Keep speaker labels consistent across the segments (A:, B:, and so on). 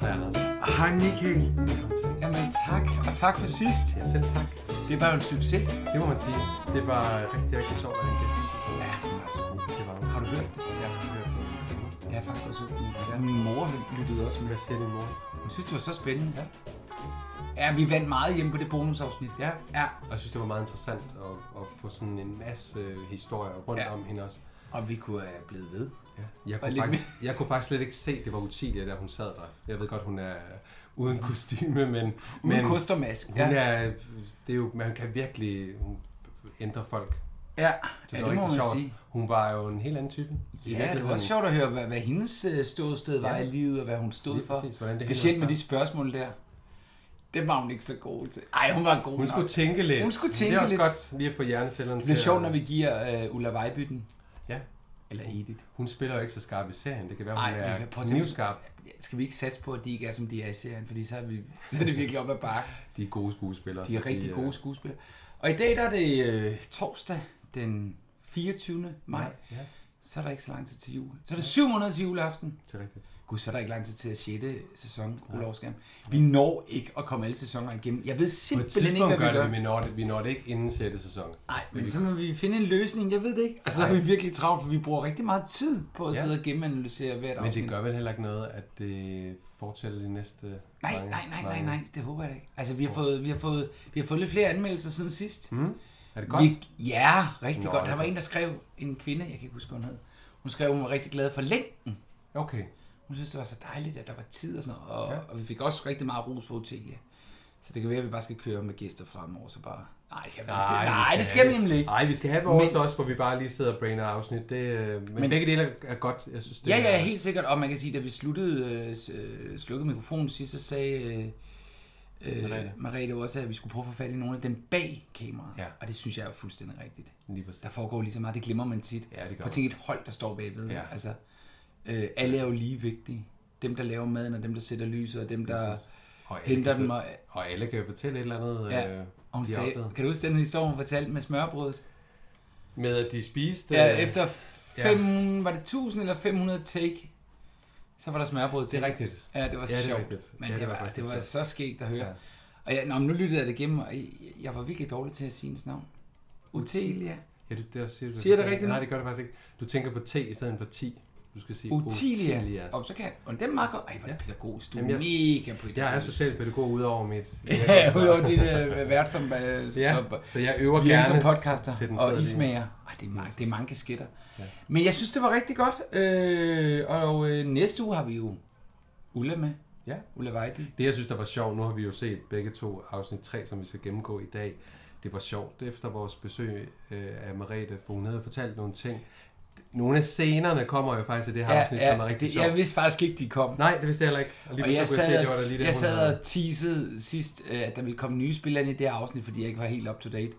A: Hej Anders.
B: Hej Michael.
A: Jamen tak, og tak for sidst. Ja, selv tak. Det var jo en succes, det må man sige. Det var rigtig, rigtig sjovt at have en gæst. Ja, det var så god. Det var Har du hørt det? Ja, jeg har hørt det.
C: Jeg har faktisk også hørt den. Ja. Min mor lyttede også med.
A: Hvad siger din mor?
C: Hun synes, det var så spændende. Ja, ja vi vandt meget hjemme på det bonusafsnit.
A: Ja.
C: ja.
A: Og jeg synes, det var meget interessant at, at få sådan en masse øh, historier rundt
C: Ja.
A: om hende også.
C: Og vi kunne have blevet ved.
A: Jeg
C: Og
A: kunne,
C: lidt
A: faktisk, jeg kunne faktisk slet ikke se, at det var Utilia, da hun sad der. Jeg ved godt, hun er uden kostyme, men,
C: Uden
A: men
C: kost og mask.
A: hun
C: Ja. ja.
A: er, det er jo, man kan virkelig hun ændre folk. Det
C: ja.
A: var
C: det må
A: rigtig
C: man
A: sjovt.
C: sige.
A: Hun var jo en helt anden type. i
C: Ja, det var
A: virkeligheden.
C: også sjovt at høre, hvad, hvad hendes øh, ståsted var
A: Ja.
C: ja. i livet, og hvad hun stod
A: Lige
C: for.
A: præcis, hvordan det
C: Specielt
A: hænger
C: med de
A: sammen.
C: spørgsmål der. Det var hun ikke så god til. Ej, hun var god
A: Hun
C: nok.
A: skulle tænke lidt.
C: Hun skulle
A: Det
C: tænke
A: er også
C: lidt.
A: godt lige at få hjernecellerne
C: Det
A: til
C: bliver sjovt,
A: at-
C: når vi giver øh, Ulla Vejbytten.
A: Ja.
C: Eller Edith.
A: Hun spiller jo ikke så skarp i serien. Det kan være, hun
C: Ej,
A: Ej,
C: men hvad- prøv
A: er
C: at tænke-
A: knivskarp.
C: Skal vi ikke satse på, at de ikke er, som de er i serien? Fordi så er, vi, så er det virkelig op ad bakke.
A: De er gode skuespillere.
C: De er
A: så
C: rigtig
A: øh,
C: gode skuespillere. Og i dag der er det øh, torsdag den 24. maj.
A: Ja,
C: Så er der ikke så lang tid til jul. Så er det syv måneder til juleaften.
A: det er rigtigt.
C: Gud, så er der ikke lang tid til at 6. sæson ruller over skærmen. Vi når ikke at komme alle sæsoner igennem. Jeg ved
A: På et
C: simpelthen ikke,
A: tidspunkt
C: hvad
A: gør
C: vi
A: det,
C: gør.
A: men vi når det, vi når det ikke inden 6. sæson.
C: Nej, men så må vi finde en løsning. Jeg ved det ikke. Altså, så er
A: Nej.
C: vi virkelig travlt, for vi bruger rigtig meget tid på at
A: Ja.
C: sidde og gennemanalysere hvert
A: Men
C: afsnit.
A: det gør vel heller ikke noget, at det fortsætter de næste
C: Nej,
A: mange-
C: nej, nej, nej,
A: mange-
C: nej. Det håber jeg da ikke. Altså, vi har fået, vi har fået, vi har fået lidt flere anmeldelser siden sidst.
A: Mm? Er det godt?
C: Vi, ja, rigtig
A: Nå,
C: Nå, godt.
A: det
C: Der
A: er
C: var en,
A: godt.
C: der skrev, en kvinde, jeg kan ikke huske, hvad hun hed. Hun skrev, hun var rigtig glad for længden.
A: Okay.
C: Hun synes, det var så dejligt, at der var tid og sådan noget. Og,
A: Ja.
C: ja. og vi fik også rigtig meget ros for Otelia. Så det kan være, at vi bare skal køre med gæster fremover, så bare... Nej, jeg, nej, nej det skal vi nemlig ikke.
A: Nej, vi skal have vores
C: Men-
A: også, hvor vi bare lige sidder og brainer afsnit. Det, øh, men, men
C: Men-
A: begge dele er godt. Jeg synes, det
C: Ja, ja,
A: er-
C: helt sikkert. Og man kan sige, da vi sluttede, øh, s- øh, slukkede mikrofonen sidst, så sagde øh, øh,
A: Merete.
C: Marete jo også, at vi skulle prøve at få fat i nogle af dem bag kameraet.
A: Ja.
C: Og det synes jeg er fuldstændig rigtigt.
A: Lige præcis.
C: Der foregår lige så meget, det glemmer man tit.
A: Ja, det gør
C: Prøv at tænke et hold, der står bagved.
A: Ja.
C: Ja. Altså, øh, alle er jo lige vigtige. Dem, der laver maden, og dem, der sætter lyset, og dem, der...
A: Præcis. Og alle
C: henter
A: kan
C: dem
A: for-
C: og-
A: Og alle kan jo fortælle et eller andet.
C: Ja.
A: øh,
C: Og hun
A: de
C: sagde,
A: oplevede.
C: kan du huske den historie, hun fortalte med smørbrødet?
A: Med at de spiste...
C: Ja,
A: øh,
C: efter fem, var det 1000 eller 500 take, så var der smørbrød til.
A: Det er rigtigt.
C: Ja, det var
A: Ja, det er
C: sjovt.
A: rigtigt.
C: Men ja,
A: Ja, det
C: det,
A: var
C: var,
A: faktisk
C: det var
A: sjovt.
C: så skægt at høre.
A: Ja.
C: Ja. Og jeg, nå, men nu lyttede jeg det igennem, og jeg, jeg var virkelig dårlig til at sige hendes navn. Utelia.
A: Ja, du, det er, også- siger, du,
C: Siger jeg det rigtigt
A: Nej,
C: nu?
A: det gør du faktisk ikke. Du tænker på T i stedet for 10. Du skal sige
C: Utilia. Og så kan jeg, og den er meget godt. Ej, hvor er det pædagogisk. Du er
A: Jamen, jeg-
C: mega pædagogisk.
A: Jeg er socialpædagog udover mit...
C: Ja, udover dit øh, vært som, øh,
A: Ja,
C: ja.
A: så jeg øver
C: Vi er
A: gerne
C: som podcaster
A: til den
C: og
A: søde linje.
C: ismager. Ej, det, er mange, det er mange kasketter. Ja. Men jeg synes, det var rigtig godt. Øh, og øh, næste uge har vi jo Ulla med.
A: Ja.
C: Ulla Vejby.
A: Det, jeg synes, der var sjovt, nu har vi jo set begge to afsnit 3, som vi skal gennemgå i dag. Det var sjovt efter vores besøg øh, af Merete, for hun havde fortalt nogle ting. Nogle af scenerne kommer jo faktisk i det her afsnit, som er rigtig
C: det,
A: sjovt.
C: jeg vidste faktisk ikke, de kom.
A: Nej, det vidste jeg heller ikke. lige
C: Og jeg
A: pludselig kunne
C: sad,
A: se, det var der lige
C: og,
A: det,
C: jeg
A: hun
C: sad
A: havde.
C: og teasede sidst, øh, at der ville komme nye spillere ind i det her afsnit, fordi jeg ikke var helt up to date.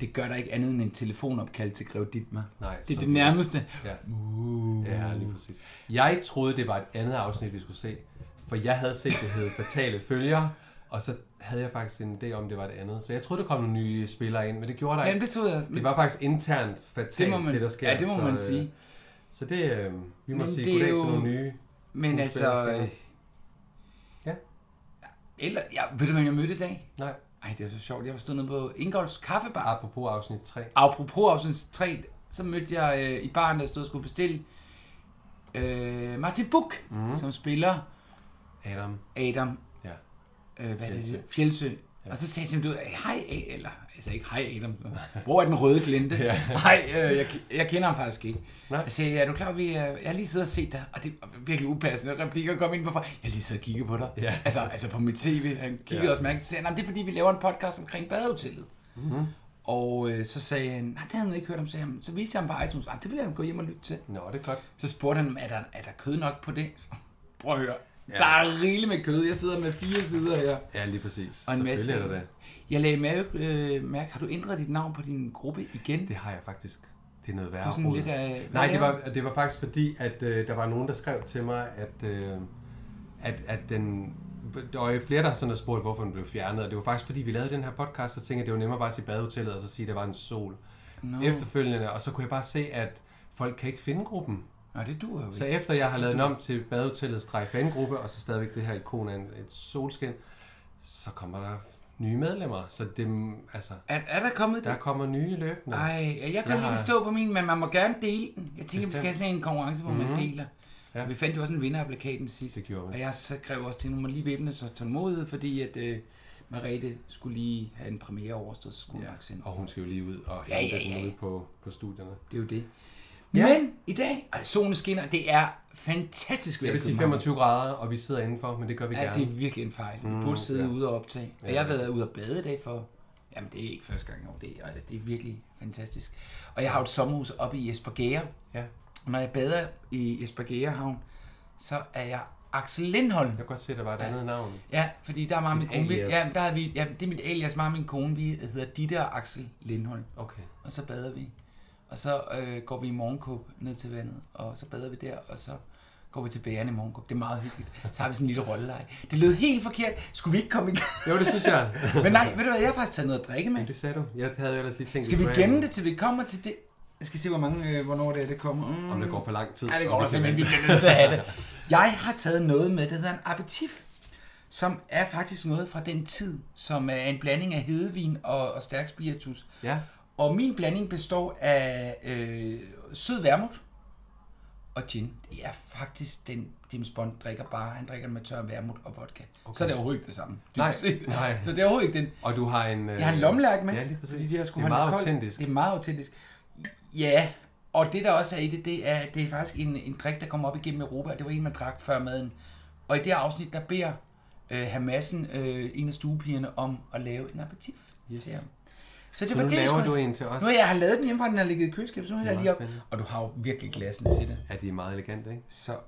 C: Det gør der ikke andet end en telefonopkald til Grev Dittmar.
A: Nej,
C: Det er det
A: sådan-
C: nærmeste.
A: Ja.
C: Uh.
A: ja, lige præcis. Jeg troede, det var et andet afsnit, vi skulle se. For jeg havde set, det hed Fatale Følger, og så havde jeg faktisk en idé om, det var det andet. Så jeg troede, der kom nogle nye spillere ind, men det gjorde der
C: Jamen,
A: ikke.
C: det troede jeg.
A: Det var faktisk internt fatalt,
C: det, må man,
A: det der sker.
C: ja, det må
A: så,
C: man
A: øh,
C: sige.
A: Så det, øh, vi må
C: Men
A: sige
C: det er
A: goddag
C: jo-
A: til nogle nye.
C: Men
A: Nogle
C: altså...
A: spillere,
C: Øh,
A: Ja.
C: Eller, ja, ved du, hvem jeg mødte i dag?
A: Nej,
C: Ej, det er så sjovt. Jeg var stået nede på Ingolfs Kaffebar.
A: apropos afsnit 3.
C: Apropos afsnit 3, så mødte jeg øh, i baren, der stod og skulle bestille, øh, Martin Buk, mm. som spiller
A: Adam.
C: Adam
A: Ja.
C: øh, hvad Fjelsø. Er
A: Fjeldsø.
C: det, Fjeldsø. Ja. Og så sagde han, du, øh, hej, A- eller, altså ikke hej Adam, hvor er den røde glinte? Nej, øh, jeg, jeg kender ham faktisk ikke.
A: Nej.
C: Nej. Jeg sagde, er du klar, vi, øh, jeg har lige siddet og set dig, og det var virkelig upassende replikker kom ind på, for jeg har lige siddet og kigget på dig.
A: Ja.
C: Altså, altså på mit tv, han kiggede
A: Ja.
C: ja. også mærkeligt, så sagde han, "Nå, men det er fordi, vi laver en podcast omkring badehotellet. Mm-hmm. Og øh, så sagde han, nej, det havde han ikke hørt om, så, sagde han, så viste jeg ham på iTunes, "Ah, det vil jeg gå hjem og lytte til.
A: Nå, det er godt.
C: Så spurgte han, er der, er der kød nok på det? Prøv at høre. Ja. Der er rigeligt med kød. Jeg sidder med fire sider her.
A: Ja, lige præcis.
C: Og en masse
A: Selvfølgelig er der det.
C: Jeg lagde mærke, øh, mærke, har du ændret dit navn på din gruppe igen?
A: Det har jeg faktisk. Det er noget værre
C: er sådan
A: rod.
C: lidt af-
A: Nej,
C: hvad
A: det
C: laver
A: var, det var faktisk fordi, at øh, der var nogen, der skrev til mig, at, øh, at, at den... Der var jo flere, der sådan har spurgt, hvorfor den blev fjernet, og det var faktisk fordi, vi lavede den her podcast, så tænkte jeg, det var nemmere bare at sige badehotellet, og så sige, at der var en sol.
C: Nå.
A: Efterfølgende, og så kunne jeg bare se, at folk kan ikke finde gruppen.
C: Nå, det duer jo ikke.
A: Så efter jeg har lavet den om til badehotellet streg fangruppe, og så stadigvæk det her ikon af en- et solskin, så kommer der nye medlemmer. Så det, altså,
C: Er, er der kommet
A: der
C: det?
A: kommer nye løbende.
C: Ej, jeg kan
A: Jeg
C: jeg lige
A: har-
C: stå på min, men man må gerne dele den. Jeg tænker, vi skal
A: Bestemt. Mhm.
C: have sådan en konkurrence, hvor mm-hmm. man deler.
A: Ja.
C: Ja. Vi fandt jo også en vinder af plakaten sidst.
A: Det gjorde vi.
C: Og jeg skrev også til, at nu må lige væbne sig tålmodighed, fordi at øh, Marete skulle lige have en premiere overstået, så skulle ja. nok sende.
A: Og hun skal jo lige ud og
C: Ja,
A: hente
C: ja,
A: den
C: ja,
A: ude
C: ja.
A: på, på studierne.
C: Det er jo det.
A: Ja.
C: Ja. Men i dag, og solen skinner, det er fantastisk vejr. i
A: Jeg vil sige
C: København.
A: 25 grader, og vi sidder indenfor, men det gør vi
C: Ja,
A: gerne.
C: det er virkelig en fejl. Vi burde sidde
A: Mm, ja.
C: ude og optage. Og
A: Ja,
C: jeg har
A: det er
C: været ude og bade i dag for... Jamen, det er ikke første gang i år. Det er, og det er virkelig fantastisk. Og jeg har jo et sommerhus oppe i Esbergære.
A: Ja.
C: Og når jeg bader i Esbergære Havn, så er jeg Axel Lindholm.
A: Jeg kan godt se, at der var et andet navn.
C: Ja, fordi der er meget min kone. vi-
A: alias.
C: Ja, der er vi, ja, det er mit alias, meget min kone. Vi hedder Ditte og Axel Lindholm.
A: Okay.
C: Og så bader vi. Og så øh, går vi i morgenkåb ned til vandet, og så bader vi der, og så går vi til bæren i morgenkåb. Det er meget hyggeligt. Så har vi sådan en lille rolleleg. Det lød helt forkert. Skulle vi ikke komme i gang?
A: Jo, det synes jeg.
C: Men nej, ved du hvad, jeg har faktisk taget noget at drikke med.
A: det sagde du. Jeg havde jo ellers lige tænkt...
C: Skal
A: vi
C: vi
A: skulle have
C: gemme
A: en-
C: det, til vi kommer til det? Jeg skal se, hvor mange, øh, hvornår det er, det kommer. Mm.
A: Om det går for lang tid.
C: Nej, det
A: Om
C: går der
A: kan
C: simpelthen. Vi
A: vente.
C: bliver nødt til at have det. Jeg har taget noget med, der hedder en aperitif, som er faktisk noget fra den tid, som er en blanding af hedevin og, og stærk spiritus.
A: Ja.
C: Og min blanding består af øh, sød vermut og gin. Det er faktisk den, James Bond drikker bare. Han drikker den med tør vermut og vodka. Okay. Så er det overhovedet ikke det samme. dybest
A: Nej,
C: set.
A: nej.
C: Så det er overhovedet ikke den.
A: Og du har en... øh,
C: Jeg har en lommelærke med,
A: Ja, lige præcis.
C: fordi det, jeg skulle
A: det er
C: holde
A: meget
C: koldt.
A: autentisk.
C: Det er meget autentisk. Ja, og det der også er i det, det er, at det er faktisk en, en drik, der kommer op igennem Europa, og det var en, man drak før maden. Og i det her afsnit, der beder øh, Hamassen, øh, en af stuepigerne, om at lave en aperitif yes.
A: Yes.
C: til ham. Så det
A: Så
C: var
A: nu
C: det, jeg
A: laver
C: skulle-
A: du en til os.
C: nu har jeg har lavet den hjemme fra, den har ligget i køleskabet, så nu hælder jeg
A: meget
C: lige op.
A: spændende.
C: Og du har jo virkelig glasen til det.
A: Ja, det er meget elegant, ikke?
C: Så... Og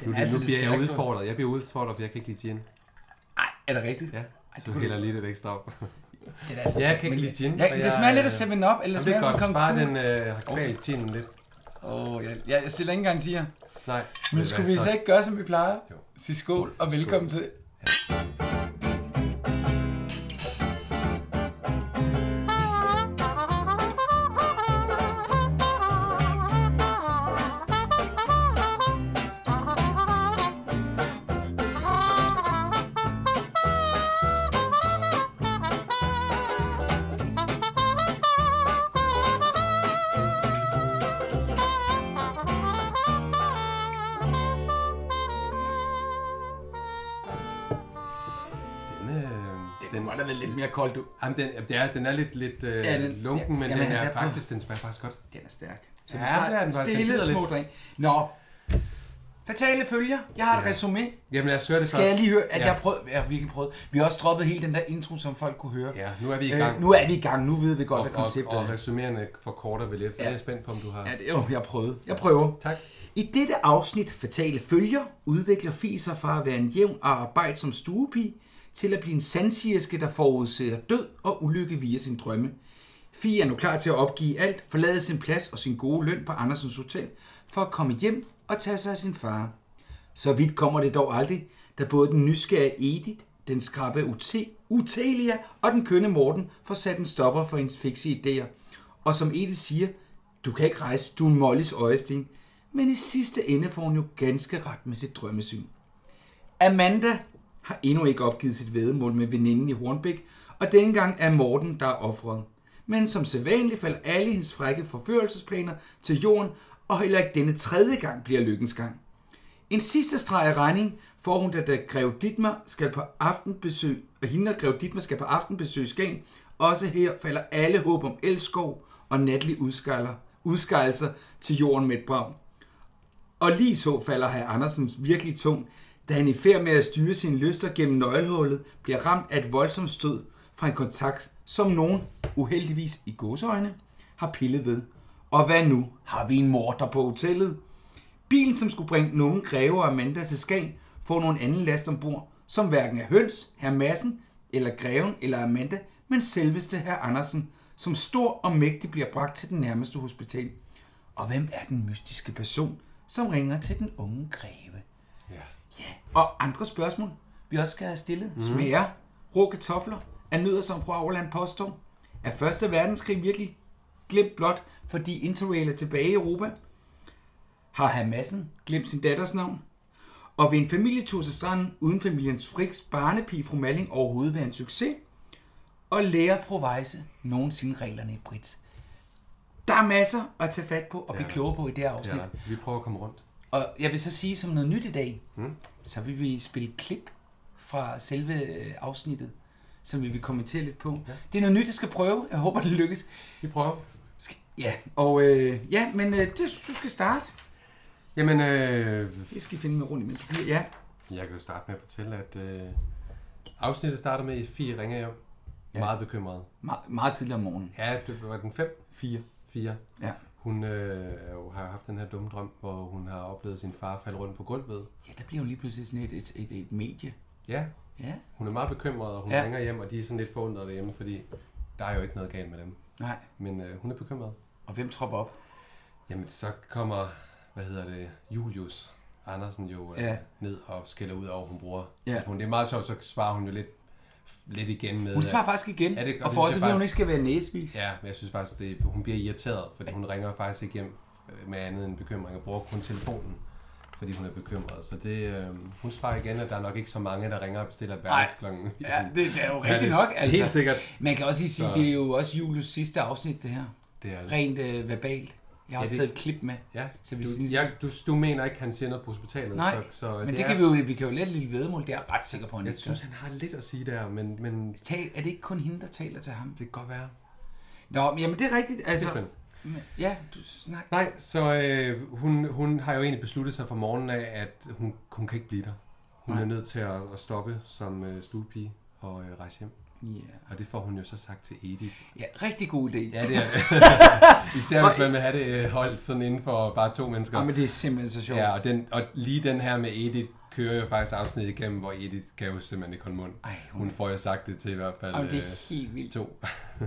A: Nu,
C: Den er altid
A: nu
C: lidt
A: bliver jeg
C: stærk, tror
A: udfordret. Jeg bliver udfordret, for jeg kan ikke lide gin.
C: Ej, er det rigtigt?
A: Ja.
C: det
A: Så
C: kunne
A: hælder lige lidt ekstra op.
C: Det er altså
A: Ja, jeg
C: stærkt,
A: kan ikke
C: men-
A: lide gin,
C: Ja,
A: og
C: det
A: jeg- øh,
C: smager lidt af 7-Up, eller
A: Jamen,
C: det
A: det er
C: smager som
A: godt.
C: Kong Fu.
A: Bare den øh, har kvalt ginen lidt.
C: Åh, oh, jeg, jeg, jeg stiller ingen garantier.
A: Nej.
C: Men skulle vi så ikke gøre, som vi plejer?
A: altså- Jo.
C: Sige skål og velkommen til.
A: Den, øh, den,
C: da været lidt mere kold, du.
A: Jamen, den, jamen, det er, den er lidt, lidt øh, ja,
C: Ja,
A: den,
C: den-
A: lunken,
C: ja,
A: men
C: jamen,
A: den er
C: der-
A: faktisk, den smager faktisk godt.
C: Den er stærk. Så
A: Ja,
C: vi
A: det er
C: tager
A: den
C: en
A: faktisk. Den
C: stille
A: bider
C: små
A: lidt.
C: drink. Nå, Fatale følger. Jeg har et ja. resume.
A: Jamen lad os høre det
C: Skal
A: først.
C: jeg lige høre, at
A: Ja.
C: ja. jeg, har prøvet, jeg har virkelig prøvet. Vi har også droppet hele den der intro, som folk kunne høre.
A: Ja, nu er vi i gang.
C: Øh, nu er vi i gang. Nu ved vi godt,
A: og,
C: hvad
A: og,
C: konceptet
A: og
C: er.
A: resumerende forkorter vi lidt, så ja. jeg er spændt på, om du har...
C: Ja, det, jo, jeg prøvede. Jeg prøver.
A: Tak.
C: I dette afsnit Fatale Følger udvikler Fie sig fra at være en jævn og arbejdsom stuepige til at blive en sandsigerske, der forudser død og ulykke via sin drømme. Fie er nu klar til at opgive alt, forlade sin plads og sin gode løn på Andersens Hotel for at komme hjem og tage sig af sin far. Så vidt kommer det dog aldrig, da både den nysgerrige Edith, den skrappe Ute- Utelia og den kønne Morten får sat en stopper for hendes fikse idéer. Og som Edith siger, du kan ikke rejse, du er Mollys øjesten. Men i sidste ende får hun jo ganske ret med sit drømmesyn. Amanda har endnu ikke opgivet sit væddemål med veninden i Hornbæk, og denne gang er Morten, der er offret. Men som sædvanligt falder alle hendes frække forførelsesplaner til jorden, og heller ikke denne tredje gang bliver lykkens gang. En sidste streg af regning får hun, da, da Grev Ditmar skal på aftenbesøg, og hende og Grev Ditmar skal på aftenbesøg i Skagen. Også her falder alle håb om elskov og natlige udskejler, udskejelser til jorden med et brag. Og lige så falder herr Andersen virkelig tung, da han i færd med at styre sine lyster gennem nøglehullet, bliver ramt af et voldsomt stød fra en kontakt, som nogen, uheldigvis i godseøjne, har pillet ved. Og hvad nu? Har vi en morter på hotellet? Bilen, som skulle bringe den unge greve og Amanda til Skagen, får nu en anden last ombord, som hverken er høns, herr Madsen, eller greven eller Amanda, men selveste herr Andersen, som stor og mægtig bliver bragt til den nærmeste hospital. Og hvem er den mystiske person, som ringer til den unge greve?
A: Ja.
C: Og andre spørgsmål, vi også skal have stillet. Mm. Smager, rå kartofler, er nødder, som fru Auerland påstår. Er Første Verdenskrig virkelig glemt blot, fordi Interrail er tilbage i Europa? Har Hamassen glemt sin datters navn? Og vil en familietur til stranden uden familiens friks barnepige fru Malling overhovedet være en succes? Og lærer fru Weisse nogensinde reglerne i Brits? Der er masser at tage fat på og blive
A: Ja.
C: klogere på i det her afsnit.
A: ja, vi prøver at komme rundt.
C: Og jeg vil så sige som noget nyt i dag, mm. så vil vi spille klip fra selve øh, afsnittet, som vi vil kommentere lidt på. Ja. Det er noget nyt, jeg skal prøve. Jeg håber, det lykkes.
A: Vi prøver.
C: Skal- Ja, og øh, ja, men øh, det, du skal starte.
A: Jamen, øh,
C: Jeg skal finde mig rundt i min papir. Ja,
A: jeg kan jo starte med at fortælle, at øh, afsnittet starter med, at Fie ringer jo. Ja. Meget bekymret.
C: Me- meget tidligere om morgenen.
A: Ja, det var den 5?
C: Fire.
A: 4.
C: Ja.
A: Hun øh, er jo- har haft den her dumme drøm, hvor hun har oplevet sin far falde rundt på gulvet.
C: Ja, der bliver hun lige pludselig sådan et, et, et, et medie.
A: Ja,
C: Ja,
A: hun er meget bekymret, og hun ja.
C: Ja.
A: ringer hjem, og de er sådan lidt forundrede derhjemme, fordi der er jo ikke noget galt med dem.
C: nej.
A: Men øh, hun er bekymret.
C: Og hvem tropper op?
A: Jamen, så kommer, hvad hedder det, Julius Andersen jo øh, ja.
C: Ja.
A: ned og skælder ud over, at hun bruger ja.
C: Ja.
A: telefonen. Det er meget sjovt, så svarer hun jo lidt, lidt igen med...
C: Hun svarer
A: at-
C: faktisk igen.
A: Ja, det- og
C: og
A: det
C: for os
A: synes
C: at
A: jeg
C: vide, at hun
A: faktisk-
C: ikke skal være næsvis.
A: Ja, men jeg synes faktisk, det, hun bliver irriteret, fordi hun ringer faktisk ikke hjem øh, med andet end bekymring og bruger kun telefonen, fordi hun er bekymret. Så det, øh, hun svarer igen, at der er nok ikke så mange, der ringer og bestiller et
C: Nej.
A: verdensklokken.
C: Ja, det, det er jo
A: Ja,
C: rigtigt
A: det-
C: nok.
A: Altså. Helt sikkert.
C: Man kan også lige sige,
A: Så-
C: at det er jo også Julius sidste afsnit, det her.
A: Det er det.
C: Rent øh, verbalt. Jeg har også
A: det-
C: taget et klip med.
A: Ja,
C: Så vi
A: du,
C: synes-
A: jeg, du, du mener ikke, han siger noget på hospitalet?
C: Nej,
A: så, så
C: Men det,
A: er,
C: kan vi jo, vi kan jo lade et lille vedmål, det er jeg ret sikker på, han
A: Jeg
C: ikke
A: synes,
C: synes,
A: han har lidt at sige der, men, men det
C: Tal, er det ikke kun hende, der taler til ham?
A: kan godt være.
C: Nå, men jamen det er rigtigt,
A: Det er
C: altså...
A: spændende.
C: men- Ja, du snak.
A: Nej, så øh, hun, hun har jo egentlig besluttet sig fra morgenen af, at hun, hun kan ikke blive der. Hun Nej.
C: Nej.
A: er nødt til at, at stoppe som øh, stuepige og øh, rejse hjem.
C: Ja.
A: Og det får hun jo så sagt til Edith.
C: ja, rigtig god idé. Ja,
A: Ja, det er Især hvis man vil have det øh, holdt sådan inden for bare to mennesker.
C: men det er simpelthen så sjovt.
A: Ja, og, den, og lige den her med Edith kører jo faktisk afsnittet igennem, hvor Edith kan jo simpelthen ikke holde mund.
C: Ej, hun-
A: hun får jo sagt det til i hvert fald
C: Jamen, det
A: øh,
C: er helt vildt.
A: to.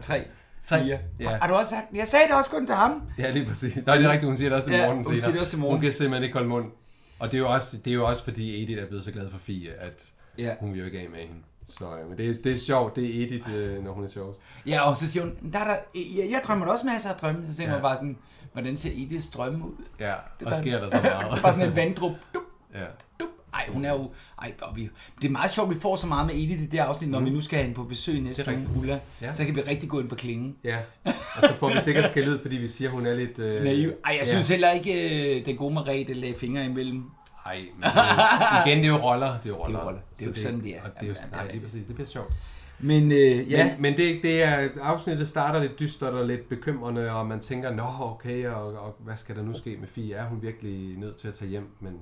C: Tre.
A: Fire. Ja.
C: Har du også sagt, jeg sagde det også kun til ham.
A: Ja, lige præcis. Nej, det er rigtigt, hun siger det også til
C: Ja,
A: morgen
C: hun siger det også til morgen.
A: Hun kan simpelthen ikke holde mund. Og det er jo også, det er jo også fordi Edith er blevet så glad for Fie, at
C: Ja.
A: hun vil jo ikke af med hende. Så øh, men det, er- det er sjovt, det er Edith, øh, når hun er sjovest.
C: Ja, og så siger hun, "Men der er der, jeg, jeg drømmer da også masser af drømme. Så siger
A: Ja.
C: ja. man bare sådan, hvordan ser Ediths drømme ud?
A: Ja, og
C: der-
A: sker der så
C: Det
A: meget.
C: er bare sådan et vanddrup. Dup,
A: ja.
C: dup. Ej, hun er jo... Ej, og vi, det er meget sjovt, vi får så meget med Edith i det her afsnit, når mm. vi nu skal have hende på besøg
A: Det er
C: næste uge,
A: rigtigt.
C: Ulla.
A: Ja.
C: Ja. Så kan vi rigtig gå ind på klingen.
A: ja, og så får vi sikkert skæld ud, fordi vi siger, hun er lidt... Øh,
C: Naiv. Ej, jeg synes heller ikke, øh, den gode Marete lagde fingre imellem.
A: Ej, men det er jo, igen, det er jo roller. Det er jo roller.
C: roller. Det er
A: Så
C: jo ikke sådan, det er.
A: Og det er jo,
C: Jamen,
A: nej,
C: jamen,
A: lige præcis. Det bliver sjovt.
C: Men øh, ja,
A: Ja. Men, men det, det er, afsnittet starter lidt dystert og lidt bekymrende, og man tænker, nå okay, og, og hvad skal der nu ske med Fie? Er hun virkelig nødt til at tage hjem? Men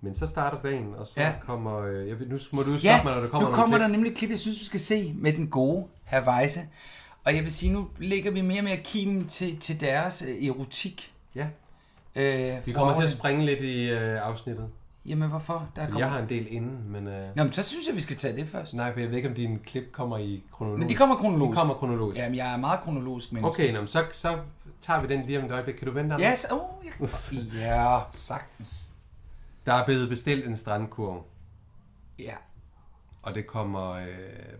A: Men så starter dagen, og så
C: Ja.
A: ja. kommer... øh, Jeg ved, nu må du jo stoppe
C: Ja,
A: ja, mig, når der kommer
C: nu
A: nogle
C: kommer
A: klip.
C: der nemlig et klip, jeg synes, vi skal se med den gode Havajse. Og jeg vil sige, nu lægger vi mere og mere kimen til, til deres øh, erotik.
A: Ja,
C: Øh,
A: vi kommer til
C: forhold.
A: at springe lidt i øh, afsnittet.
C: Jamen, hvorfor? Der kommer...
A: Jeg har en del inden, men... Øh,
C: Nå, men så synes jeg, vi skal tage det først.
A: nej, for jeg ved ikke, om dine klip kommer i kronologisk.
C: Men de kommer kronologisk.
A: De kommer kronologisk. Ja.
C: Jamen, jeg er meget kronologisk, men...
A: Okay, nå, men så, så tager vi den lige om et øjeblik. Kan du vente dig?
C: Ja, yes, oh, jeg... ja, sagtens.
A: Der er blevet bestilt en strandkurv,
C: Ja.
A: og det kommer, øh,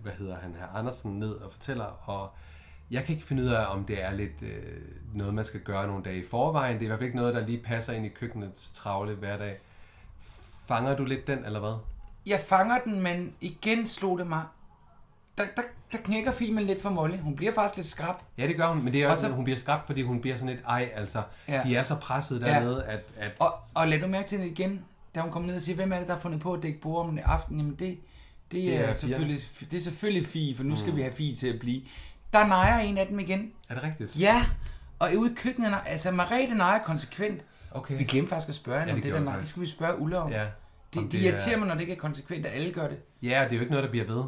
A: hvad hedder han her, Andersen ned og fortæller, og jeg kan ikke finde ud af, om det er lidt øh, noget, man skal gøre nogle dage i forvejen. Det er i hvert fald ikke noget, der lige passer ind i køkkenets travle hverdag. Fanger du lidt den, eller hvad?
C: Jeg fanger den, men igen slog det mig. Der, der, der knækker filmen lidt for Molly. Hun bliver faktisk lidt skrab.
A: Ja, det gør hun, men det er
C: Og
A: også,
C: så-
A: hun bliver skræbt, fordi hun bliver sådan lidt, ej, altså,
C: Ja.
A: ja. de er så presset dernede, ja. at, at
C: Og, og lad du mærke til det igen, da hun kommer ned og siger, hvem er det, der har fundet på at dække bord om aftenen? Jamen det, det, er,
A: er pigerne. Mm.
C: selvfølgelig, det er selvfølgelig Fie, for nu skal vi have Fie til at blive. Der nejer en af dem igen.
A: er det rigtigt?
C: Ja, og ude i køkkenet, nej- altså Marete nejer konsekvent.
A: Okay.
C: Vi glemte faktisk at spørge hende
A: Ja,
C: ja, om
A: det
C: det der
A: gjorde vi
C: nej. Det
A: faktisk.
C: skal vi spørge Ulla om.
A: Ja.
C: Det,
A: Om
C: de
A: det er-
C: irriterer mig, når det ikke er konsekvent, at alle gør det.
A: Ja, det er jo ikke noget, der bliver ved.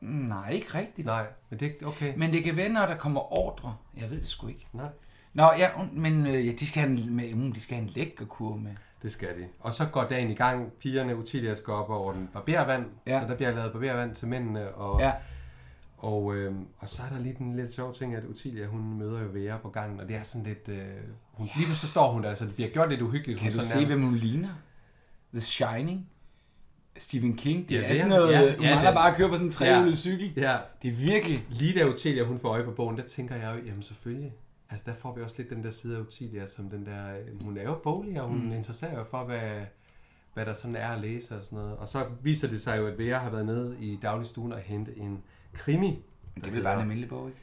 A: Mm.
C: Nej, ikke rigtigt.
A: Nej, men det er okay.
C: Men det kan være, når der kommer ordre. Jeg ved det sgu ikke.
A: Nej,
C: Nå, ja, hun- men øh, ja, de, skal have en, med, mm, de skal have en lækker kurve med.
A: det skal de. Og så går dagen i gang. Pigerne, Utilia skal op og ordne barbervand,
C: Ja.
A: ja. så der bliver lavet barbervand til mændene. Og,
C: Ja,
A: og, øh, og så er der lige den lidt sjove ting, at Utilia, hun møder jo Vera på gangen, og det er sådan lidt... Øh, hun, ja. Lige pludselig så står hun der, så det bliver gjort lidt uhyggeligt.
C: kan
A: hun
C: du
A: så
C: se, hvem hun ligner? The Shining? Stephen King? Det
A: Ja,
C: er
A: det
C: sådan
A: er-
C: noget,
A: ja,
C: ja, hun
A: ja,
C: mangler
A: det-
C: bare at køre på sådan en trehjulet cykel.
A: Ja,
C: Det er virkelig...
A: lige da Utilia, hun får øje på bogen, der tænker jeg jo, jamen selvfølgelig. Altså der får vi også lidt den der side af Utilia, som den der, øh, hun er jo bolig, og hun mm. interesserer jo for, hvad, hvad der sådan er at læse og sådan noget. Og så viser det sig jo, at Vera har været nede i dagligstuen og hente en krimi.
C: Men
A: der
C: det er vel bare en almindelig bog, ikke?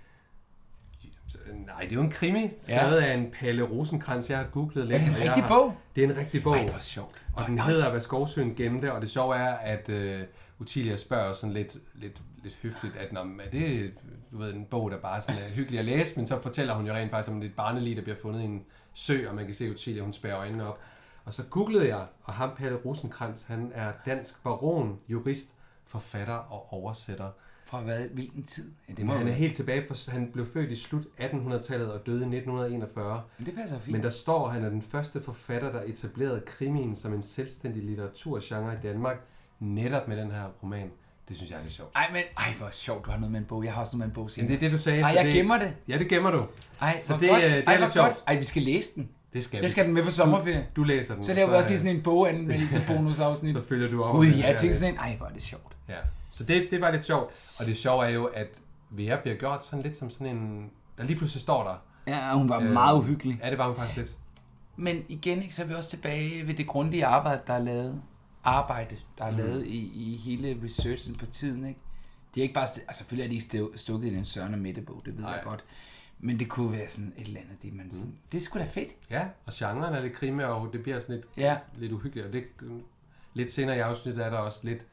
A: Så, Nej, det er jo en krimi, skrevet ja. af en Palle Rosenkrantz. Jeg har googlet lidt.
C: Er det en
A: og jeg
C: rigtig
A: har-
C: bog?
A: Det er en rigtig bog.
C: Ej, hvor sjovt.
A: Og den hedder, hvad skovsøen gemte, og det sjove er, at øh, Utilia spørger sådan lidt, lidt, lidt høfligt, at "Nå, men er det du ved, en bog, der bare sådan er hyggelig at læse, men så fortæller hun jo rent faktisk om et barnelig, der bliver fundet i en sø, og man kan se Utilia, hun spærer øjnene op. Og så googlede jeg, og ham Palle Rosenkrantz, han er dansk baron, jurist, forfatter og oversætter.
C: Fra hvad? Hvilken tid? Ja, det må
A: Men han er
C: jo...
A: helt tilbage, for han blev født i slut 1800-tallet og døde i 1941.
C: Men det passer fint.
A: Men der står, at han er den første forfatter, der etablerede krimien som en selvstændig litteraturgenre i Danmark, netop med den her roman. Det synes jeg er lidt sjovt.
C: Ej, men... Ej, hvor sjovt, du har noget med en bog. Jeg har også noget med en bog
A: Men
C: senere.
A: det er det, du sagde.
C: Ej,
A: så
C: jeg
A: det...
C: gemmer det.
A: Ja, det gemmer du.
C: Ej,
A: så
C: hvor
A: det,
C: godt.
A: øh, det er
C: Ej,
A: lidt
C: hvor
A: sjovt.
C: godt. Ej, vi skal læse den.
A: Det skal
C: Jeg skal have den med på sommerferie.
A: Du læser den.
C: Så laver vi også lige
A: øh,
C: sådan en boganmeldelse-bonusafsnit.
A: Så følger du op.
C: Gud,
A: med
C: ja,
A: det
C: jeg
A: her.
C: tænkte sådan en, ej, hvor er det sjovt.
A: Ja. Så det, det var lidt sjovt. Og det sjove er jo, at Vera bliver gjort sådan lidt som sådan en... Der lige pludselig står der.
C: Ja, hun var øh, meget uhyggelig.
A: Ja, det var hun faktisk lidt.
C: Men igen, ikke, så er vi også tilbage ved det grundige arbejde, der er lavet. Arbejde, der er
A: Mhm.
C: mm. lavet i, i hele researchen på tiden, ikke? Det er ikke bare, st- altså selvfølgelig er det ikke stev- stukket i den Søren og Mette bog, det ved Ej. jeg
A: Nej. Mhm.
C: godt. Men det kunne være sådan et eller andet, det man sådan, mm. det er sgu da fedt.
A: Ja, og genren er lidt krimi, og det bliver sådan lidt
C: Ja,
A: lidt uhyggeligt. Og det, lidt senere i afsnittet er der også lidt,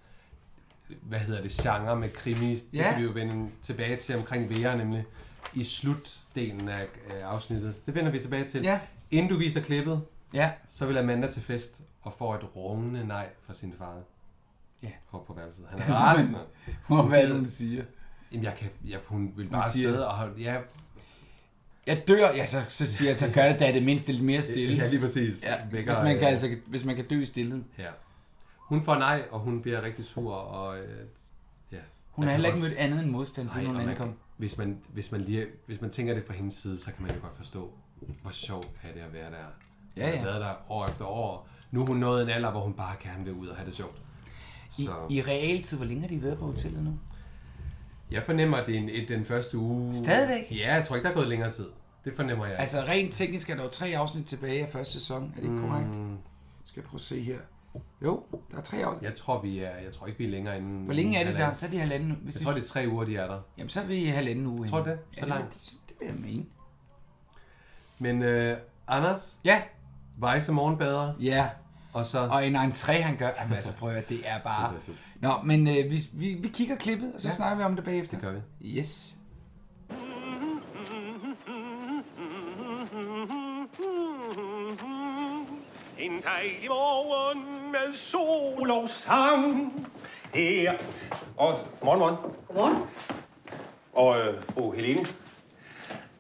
A: hvad hedder det, genre med krimi. Det
C: Ja.
A: kan vi jo vende tilbage til omkring VR, nemlig i slutdelen af af afsnittet. Det vender vi tilbage til.
C: Ja.
A: Inden du viser klippet,
C: ja,
A: så vil Amanda til fest og får et rungende nej fra sin far.
C: Ja.
A: På, på værelset. Han er rasende.
C: må hvad hun siger.
A: Jamen, jeg kan, jeg, hun vil bare
C: siger-
A: sidde og holde... Ja,
C: Jeg dør, ja, så, så siger jeg, så gør det da det mindste lidt mere stille.
A: ja, lige præcis.
C: Ja, hvis
A: Vækker,
C: man kan,
A: øh,
C: altså, hvis man kan dø i stillhed.
A: Ja. Hun får nej, og hun bliver rigtig sur, og... Øh, ja.
C: Hun
A: Jeg
C: har
A: kan
C: heller ikke
A: godt-
C: mødt andet end modstand,
A: Ej,
C: siden hun
A: og man-
C: ankom.
A: Hvis man, hvis, man lige, hvis man tænker det fra hendes side, så kan man jo godt forstå, hvor sjovt er det at være der.
C: Ja,
A: Hun
C: ja.
A: har været der år efter år. Nu er hun nået en alder, hvor hun bare gerne vil ud og have det sjovt.
C: I,
A: Så
C: I realtid, hvor længe har de været på hotellet nu?
A: jeg fornemmer, at det er en, et- den første uge...
C: Stadigvæk?
A: Ja, jeg tror ikke, der er gået længere tid. Det fornemmer jeg.
C: Altså rent teknisk er der jo tre afsnit tilbage af første sæson, er det ikke korrekt?
A: Mm,
C: Skal jeg prøve at se her. Jo, der er tre afsnit.
A: jeg tror, vi er, jeg tror ikke, vi er længere inden...
C: Hvor længe er det
A: halvanden.
C: der? Så er det halvanden uge. Hvis
A: Jeg tror, det er tre uger, de er der.
C: Jamen så er vi i halvanden uge.
A: Tror du
C: henne.
A: det? Så langt?
C: Det, det vil jeg mene.
A: Men øh, Anders,
C: Ja,
A: Vejse morgenbader,
C: ja.
A: og så...
C: Og en entré han gør. Jamen altså prøv at høre, det er bare...
A: Fantastisk.
C: Nå, men øh, vi, vi, vi kigger klippet, og så ja.
A: Ja.
C: snakker vi om det bagefter.
A: Det gør vi.
C: Yes.
B: En dejlig morgen med sol og sang. Her. Og morgen, morgen.
D: Godmorgen.
B: Og øh, fru Helene.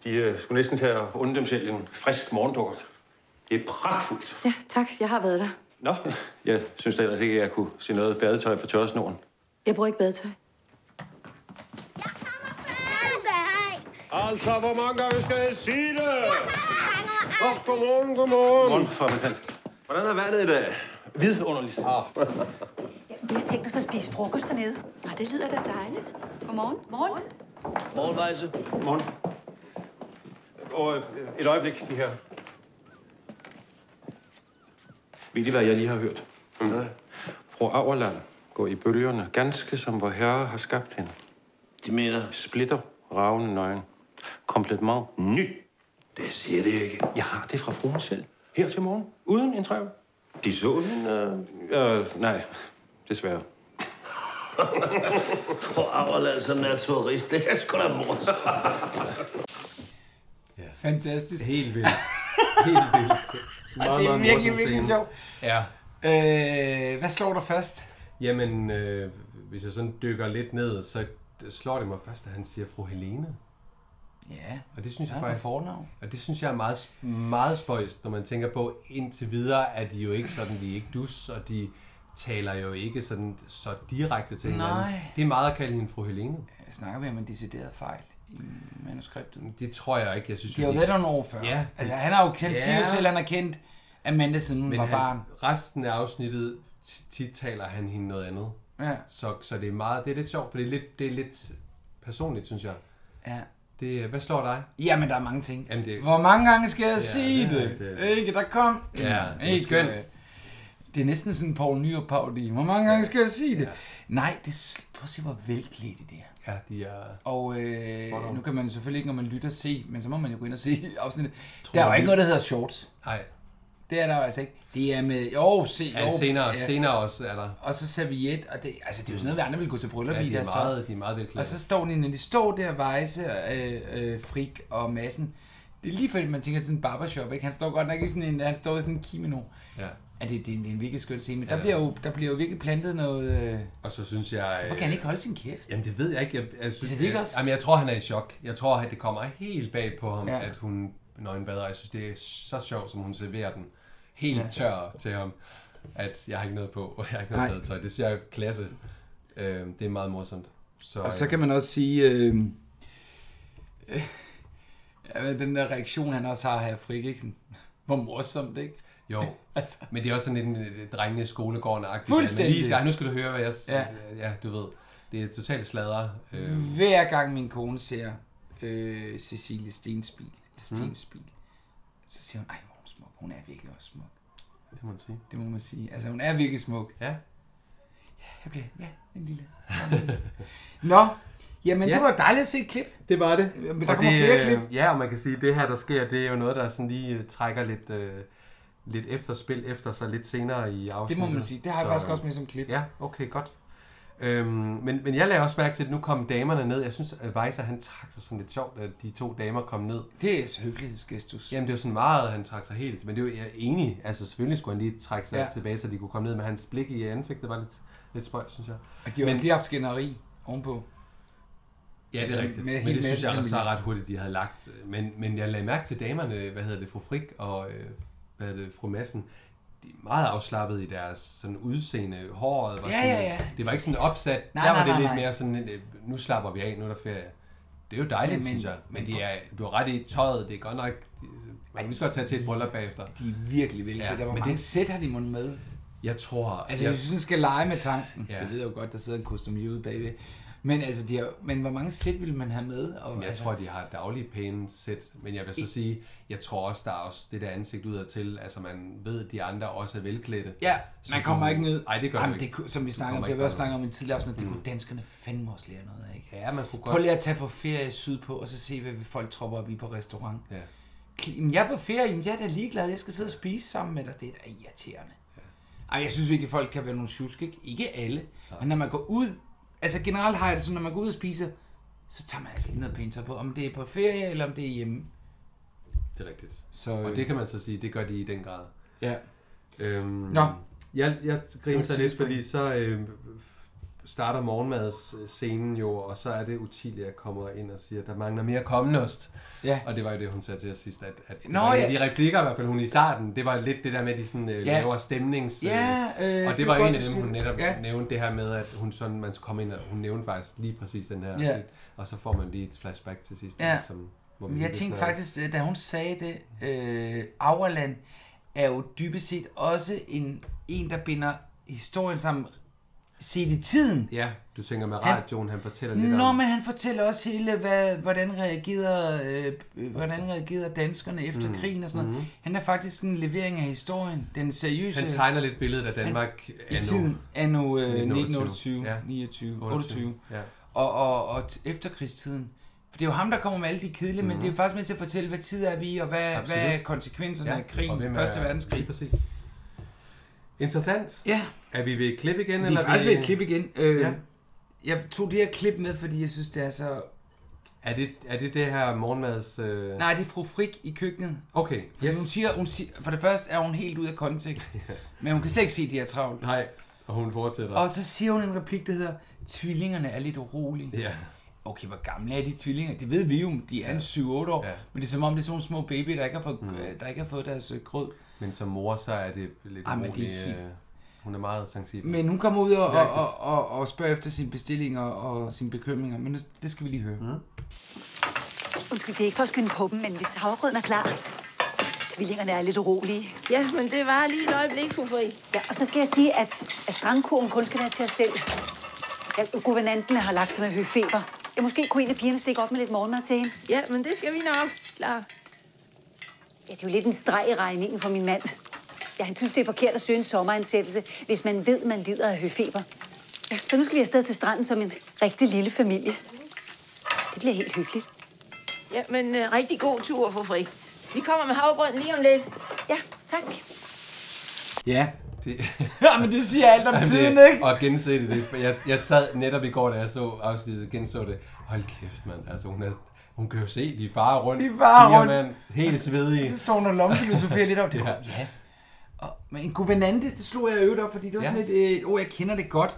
B: De øh, skulle næsten til at unde dem selv en frisk morgendukkert. Det er pragtfuldt.
D: Ja, tak. Jeg har været der.
B: Nå, jeg synes da ellers ikke, at jeg kunne se noget badetøj på tørresnoren.
D: Jeg bruger ikke badetøj.
B: Altså, hvor mange gange skal jeg sige det?
E: Åh,
B: godmorgen, godmorgen. Godmorgen, fabrikant. Mm. Hvordan er vandet i dag? Vidunderligt. Ah.
E: Vi har tænkt os at spise frokost dernede.
D: Nej, det lyder da dejligt. Godmorgen. Morgen.
B: Morgenrejse. Morgen. Og øh, et øjeblik, de her. Ved I, hvad jeg lige har hørt? Mm. Fru Auerland går i bølgerne, ganske som vor herre har skabt hende. De mener? Splitter, ravne nøgen. Komplet meget ny. Det siger det ikke. Jeg har det fra fruen selv. Her til morgen. Uden en træv. De så den? Øh, øh nej. Desværre.
F: På Auerland som naturist, det er sgu da morsomt.
C: Fantastisk.
A: Helt vildt. Helt vildt.
C: Og det er virkelig, virkelig sjovt.
A: Ja.
C: Øh, hvad slår dig først?
A: Jamen, øh, hvis jeg sådan dykker lidt ned, så slår det mig først, at han siger fru Helene.
C: Ja,
A: Og det synes
C: Ja,
A: jeg
C: det er
A: faktisk...
C: fornavn.
A: Og det synes jeg er meget, meget spøjst, når man tænker på, indtil videre er de jo ikke sådan, de er ikke dus, og de taler jo ikke sådan så direkte til hinanden.
C: Nej.
A: Det er meget at kalde hende fru Helene.
C: snakker vi om en decideret fejl i manuskriptet.
A: Det tror jeg ikke. Jeg synes,
C: Det har
A: jo
C: jo været der nogle år før.
A: Ja, det-
C: altså, han, har jo, han
A: Ja.
C: siger jo selv, at han har kendt Amanda, siden hun
A: Men
C: var
A: han,
C: barn.
A: resten af afsnittet t- tit taler han hende noget andet.
C: Ja,
A: Så, så det er meget, det er lidt sjovt, for det er lidt, det er lidt personligt, synes jeg.
C: ja.
A: Det, hvad slår dig?
C: Jamen, der er mange ting.
A: Jamen, det-
C: Hvor mange gange skal jeg ja, sige
A: det er
C: det?
A: rigtigt.
C: Ikke, der kom. den.
A: Ja, det er
C: Ikke,
A: skønt.
C: øh, Det er næsten sådan en Poul nyrup parodi. Hvor mange gange skal jeg sige det?
A: Ja.
C: Nej, det, s- prøv at se, hvor velklædt det er.
A: Ja, de er...
C: Og øh,
A: on.
C: nu kan man jo selvfølgelig ikke, når man lytter, se, men så må man jo gå ind og se afsnittet.
A: Tror
C: Der er jo
A: jeg
C: ikke
A: lige-
C: noget, der hedder shorts.
A: Nej,
C: Det er der jo altså ikke. Det er med, jo, se, jo.
A: ja, senere,
C: ja.
A: senere også er der...
C: Og så serviet, og det, altså det er jo sådan noget, vi andre ville gå til bryllup
A: Ja,
C: i
A: de er
C: deres tøj.
A: meget, de er meget velklædte.
C: Og så står de, når de står der, Vejse, øh, øh, Frik og Massen. Det er lige før, man tænker til sådan en barbershop, ikke? Han står godt nok i sådan en, han står i sådan en kimono.
A: ja.
C: Ja, det, det, er en- det er en virkelig skøn scene, men der,
A: Ja.
C: bliver jo, der bliver jo virkelig plantet noget... Øh,
A: Og så synes jeg... øh,
C: hvorfor kan han ikke holde sin kæft?
A: Jamen det ved jeg ikke. Jeg, jeg, synes,
C: Jeg ved ikke
A: jeg,
C: også-
A: jamen, jeg tror, han er i chok. Jeg tror, at det kommer helt bag på ham,
C: Ja.
A: ja. at hun nøgenbader. Jeg synes, det er så sjovt, som hun serverer den helt ja. tør til ham, at jeg har ikke noget på, og jeg har ikke noget
C: Nej.
A: badetøj. Det synes jeg er klasse. Øh, det er meget morsomt. Så,
C: Og så kan man også sige... Øh, øh, ja, men den der reaktion, han også har her, Frik, ikke? Sådan, Hvor morsomt, ikke?
A: Jo,
C: Altså,
A: men det er også sådan lidt en øh, drengende skolegården agtigt
C: Fuldstændig.
A: Lige, ja, nu skal du høre, hvad jeg...
C: Ja.
A: Ja, ja du ved. Det er totalt sladder. Øh,
C: Hver gang min kone ser øh, Cecilie Stensbil, Stensbil mm. så siger hun, ej, hvor er hun smuk. Hun er virkelig også smuk.
A: det må man sige.
C: Det må man sige. Altså, hun er virkelig smuk.
A: Ja.
C: Jeg bliver, ja, en lille. Nå, jamen ja.
A: Ja.
C: det var dejligt at se et klip.
A: Det var det.
C: Men der
A: Og
C: kommer
A: det,
C: flere
A: øh,
C: klip.
A: Ja, og man kan sige, at det her, der sker, det er jo noget, der sådan lige øh, trækker lidt, øh, lidt efterspil efter sig lidt senere i
C: Det
A: afsnittet.
C: må man sige. Det har jeg
A: Så,
C: faktisk også med som klip.
A: Ja, okay, godt. Øhm, men, men jeg lagde også mærke til, at nu kom damerne ned. Jeg synes, at Weiser, han trak sig sådan lidt sjovt, at de to damer kom ned.
C: Det er høflighedsgestus.
A: Jamen, det var sådan meget, han trak sig helt. Men det var jeg er enig. Altså, selvfølgelig skulle han lige trække sig
C: Ja.
A: ja. tilbage, så de kunne komme ned. Men hans blik i ansigtet var lidt, lidt spøjt, synes jeg.
C: Og de har
A: Men-
C: også lige haft skænderi ovenpå.
A: Ja, det
C: Altså,
A: er rigtigt.
C: med
A: Men
C: hele
A: det synes jeg
C: massen
A: også
C: familie.
A: er ret hurtigt, de havde lagt. Men, men jeg lagde mærke til damerne, hvad hedder det, fru Frik og øh, hvad hedder det, fru Madsen, de er meget afslappet i deres sådan udseende. Håret var
C: Ja,
A: sådan,
C: ja, ja.
A: Det var ikke sådan opsat.
C: Nej,
A: der var
C: nej,
A: det
C: nej,
A: lidt
C: nej.
A: mere sådan, øh, nu slapper vi af, nu er der ferie. Det er jo dejligt,
C: Men-
A: men, synes jeg. Men de er, du har ret i tøjet, det er godt nok... Man kan lige så godt tage til et bryllup bagefter.
C: De er virkelig vældig. Ja,
A: Ja,
C: der var
A: men
C: mange det...
A: det-
C: sæt, har de måttet med.
A: Jeg tror...
C: Altså,
A: jeg,
C: jeg synes, den skal lege med tanken. Ja.
A: Ja.
C: Det ved jeg jo godt, der sidder en kostumier ude bagved. Men, altså, de har, men hvor mange sæt ville man have med? Og,
A: Jeg
C: altså,
A: tror, de har daglige pæne sæt, men jeg vil så sige, jeg tror også, der er også det der ansigt udad til, altså man ved, at de andre også er velklædte.
C: Ja,
A: Så
C: man kommer
A: du-
C: ikke ned.
A: Ej, det gør
C: Jamen,
A: du ikke.
C: Det, kunne- som vi snakker om,
A: kommer
C: det har vi
A: ikke
C: også
A: bare Mm.
C: snakket om i et tidligere afsnit, det kunne danskerne fandme også lære noget af. Ikke?
A: Ja, man kunne godt...
C: Prøv lige at tage på ferie sydpå, og så se, hvad folk tropper op i på restaurant.
A: Ja.
C: Jamen, jeg er på ferie, jamen, jeg er da ligeglad, jeg skal sidde og spise sammen med dig. Det er da irriterende. Ej, jeg synes virkelig, folk kan være nogle tjusk, ikke? Ikke alle. Men når man går ud, altså generelt har jeg det sådan, når man går ud og spiser, så tager man altså lige noget pænt tøj på, om det er på ferie, eller om det er hjemme.
A: Det er rigtigt.
C: Så,
A: øh,
C: øh,
A: Og det kan man så sige, det gør de i den grad.
C: ja.
A: Øhm,
C: Nå,
A: Jeg, jeg griner
C: Det var
A: så lidt,
C: sidespring.
A: fordi så øh, starter morgenmadsscenen jo, og så er det Utilia kommer ind og siger, der mangler mere kommenost.
C: Ja.
A: Og det var jo det, hun sagde til os sidst, at, at det
C: Nå,
A: var en af
C: ja.
A: de replikker, i hvert fald hun i starten, det var lidt det der med, at de sådan, øh,
C: Ja.
A: laver stemnings...
C: Ja, øh,
A: og
C: det
A: det
C: er
A: var
C: godt,
A: en af
C: du
A: dem,
C: siger
A: hun
C: det.
A: netop
C: Ja.
A: ja. nævnte det her med, at hun sådan, man skulle komme ind, og hun nævnte faktisk lige præcis den her.
C: Ja.
A: Og så får man lige et flashback til sidst.
C: Ja.
A: Som, hvor vi
C: Men jeg
A: lige
C: tænkte
A: snakker.
C: faktisk, øh, da hun sagde det, øh, Auerland er jo dybest set også en, en der binder historien sammen set i tiden.
A: Ja, du tænker med
C: Han-
A: radioen, han, fortæller lidt
C: Nå,
A: om...
C: men han fortæller også hele, hvad, hvordan, reagerede, øh, øh, hvordan reagerede danskerne efter mm. krigen og sådan noget. Han er faktisk en levering af historien, den seriøse...
A: Mm-hmm. Han tegner lidt billedet af Danmark
C: I
A: anno.
C: tiden anno øh, 1928,
A: Ja.
C: 29,
A: 28.
C: 28,
A: Ja.
C: og, og, og t- efterkrigstiden. For det er jo ham, der kommer med alle de kedelige, mm. men det er jo faktisk med til at fortælle, hvad tid er vi, og hvad,
A: Mhm. Absolut.
C: hvad er konsekvenserne ja. af
A: og
C: krigen,
A: hvem
C: Første
A: er-
C: Verdenskrig.
A: Lige præcis. Interessant.
C: Ja,
A: Er vi ved et klip igen?
C: vi er faktisk ved et klip igen. Øh, ja.
A: Ja.
C: Jeg tog det her klip med, fordi jeg synes, det er så...
A: Er det er det, det her morgenmads... Øh...
C: Nej, det er fru Frik i køkkenet.
A: Okay,
C: Yes. Hun
A: yes.
C: siger, hun siger, for det første er hun helt ude af kontekst, men hun kan slet ikke se, at de er travlt.
A: Nej, og hun fortsætter.
C: Og så siger hun en replik, der hedder, tvillingerne er lidt urolige.
A: Ja.
C: okay, hvor gamle er de tvillinger? Det ved vi jo, de er en 7-8 år, ja.
A: Ja.
C: men det er som om, det er sådan nogle små baby, der ikke har fået, mm. der ikke har fået deres øh, grød.
A: Men som mor, så er det lidt
C: Ej, men
A: urolig,
C: det er helt-
A: øh, Hun er meget sensibel.
C: Men hun kommer ud og, og,
A: Rigtigt.
C: og, og, og spørger efter sine bestillinger og sine bekymringer, men det- det skal vi lige høre. Mm.
E: Undskyld, det er ikke for at skyde på dem, men hvis havgrøden er klar, tvillingerne er lidt urolige.
G: Ja, men det var lige et øjeblik, fru Fri.
E: Ja, og så skal jeg sige, at, at strandkurven kun skal være til os selv. Ja, guvernanten har lagt sig med høfeber. Ja, måske kunne en af pigerne stikke op med lidt morgenmad til hende.
G: Ja, men det skal vi nok. Klar.
E: Ja, det er jo lidt en streg i regningen for min mand. Ja, han synes, det er forkert at søge en sommeransættelse, hvis man ved, man lider af høfeber. Ja, så nu skal vi afsted til stranden som en rigtig lille familie. Det bliver helt hyggeligt.
G: Ja, men uh, rigtig god tur, fru Fri. Vi kommer med havgrøn lige om lidt.
E: Ja, tak.
C: Ja.
A: Det...
C: ja, men det siger alt om
A: Jamen,
C: tiden,
A: det-
C: ikke?
A: Og gense det. det. Jeg, jeg sad netop i går, da jeg så afsnittet, genså det. Hold kæft, mand. Altså, hun, er, hun kan jo se, de farer rundt.
C: De farer
A: Piger,
C: rundt. Altså,
A: Mand, helt svedige.
C: Så står hun og lommefilosoferer lidt om det. Ja.
A: Ja.
C: ja. Og, men en guvernante, det slog jeg øvrigt op, fordi det var
A: Ja.
C: sådan et, øh, åh, jeg kender det godt.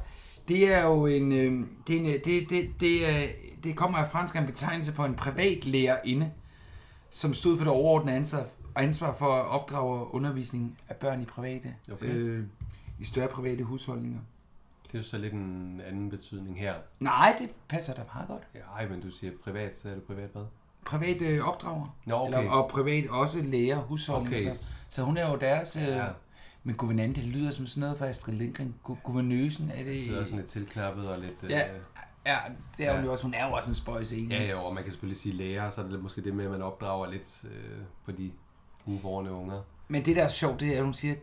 C: Det er jo en, øh, det, er en øh, det, det, det, er, det kommer af fransk er en betegnelse på en privatlærerinde, som stod for det overordnede ansvar, ansvar for at opdrage og undervisning af børn i private,
A: Okay.
C: øh, i større private husholdninger.
A: Det er jo så lidt en anden betydning her.
C: Nej, det passer da meget godt.
A: Ej, men du siger privat, så er det privat hvad?
C: Private øh, opdrager.
A: Nå, okay.
C: Eller, og privat også læger, husholdninger.
A: Okay.
C: Så hun er jo deres... Øh, ja.
A: Ja.
C: Men guvernante det lyder som sådan noget fra Astrid Lindgren. Gu- Guvernøsen er det...
A: Det er også sådan lidt tilknappet og lidt...
C: Øh. ja,
A: Øh,
C: ja, det er hun
A: Ja.
C: jo også. Hun er jo også en spøjs egentlig.
A: ja, jo, og man kan selvfølgelig sige lærer, så er det lidt- måske det med, at man opdrager lidt øh, på de uvorne unger.
C: Men det der er sjovt, det er, at hun siger,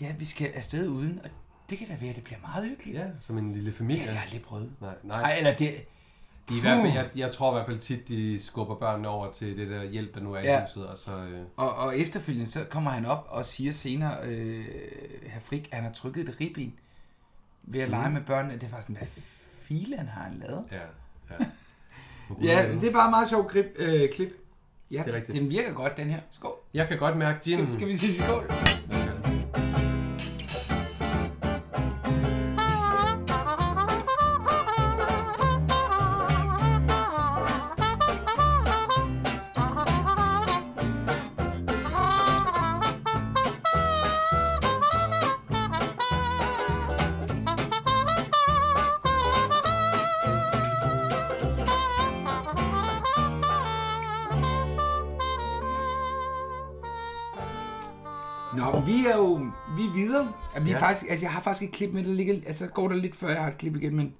C: ja, vi skal afsted uden, og det kan da være, at det bliver meget hyggeligt. Ja.
A: Ja, som en lille
C: Det
A: familie.
C: har jeg aldrig prøvet.
A: Nej, nej.
C: Ej, eller det...
A: De er i hvert fald, jeg, jeg tror i hvert fald tit, de skubber børnene over til det der hjælp, der nu er
C: Ja.
A: i huset, og så... Øh,
C: Og, og efterfølgende, så kommer han op og siger senere, øh, herr Frik, at han har trykket et ribben ved at mm. lege med børnene. Det er faktisk sådan, hvad filen har han lavet?
A: ja, ja.
C: Ja, det er bare et meget sjovt grib, øh, klip. Ja,
A: Det er rigtigt.
C: den virker godt, den her. Skål.
A: Jeg kan godt mærke ginen.
C: Mm. Skal vi sige skål? Nå, men vi er jo vi er videre. Ja, vi ja. er
A: Ja.
C: faktisk, altså, jeg har faktisk et klip med, der ligger... Altså, går der lidt, før jeg har et klip igen, men...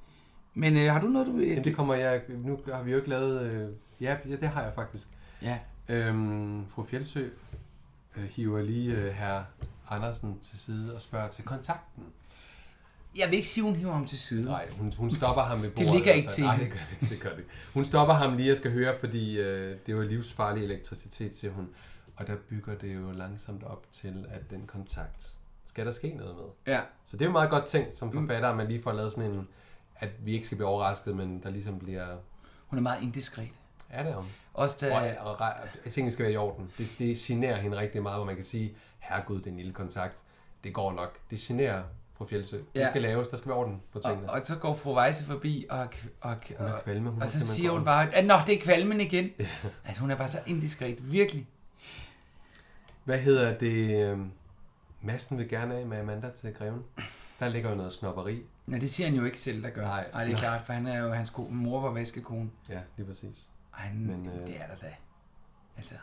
C: Men øh, har du noget, du... Øh,
A: Jamen, det kommer jeg... Nu har vi jo ikke lavet... Øh, ja, ja, det har jeg faktisk.
C: Ja.
A: Øhm, fru Fjeldsø øh, hiver lige øh, herr Andersen til side og spørger til kontakten.
C: Jeg vil ikke sige, hun hiver ham til side.
A: Nej, hun, hun stopper ham ved bordet.
C: ligger ikke til
A: Nej, det
C: hende.
A: gør det, ikke, det gør det. ikke. Hun stopper ham lige, jeg skal høre, fordi øh, det var livsfarlig elektricitet, siger hun. Og der bygger det jo langsomt op til, at den kontakt skal der ske noget med.
C: Ja.
A: Så det er jo meget godt tænkt som forfatter, at man lige får lavet sådan en, at vi ikke skal blive overrasket, men der ligesom bliver...
C: Hun er meget indiskret.
A: Er det om?
C: Også da...
A: Og, og, re- tingene skal være i orden. Det, det generer hende rigtig meget, hvor man kan sige, herregud, den lille kontakt. det går nok. Det generer fru Fjeldsø. Ja.
C: Ja.
A: Det skal laves, der skal være orden på tingene.
C: Og, og så går fru Weisse forbi, og, og, og,
A: er kvalme, hun
C: og
A: er
C: så
A: simpelthen
C: siger hun
A: kvalme.
C: bare, at nå, det er kvalmen igen. Ja. Altså, hun er bare så indiskret, virkelig.
A: Hvad hedder det? øhm, Madsen vil gerne af med Amanda til greven. Der ligger jo noget snopperi.
C: Nej, det siger han jo ikke selv, der gør.
A: Nej.
C: Ej, det er klart, for han er jo, hans ko, mor var vaskekone.
A: Ja, lige præcis.
C: Ej, Men,
A: øh,
C: det er der da. Altså,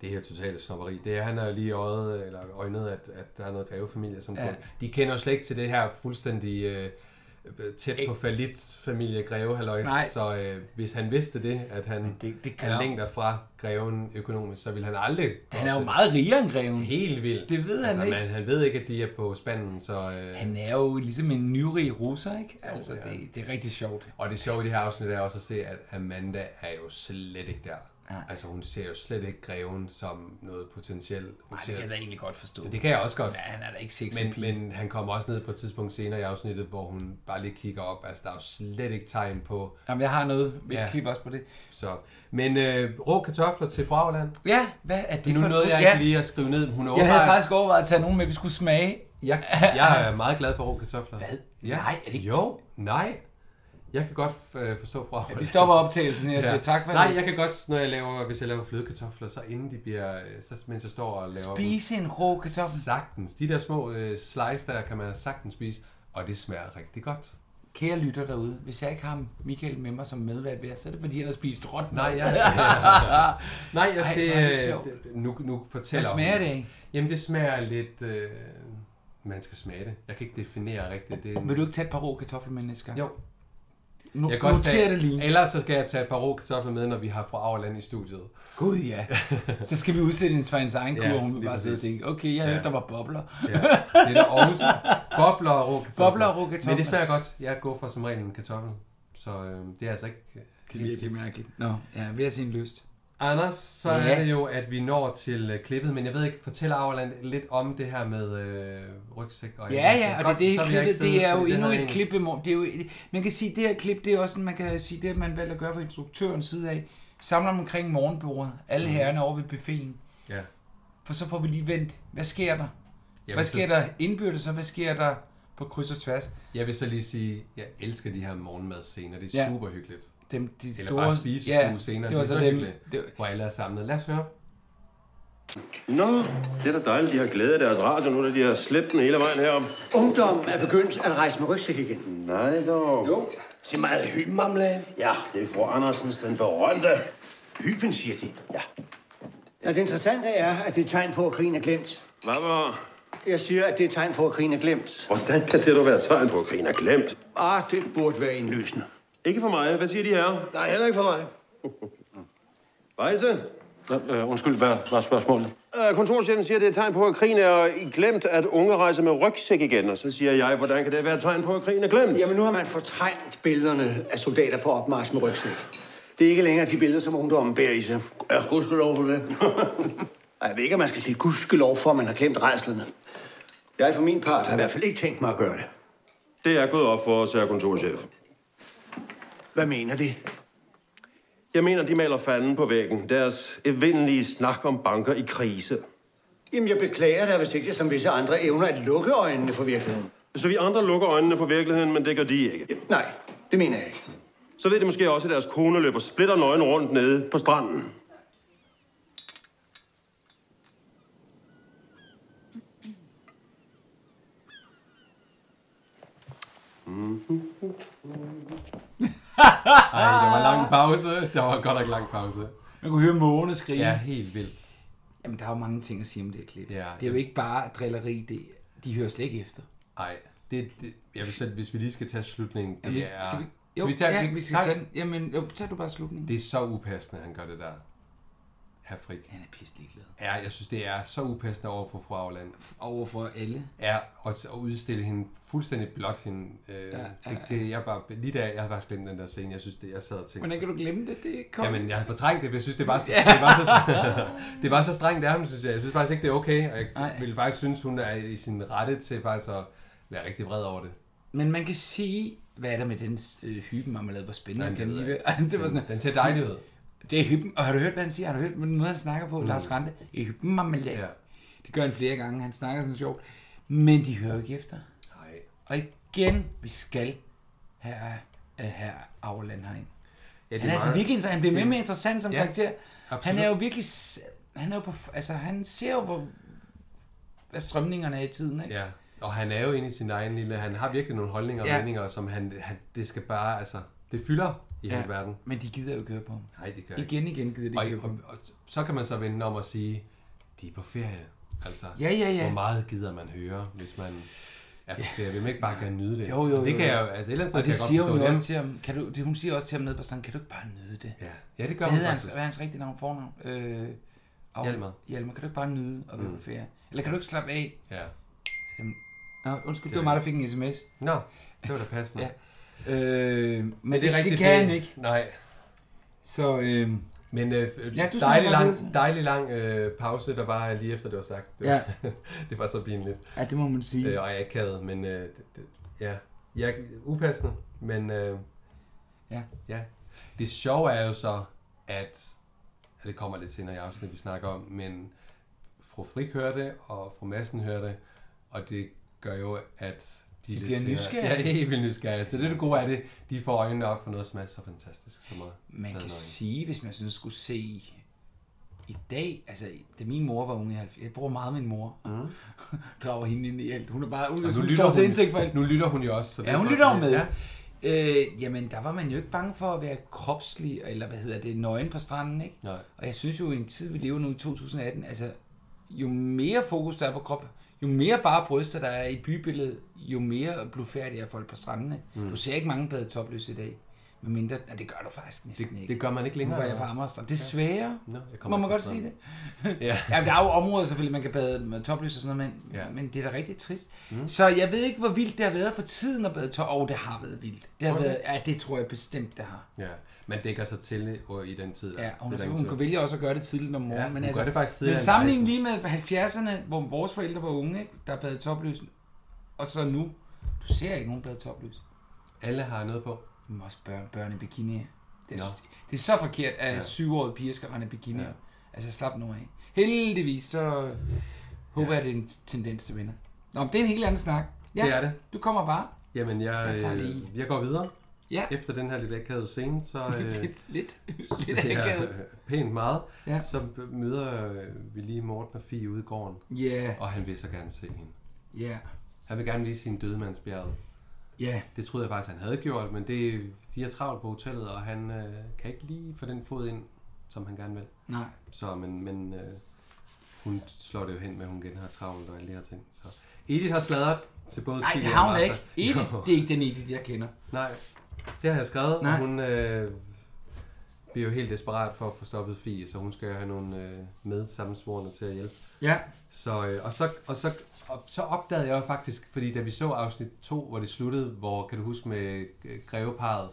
A: Det her totale snopperi, det er, han har lige øjet, eller øjnet, at, at der er noget grevefamilie, som
C: Ja.
A: ja. De kender jo slet ikke til det her fuldstændig øh, øh, tæt på falit familie greve
C: Nej.
A: halløj. Så øh, hvis han vidste det, at han,
C: det- det kan jo-
A: han længder fra greven økonomisk, så ville han aldrig... gå
C: han er
A: op
C: jo
A: til-
C: meget rigere end greven.
A: Helt vildt. Altså,
C: Det ved han ikke.
A: Man, han ved ikke, at de er på spanden, så... Øh,
C: Han er jo ligesom en nyrig russer, ikke? Altså, det, det er rigtig sjovt.
A: Og det sjove i det her afsnit er også at se, at Amanda er jo slet ikke der.
C: Nej.
A: Altså hun ser jo slet ikke greven som noget potentielt.
C: Ej,
A: Hun
C: det
A: ser,
C: kan jeg da egentlig godt forstå.
A: det kan jeg også godt.
C: Ja, han er da ikke sexy
A: men,
C: pige.
A: men han kommer også ned på et tidspunkt senere i afsnittet, hvor hun bare lige kigger op. Altså der er jo slet ikke tegn på.
C: Jamen, jeg har noget. Vi ja.
A: Ja.
C: klipper også på det.
A: Så. Men øh, rå kartofler til Fragland.
C: Ja, hvad er det
A: Det er
C: for
A: nu noget, jeg
C: ja.
A: ikke lige at skrive ned. men Hun er
C: Jeg havde
A: åbenbart-
C: faktisk overvejet at tage nogen med, vi skulle smage.
A: Jeg, jeg er meget glad for rå kartofler.
C: Hvad? Nej, er det ikke-
A: Jo, nej. Jeg kan godt øh, forstå fra.
C: Vi stopper optagelsen her og siger tak for
A: Nej,
C: det.
A: jeg kan godt, når jeg laver, hvis jeg laver flødekartofler, så inden de bliver, øh, så, mens jeg står og laver
C: Spise en rå
A: dem,
C: kartoffel.
A: sagtens. De der små øh, slice der kan man sagtens spise, og det smager rigtig godt.
C: Kære lytter derude, hvis jeg ikke har Michael med mig som medvært ved jer, så er det fordi, han har spist råt
A: Nej,
C: mad.
A: jeg, nej, jeg,
C: Ej,
A: det,
C: hvor er det
A: øh,
C: sjovt.
A: det, nu, nu fortæller
C: Hvad smager
A: hun-
C: det af?
A: Jamen, det smager lidt... Øh, man skal smage det. Jeg kan ikke definere rigtigt. Det er en-
C: Vil du ikke tage et par rå kartofler med næste gang?
A: Jo,
C: nu,
A: jeg kan også
C: noter
A: tage,
C: det lige.
A: Ellers så skal jeg tage et par rå kartofler med, når vi har fra Auerland i studiet.
C: Gud ja. Så skal vi udsætte hendes for hendes egen kur,
A: Ja,
C: og hun vil
A: lige
C: bare sidde og
A: præcis.
C: tænke, okay, jeg hørte,
A: Ja.
C: der var bobler.
A: Ja, det er der også. Bobler og rå kartofler.
C: Bobler og rå kartofler.
A: Men det smager godt. Jeg går for som regel en kartoffel. Så øh, det er altså ikke...
C: Det er virkelig mærkeligt. Nå, ja, ved at se en lyst.
A: Anders, så
C: Ja.
A: ja. er det jo, at vi når til øh, klippet, men jeg ved ikke, fortæl Auerland lidt om det her med øh, rygsæk og...
C: Ja, ja, og
A: Godt,
C: det, er det,
A: så vil jeg ikke
C: klippet,
A: sidde,
C: det er jo
A: fordi
C: endnu
A: havde
C: et
A: jeg
C: klip. ved mor- Det er jo, man kan sige, det her klip, det er også sådan, man kan sige, det har man valgt at gøre fra instruktørens side af. Samler dem omkring morgenbordet, alle
A: Mhm.
C: herrerne over ved buffeten.
A: egentlig- Ja.
C: For så får vi lige vendt, hvad sker der?
A: Jeg
C: Hvad
A: vil
C: sker
A: så,
C: der indbyrdes, og hvad sker der på kryds og tværs?
A: Jeg vil så lige sige, jeg elsker de her morgenmadscener. Det er
C: Ja.
A: ja. super hyggeligt.
C: Dem, de
A: Eller
C: store,
A: bare spise ja, scener.
C: det var så, dem. Det var,
A: Hvor alle er samlet. Lad os høre.
H: Nå, det er da dejligt, de har glæde af deres radio nu, da de har slæbt den hele vejen herop.
I: Ungdommen er begyndt at rejse med rygsæk igen.
H: Nej dog.
I: Jo. Sig mig, er det hyben, mamladen?
H: Ja, det er fru Andersens, den berømte. Hyben, siger de. Ja.
I: Ja, det interessante er, at det er et tegn på, at krigen er glemt.
H: Mamma,
I: Jeg siger, at det er et tegn på, at krigen er glemt.
H: hvordan kan det dog være et tegn på, at krigen er glemt?
I: Ah, det burde være indlysende.
H: Ikke for mig. Hvad siger de her?
I: Nej, heller ikke for mig.
H: Rejse? Øh, undskyld, hvad var spørgsmålet? Øh, kontorchefen siger, det er et tegn på, at krigen er glemt, at unge rejser med rygsæk igen. Og så siger jeg, hvordan kan det være et tegn på, at krigen er glemt?
I: Jamen, nu har man fortrængt billederne af soldater på opmarch med rygsæk. Det er ikke længere de billeder, som ungdommen bærer i sig.
F: Ja, gudskelov for det.
I: Ej, Jeg ved ikke, om man skal sige gudskelov for, at man har glemt rejslerne. Jeg for min part har i hvert fald ikke tænkt mig at gøre det.
H: Det er gået op for os, herre kontorchef.
I: Hvad mener det?
H: Jeg mener, de maler fanden på væggen. Deres evindelige snak om banker i krise.
I: Jamen, jeg beklager dig, hvis ikke jeg som visse andre evner at lukke øjnene for virkeligheden.
H: Så vi andre lukker øjnene for virkeligheden, men det gør de ikke.
I: Nej, det mener jeg ikke.
H: Så ved de måske også, at deres kone løber splitter nøgen rundt nede på stranden.
C: Ah.
A: Ej, der var lang pause. Der var godt nok lang pause.
C: man kunne høre mågerne skrige.
A: Ja, helt vildt.
C: Jamen, der er jo mange ting at sige om det her klip.
A: Ja,
C: det er jo ikke bare drilleri, det, de hører slet ikke efter.
A: Nej, det, det, jeg vil sætte, hvis vi lige skal tage slutningen, det
C: Jamen,
A: er...
C: skal vi, jo,
A: Kan
C: vi tage, ja,
A: det?
C: vi skal
A: Nej,
C: tage den. Jamen, jo, tag du bare slutningen.
A: Det er så upassende, han gør det der. Herr Frik.
C: Han er pisse ligeglad.
A: Ja, jeg synes, det er så upassende over for fru Auland.
C: Over for alle.
A: Ja, og at udstille hende fuldstændig blot hende. Øh, ja,
C: ja,
A: ja, ja. Det, det, jeg var, lige da jeg var spændt den der scene, jeg synes, det jeg sad og tænkte.
C: Hvordan kan du glemme det? Det kom.
A: Jamen, jeg havde fortrængt det, for jeg synes, det var så, det var så, det var så strengt af ham, synes jeg. Jeg synes faktisk ikke, det er okay, og jeg
C: Nej.
A: Nej. ville faktisk synes, hun er i sin rette til faktisk at være rigtig vred over det.
C: Men man kan sige, hvad er der med den øh, hyben marmelade? Hvor spændende
A: Nej,
C: kan
A: det
C: lige
A: ved
C: være.
A: jeg
C: det var sådan,
A: Den ser dejlig ud.
C: det er hyben. Og har du hørt, hvad han siger? Har du hørt den måde, han snakker på? Mm. Lars Rante, det er hyben marmelade. Ja.
A: Ja.
C: Det gør han flere gange. Han snakker sådan sjovt. Men de hører jo ikke efter. Nej. Og igen, vi skal have, øh, have Auerland herind. Ja,
A: det er
C: han er altså
A: meget-
C: virkelig inter- han bliver mere
A: det-
C: og mere interessant som
A: Ja,
C: ja, karakter. Han
A: absolut.
C: er jo virkelig... s- Han er jo på... Altså, han ser jo, hvor, hvad strømningerne er i tiden, ikke?
A: Ja, og han er jo inde i sin egen lille... Han har virkelig nogle holdninger og
C: Ja.
A: ja. meninger, som han, han... Det skal bare... Altså, det fylder i
C: Ja,
A: ja. hans verden.
C: Men de gider jo ikke høre på ham.
A: Nej, det gør
C: Igen, igen gider de ikke
A: og,
C: høre på
A: og,
C: ham.
A: og, så kan man så vende om og sige, de er på ferie. Altså,
C: Ja, ja, ja.
A: hvor meget gider man høre, hvis man er på
C: Ja.
A: ferie? Vil man ikke bare gerne nyde det?
C: Jo, jo, jo.
A: Det kan
C: jo.
A: jeg jo... Altså, et eller andet sted
C: og
A: kan
C: det
A: jeg godt
C: siger hun jo
A: forstå dem.
C: også til ham. Kan du, det, hun siger også til ham nede på stranden, kan du ikke bare nyde det?
A: Ja, ja det gør
C: hvad
A: hun
C: hedder hans,
A: faktisk.
C: Hvad er hans rigtige navn fornavn? Øh, Aul-
A: Hjalmar.
C: Hjalmar, kan du ikke bare nyde at være
A: Mm.
C: på ferie? Eller kan du ikke slappe af?
A: Ja.
C: Jamen, Nå, undskyld,
A: Det
C: det
A: er
C: var mig, der fik en sms.
A: Nå, det var da passende.
C: ja. øh, men det,
A: er
C: det,
A: rigtigt,
C: det kan han ikke.
A: Nej.
C: Så, øhm,
A: Men øh,
C: Ja,
A: ja,
C: du snakker
A: du dejlig,
C: bare videre.
A: lang, dejlig lang øh, pause, der var lige efter det var sagt. Det var, ja. det var så pinligt.
C: Ja, det må man sige.
A: Øh, og jeg akavet, men øh, det, det, ja. Jeg, upassende, men øh,
C: Ja.
A: ja. Det sjove er jo så, at, at det kommer lidt senere i afsnittet, vi snakker om, men fru Frik hører det, og fru Madsen hører det, og det gør jo, at de,
C: De
A: lidt
C: bliver
A: senere-
C: nysgerrige.
A: Ja, helt vildt nysgerrige. Så det er det gode af det. De får øjnene op for noget, som er så fantastisk. Som er
C: Man kan
A: madlavning.
C: sige, hvis man sådan skulle se i dag, altså da min mor var unge i 70'erne, jeg bruger meget min mor, mm. drager hende ind i alt. Hun er bare, hun,
A: Og
C: hun står til indtægt for alt.
A: Nu lytter hun jo også. Så det
C: Ja,
A: er
C: hun
A: godt.
C: lytter jo med.
A: Ja.
C: Ja. Øh, jamen, der var man jo ikke bange for at være kropslig, eller hvad hedder det, nøgen på stranden, ikke?
A: Nej.
C: Og jeg synes jo, i en tid, vi lever nu i 2018, altså, jo mere fokus der er på krop, jo mere bare bryster der er i bybilledet, jo mere blufærdige er folk på strandene. Mm.
A: Mm.
C: Du ser ikke mange bade topløse i dag. Men mindre, nej, det gør du faktisk næsten
A: Det-
C: ikke.
A: det gør man ikke længere,
C: Nu var jeg på
A: eller?
C: Amager Strand. Desværre.
A: Nå, jeg
C: Må
A: kommer
C: man
A: ikke på
C: godt sige det?
A: Ja.
C: ja, men der er jo områder selvfølgelig, man kan bade med topløs og sådan noget, men, ja.
A: Ja.
C: men det er da rigtig trist. Mm. Så jeg ved ikke, hvor vildt det har været for tiden at bade top. Åh, oh, det har været vildt. Det har
A: Tror du
C: været, ja, det tror jeg bestemt, det har.
A: Ja, man dækker sig til øh, i den tid.
C: Ja, og hun,
A: Det er
C: hun,
A: der ingen
C: hun
A: tvivl.
C: kunne vælge også at gøre det tidligt om morgenen.
A: Ja,
C: men
A: hun
C: altså,
A: gør det faktisk
C: men
A: tidligere end
C: sammenlignet lige med 70'erne, hvor vores forældre var unge, ikke? der bad topløs, og så nu, du ser ikke nogen bade topløs.
A: Alle har noget på.
C: Men også børn, børn i bikini. Det er,
A: Nå.
C: det er så forkert, at
A: Ja.
C: syvårige piger skal rende i bikini. Ja.
A: Ja.
C: Altså slap nu af. Heldigvis, så håber jeg, at det er en tendens til vinder. Nå, men det er en helt anden snak.
A: Det er det.
C: Du kommer bare.
A: Jamen, jeg,
C: Jeg
A: jeg,
C: tager lige-
A: øh, jeg går videre.
C: Ja.
A: Efter den her lidt akavede scene, så... Øh,
C: lidt, lidt,
A: så-
C: lidt akavet.
A: øh, pænt meget.
C: Ja.
A: Ja. Så møder øh, vi lige Morten og Fie ude i gården.
C: Ja.
A: Og han vil så gerne se hende.
C: Ja.
A: Han vil gerne vise hende dødemandsbjerget.
C: Ja.
A: Det troede jeg faktisk, han havde gjort, men det, de er travlt på hotellet, og han øh, kan ikke lige få den fod ind, som han gerne vil.
C: Nej.
A: Så, men, men øh, hun slår det jo hen med, at hun igen har travlt og alle de her ting. Så. Edith har sladret til både
C: Nej,
A: Chili
C: det
A: og
C: har hun da
A: Martha.
C: ikke. Edith,
A: Jo.
C: det er ikke den Edith, jeg kender.
A: Nej, det har jeg skrevet,
C: Nej.
A: og hun øh, bliver jo helt desperat for at få stoppet Fie, så hun skal jo have nogle øh, medsammensvorene til at hjælpe.
C: Ja.
A: Så, øh, og så, og så, og så opdagede jeg jo faktisk, fordi da vi så afsnit 2, hvor det sluttede, hvor, kan du huske, med øh, greveparet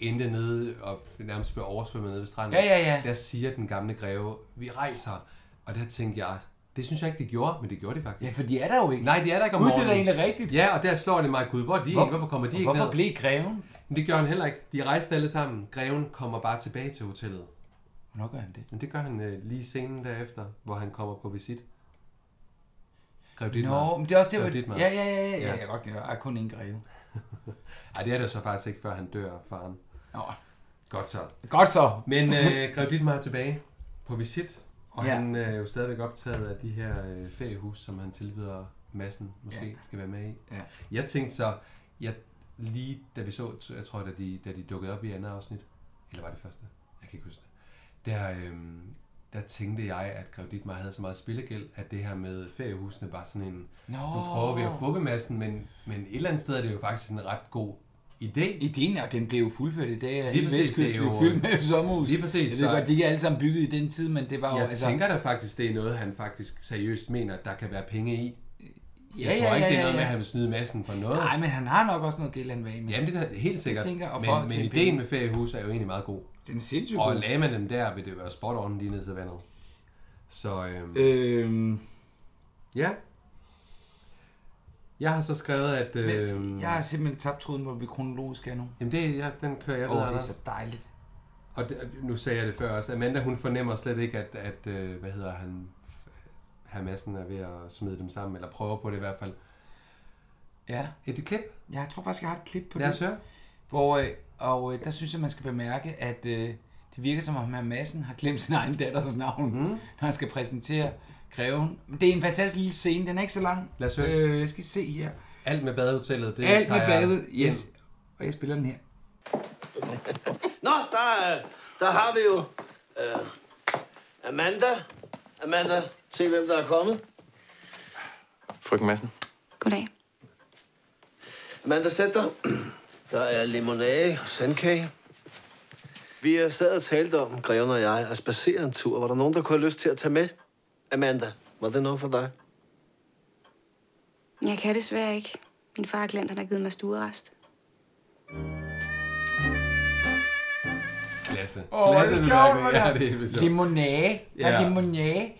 A: endte nede og nærmest blev oversvømmet nede ved stranden.
C: Ja, ja, ja.
A: Der siger den gamle greve, vi rejser. Og der tænkte jeg, det synes jeg ikke, de gjorde, men det gjorde de faktisk.
C: Ja, for de er der jo ikke.
A: Nej, de er der ikke om
C: Gud, det er da
A: morgenen.
C: egentlig rigtigt.
A: Ja, og der slår det mig, gud, hvor er de hvor, Hvorfor kommer de
C: og
A: ikke
C: hvorfor
A: ned?
C: blev greven?
A: Men det gør han heller ikke. De rejste alle sammen. Greven kommer bare tilbage til hotellet.
C: Hvornår gør han det?
A: Men det gør han øh, lige scenen derefter, hvor han kommer på visit. Grev
C: Nå, men det er også det,
A: Grev
C: hvor...
A: Dietmar.
C: Ja, ja, ja, ja, ja,
A: Ja.
C: jeg kan godt lide. Jeg er kun en greve.
A: Ej, det er det jo så faktisk ikke, før han dør, faren.
C: Nå.
A: Godt så.
C: Godt så.
A: Men øh, Grev Dietmar er tilbage på visit, og
C: Ja.
A: ja. han øh, er jo stadigvæk optaget af de her øh, feriehus, som han tilbyder massen måske
C: Ja.
A: ja. skal være med i.
C: Ja.
A: Jeg tænkte så, jeg, lige da vi så, jeg tror, da de, da de dukkede op i andet afsnit, eller var det første? Jeg kan ikke huske det. Der, øhm, der tænkte jeg, at Grev Dietmar havde så meget spillegæld, at det her med feriehusene var sådan en...
C: Nå.
A: Nu prøver vi at fuppe massen, men, men et eller andet sted er det jo faktisk en ret god idé.
C: Ideen er, den blev jo fuldført i dag, og
A: Lige
C: hele
A: præcis,
C: Vestkyst
A: det er
C: blev
A: jo- øh,
C: fyldt med sommerhus.
A: Lige præcis,
C: Jeg ved
A: så-
C: godt, de ikke er alle sammen bygget i den tid, men det var jo...
A: Jeg
C: altså,
A: tænker da faktisk, det er noget, han faktisk seriøst mener, der kan være penge i.
C: ja,
A: Jeg tror
C: ja,
A: ikke,
C: ja,
A: det er
C: ja,
A: noget
C: ja.
A: med, at han vil snyde massen for noget.
C: Nej, men han har nok også noget gæld, han var i med.
A: Jamen, det er helt sikkert.
C: tænker, og for at
A: men men
C: tjene
A: ideen
C: penge.
A: med feriehus er jo egentlig meget god.
C: Den er sindssygt
A: Og
C: god.
A: lagde man dem der, vil det være spot on lige ned til vandet. Så øhm, øh.
C: Øhm,
A: ja. Jeg har så skrevet, at... Øhm,
C: jeg har simpelthen tabt tråden, hvor vi kronologisk er nu.
A: Jamen, det, jeg, den kører jeg
C: Åh,
A: ved,
C: oh, det er
A: Anders.
C: så dejligt.
A: Og det, nu sagde jeg det før også. Amanda, hun fornemmer slet ikke, at, at øh, hvad hedder han, Herr Madsen er ved at smide dem sammen, eller prøver på det i hvert fald.
C: Ja.
A: Et klip?
C: Ja, jeg tror faktisk, jeg har et klip på
A: Lad
C: det.
A: os høre.
C: Hvor, øh, og øh, der synes jeg, man skal bemærke, at øh, det virker som om, at Madsen har glemt sin egen datters navn,
A: Mhm.
C: mm. når han skal præsentere greven. Men det er en fantastisk lille scene, den er ikke så lang.
A: Lad os høre.
C: Øh, skal I se her.
A: Alt med badehotellet. Det
C: Alt med
A: tager jeg
C: badet, yes.
A: ind.
C: Og jeg spiller den her.
F: Nå, der, øh, der har vi jo øh, Amanda. Amanda, se hvem der er kommet.
B: Frygten Madsen.
D: Goddag.
F: Amanda, sæt dig. Der er limonade og sandkage. Vi øh, sad og talte om, Greven og jeg, at spacere en tur. Var der nogen, der kunne have lyst til at tage med? Amanda, var det noget for dig?
D: Jeg kan desværre ikke. Min far har glemt, at han har givet mig stuerest.
A: Klasse.
C: Åh,
A: Klasse
C: det er
A: bemærkning.
C: sjovt,
A: Ja, det er helt vildt sjovt.
C: Limonade. Der er
A: Ja.
C: limonade.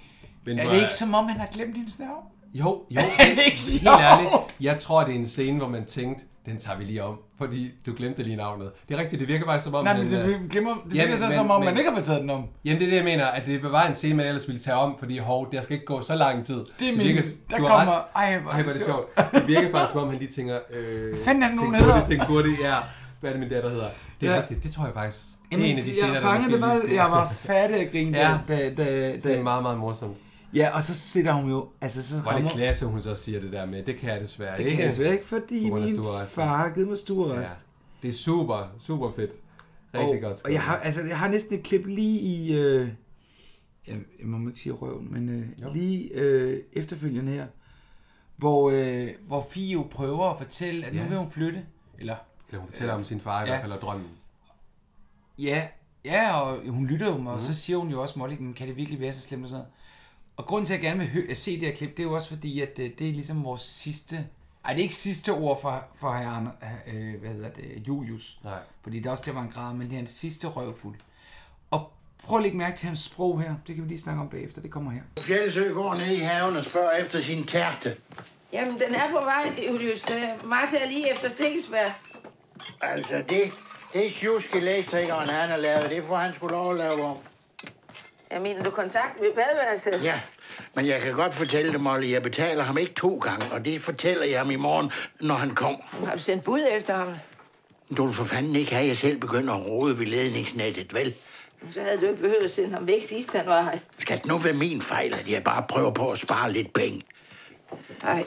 A: Men
C: er
A: hvor
C: det
A: er-
C: ikke som om, han har glemt hendes navn?
A: Jo, jo.
C: Er det ikke
A: helt
C: sjovt?
A: ærligt. Jeg tror, det er en scene, hvor man tænkte, den tager vi lige om, fordi du glemte lige navnet. Det er rigtigt, det virker bare som om...
C: Nej, men
A: den,
C: det
A: øh,
C: vir- glemmer- det virker
A: men-
C: så
A: men-
C: som om,
A: men-
C: man ikke har fået taget den om.
A: Jamen, det er det, jeg mener, at det var en scene, man ellers ville tage om, fordi hov, der skal ikke gå så lang tid. Det
C: min-
A: virker-
C: der
A: du har ret.
C: kommer- ej, hvor er
A: ej,
C: det
A: hvor er det
C: sjovt.
A: sjovt. Det virker bare som om, han lige tænker... Øh,
C: fanden er det nu,
A: tænk
C: hun hedder?
A: hurtigt, Tænk hurtigt, ja. Hvad er det, min datter hedder? Det er
C: Ja.
A: rigtigt, det tror jeg faktisk.
C: Jamen,
A: det er en af de
C: jeg
A: scener, der
C: fangede
A: måske
C: det bare-
A: lige skulle-
C: jeg var fattig af grin, da-
A: ja,
C: da- da-
A: det er meget, meget morsomt.
C: Ja, og så sidder hun jo... Altså, så
A: Var
C: rammer-
A: det klasse, hun så siger det der med? Det kan jeg desværre
C: Det kan
A: ikke.
C: jeg desværre ikke, fordi
A: På grund af
C: min
A: stuerresten.
C: far har givet mig stuerest.
A: Det er super, super fedt. Rigtig godt.
C: Og jeg har, altså, jeg har næsten et klip lige i... Øh, jeg, jeg må ikke sige røven, men øh, lige øh, efterfølgende her, hvor, øh, hvor Fie jo prøver at fortælle, at ja.
A: Ja.
C: nu vil hun flytte. Eller,
A: Eller hun fortæller om sin far i
C: ja.
A: hvert fald, og drømmen.
C: Ja, ja, og hun lytter jo mig, og så siger hun jo også, Molly, "Men kan det virkelig være så slemt og sådan noget? Og grunden til, at jeg gerne vil hø- se det her klip, det er jo også fordi, at øh, det er ligesom vores sidste... Ej, det er ikke sidste ord for, for herre, Ander- øh, hvad hedder det, Julius.
A: Nej.
C: Fordi der er også der var en grad, men det er hans sidste røvfuld. Og prøv at lægge mærke til hans sprog her. Det kan vi lige snakke om bagefter. Det kommer her.
J: Fjellesø går ned i haven og spørger efter sin tærte.
G: Jamen, den er på vej, Julius. Øh, Martha er lige efter Stikkelsberg.
J: Altså, det, det sjusk elektrikeren, han har lavet, det får han skulle lov at lave om.
G: Jeg mener, du kontakt med altså? badeværelset?
J: Ja, men jeg kan godt fortælle dig, Molly, jeg betaler ham ikke to gange, og det fortæller jeg ham i morgen, når han kommer.
G: Har du sendt bud efter ham?
J: Du vil for fanden ikke have, at jeg selv begynder at rode ved ledningsnettet, vel?
G: Så havde du ikke behøvet at sende ham væk sidst, han var her.
J: Skal det nu være min fejl, at jeg bare prøver på at spare lidt penge?
G: Nej.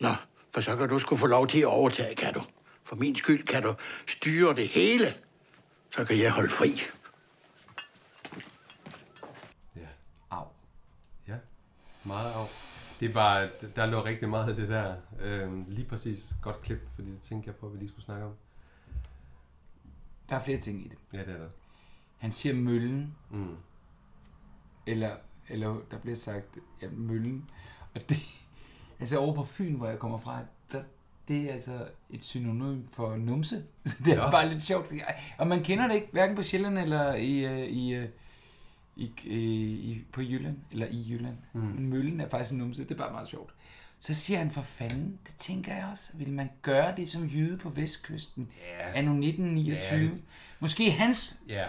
J: Nå, for så kan du sgu få lov til at overtage, kan du. For min skyld kan du styre det hele. Så kan jeg holde fri.
A: Au. Ja, meget au. Det var, der lå rigtig meget af det der, øhm, lige præcis godt klip, fordi det tænkte jeg på, at vi lige skulle snakke om.
C: Der er flere ting i det.
A: Ja, det er der.
C: Han siger møllen.
A: Mm.
C: Eller, eller der bliver sagt, ja, møllen. Og det, altså over på Fyn, hvor jeg kommer fra, der, det er altså et synonym for numse. Så det er
A: Ja.
C: ja. bare lidt sjovt. Og man kender det ikke, hverken på Sjælland eller i, øh, i, øh, i, øh, i på Jylland, eller i Jylland.
A: Mm.
C: Mm. Men møllen er faktisk en numse, det er bare meget sjovt. Så siger han, for fanden, det tænker jeg også, vil man gøre det som jyde på vestkysten
A: Ja.
C: yeah. anno 1929?
A: Ja,
C: Yeah.
A: det-
C: Måske hans
A: Ja,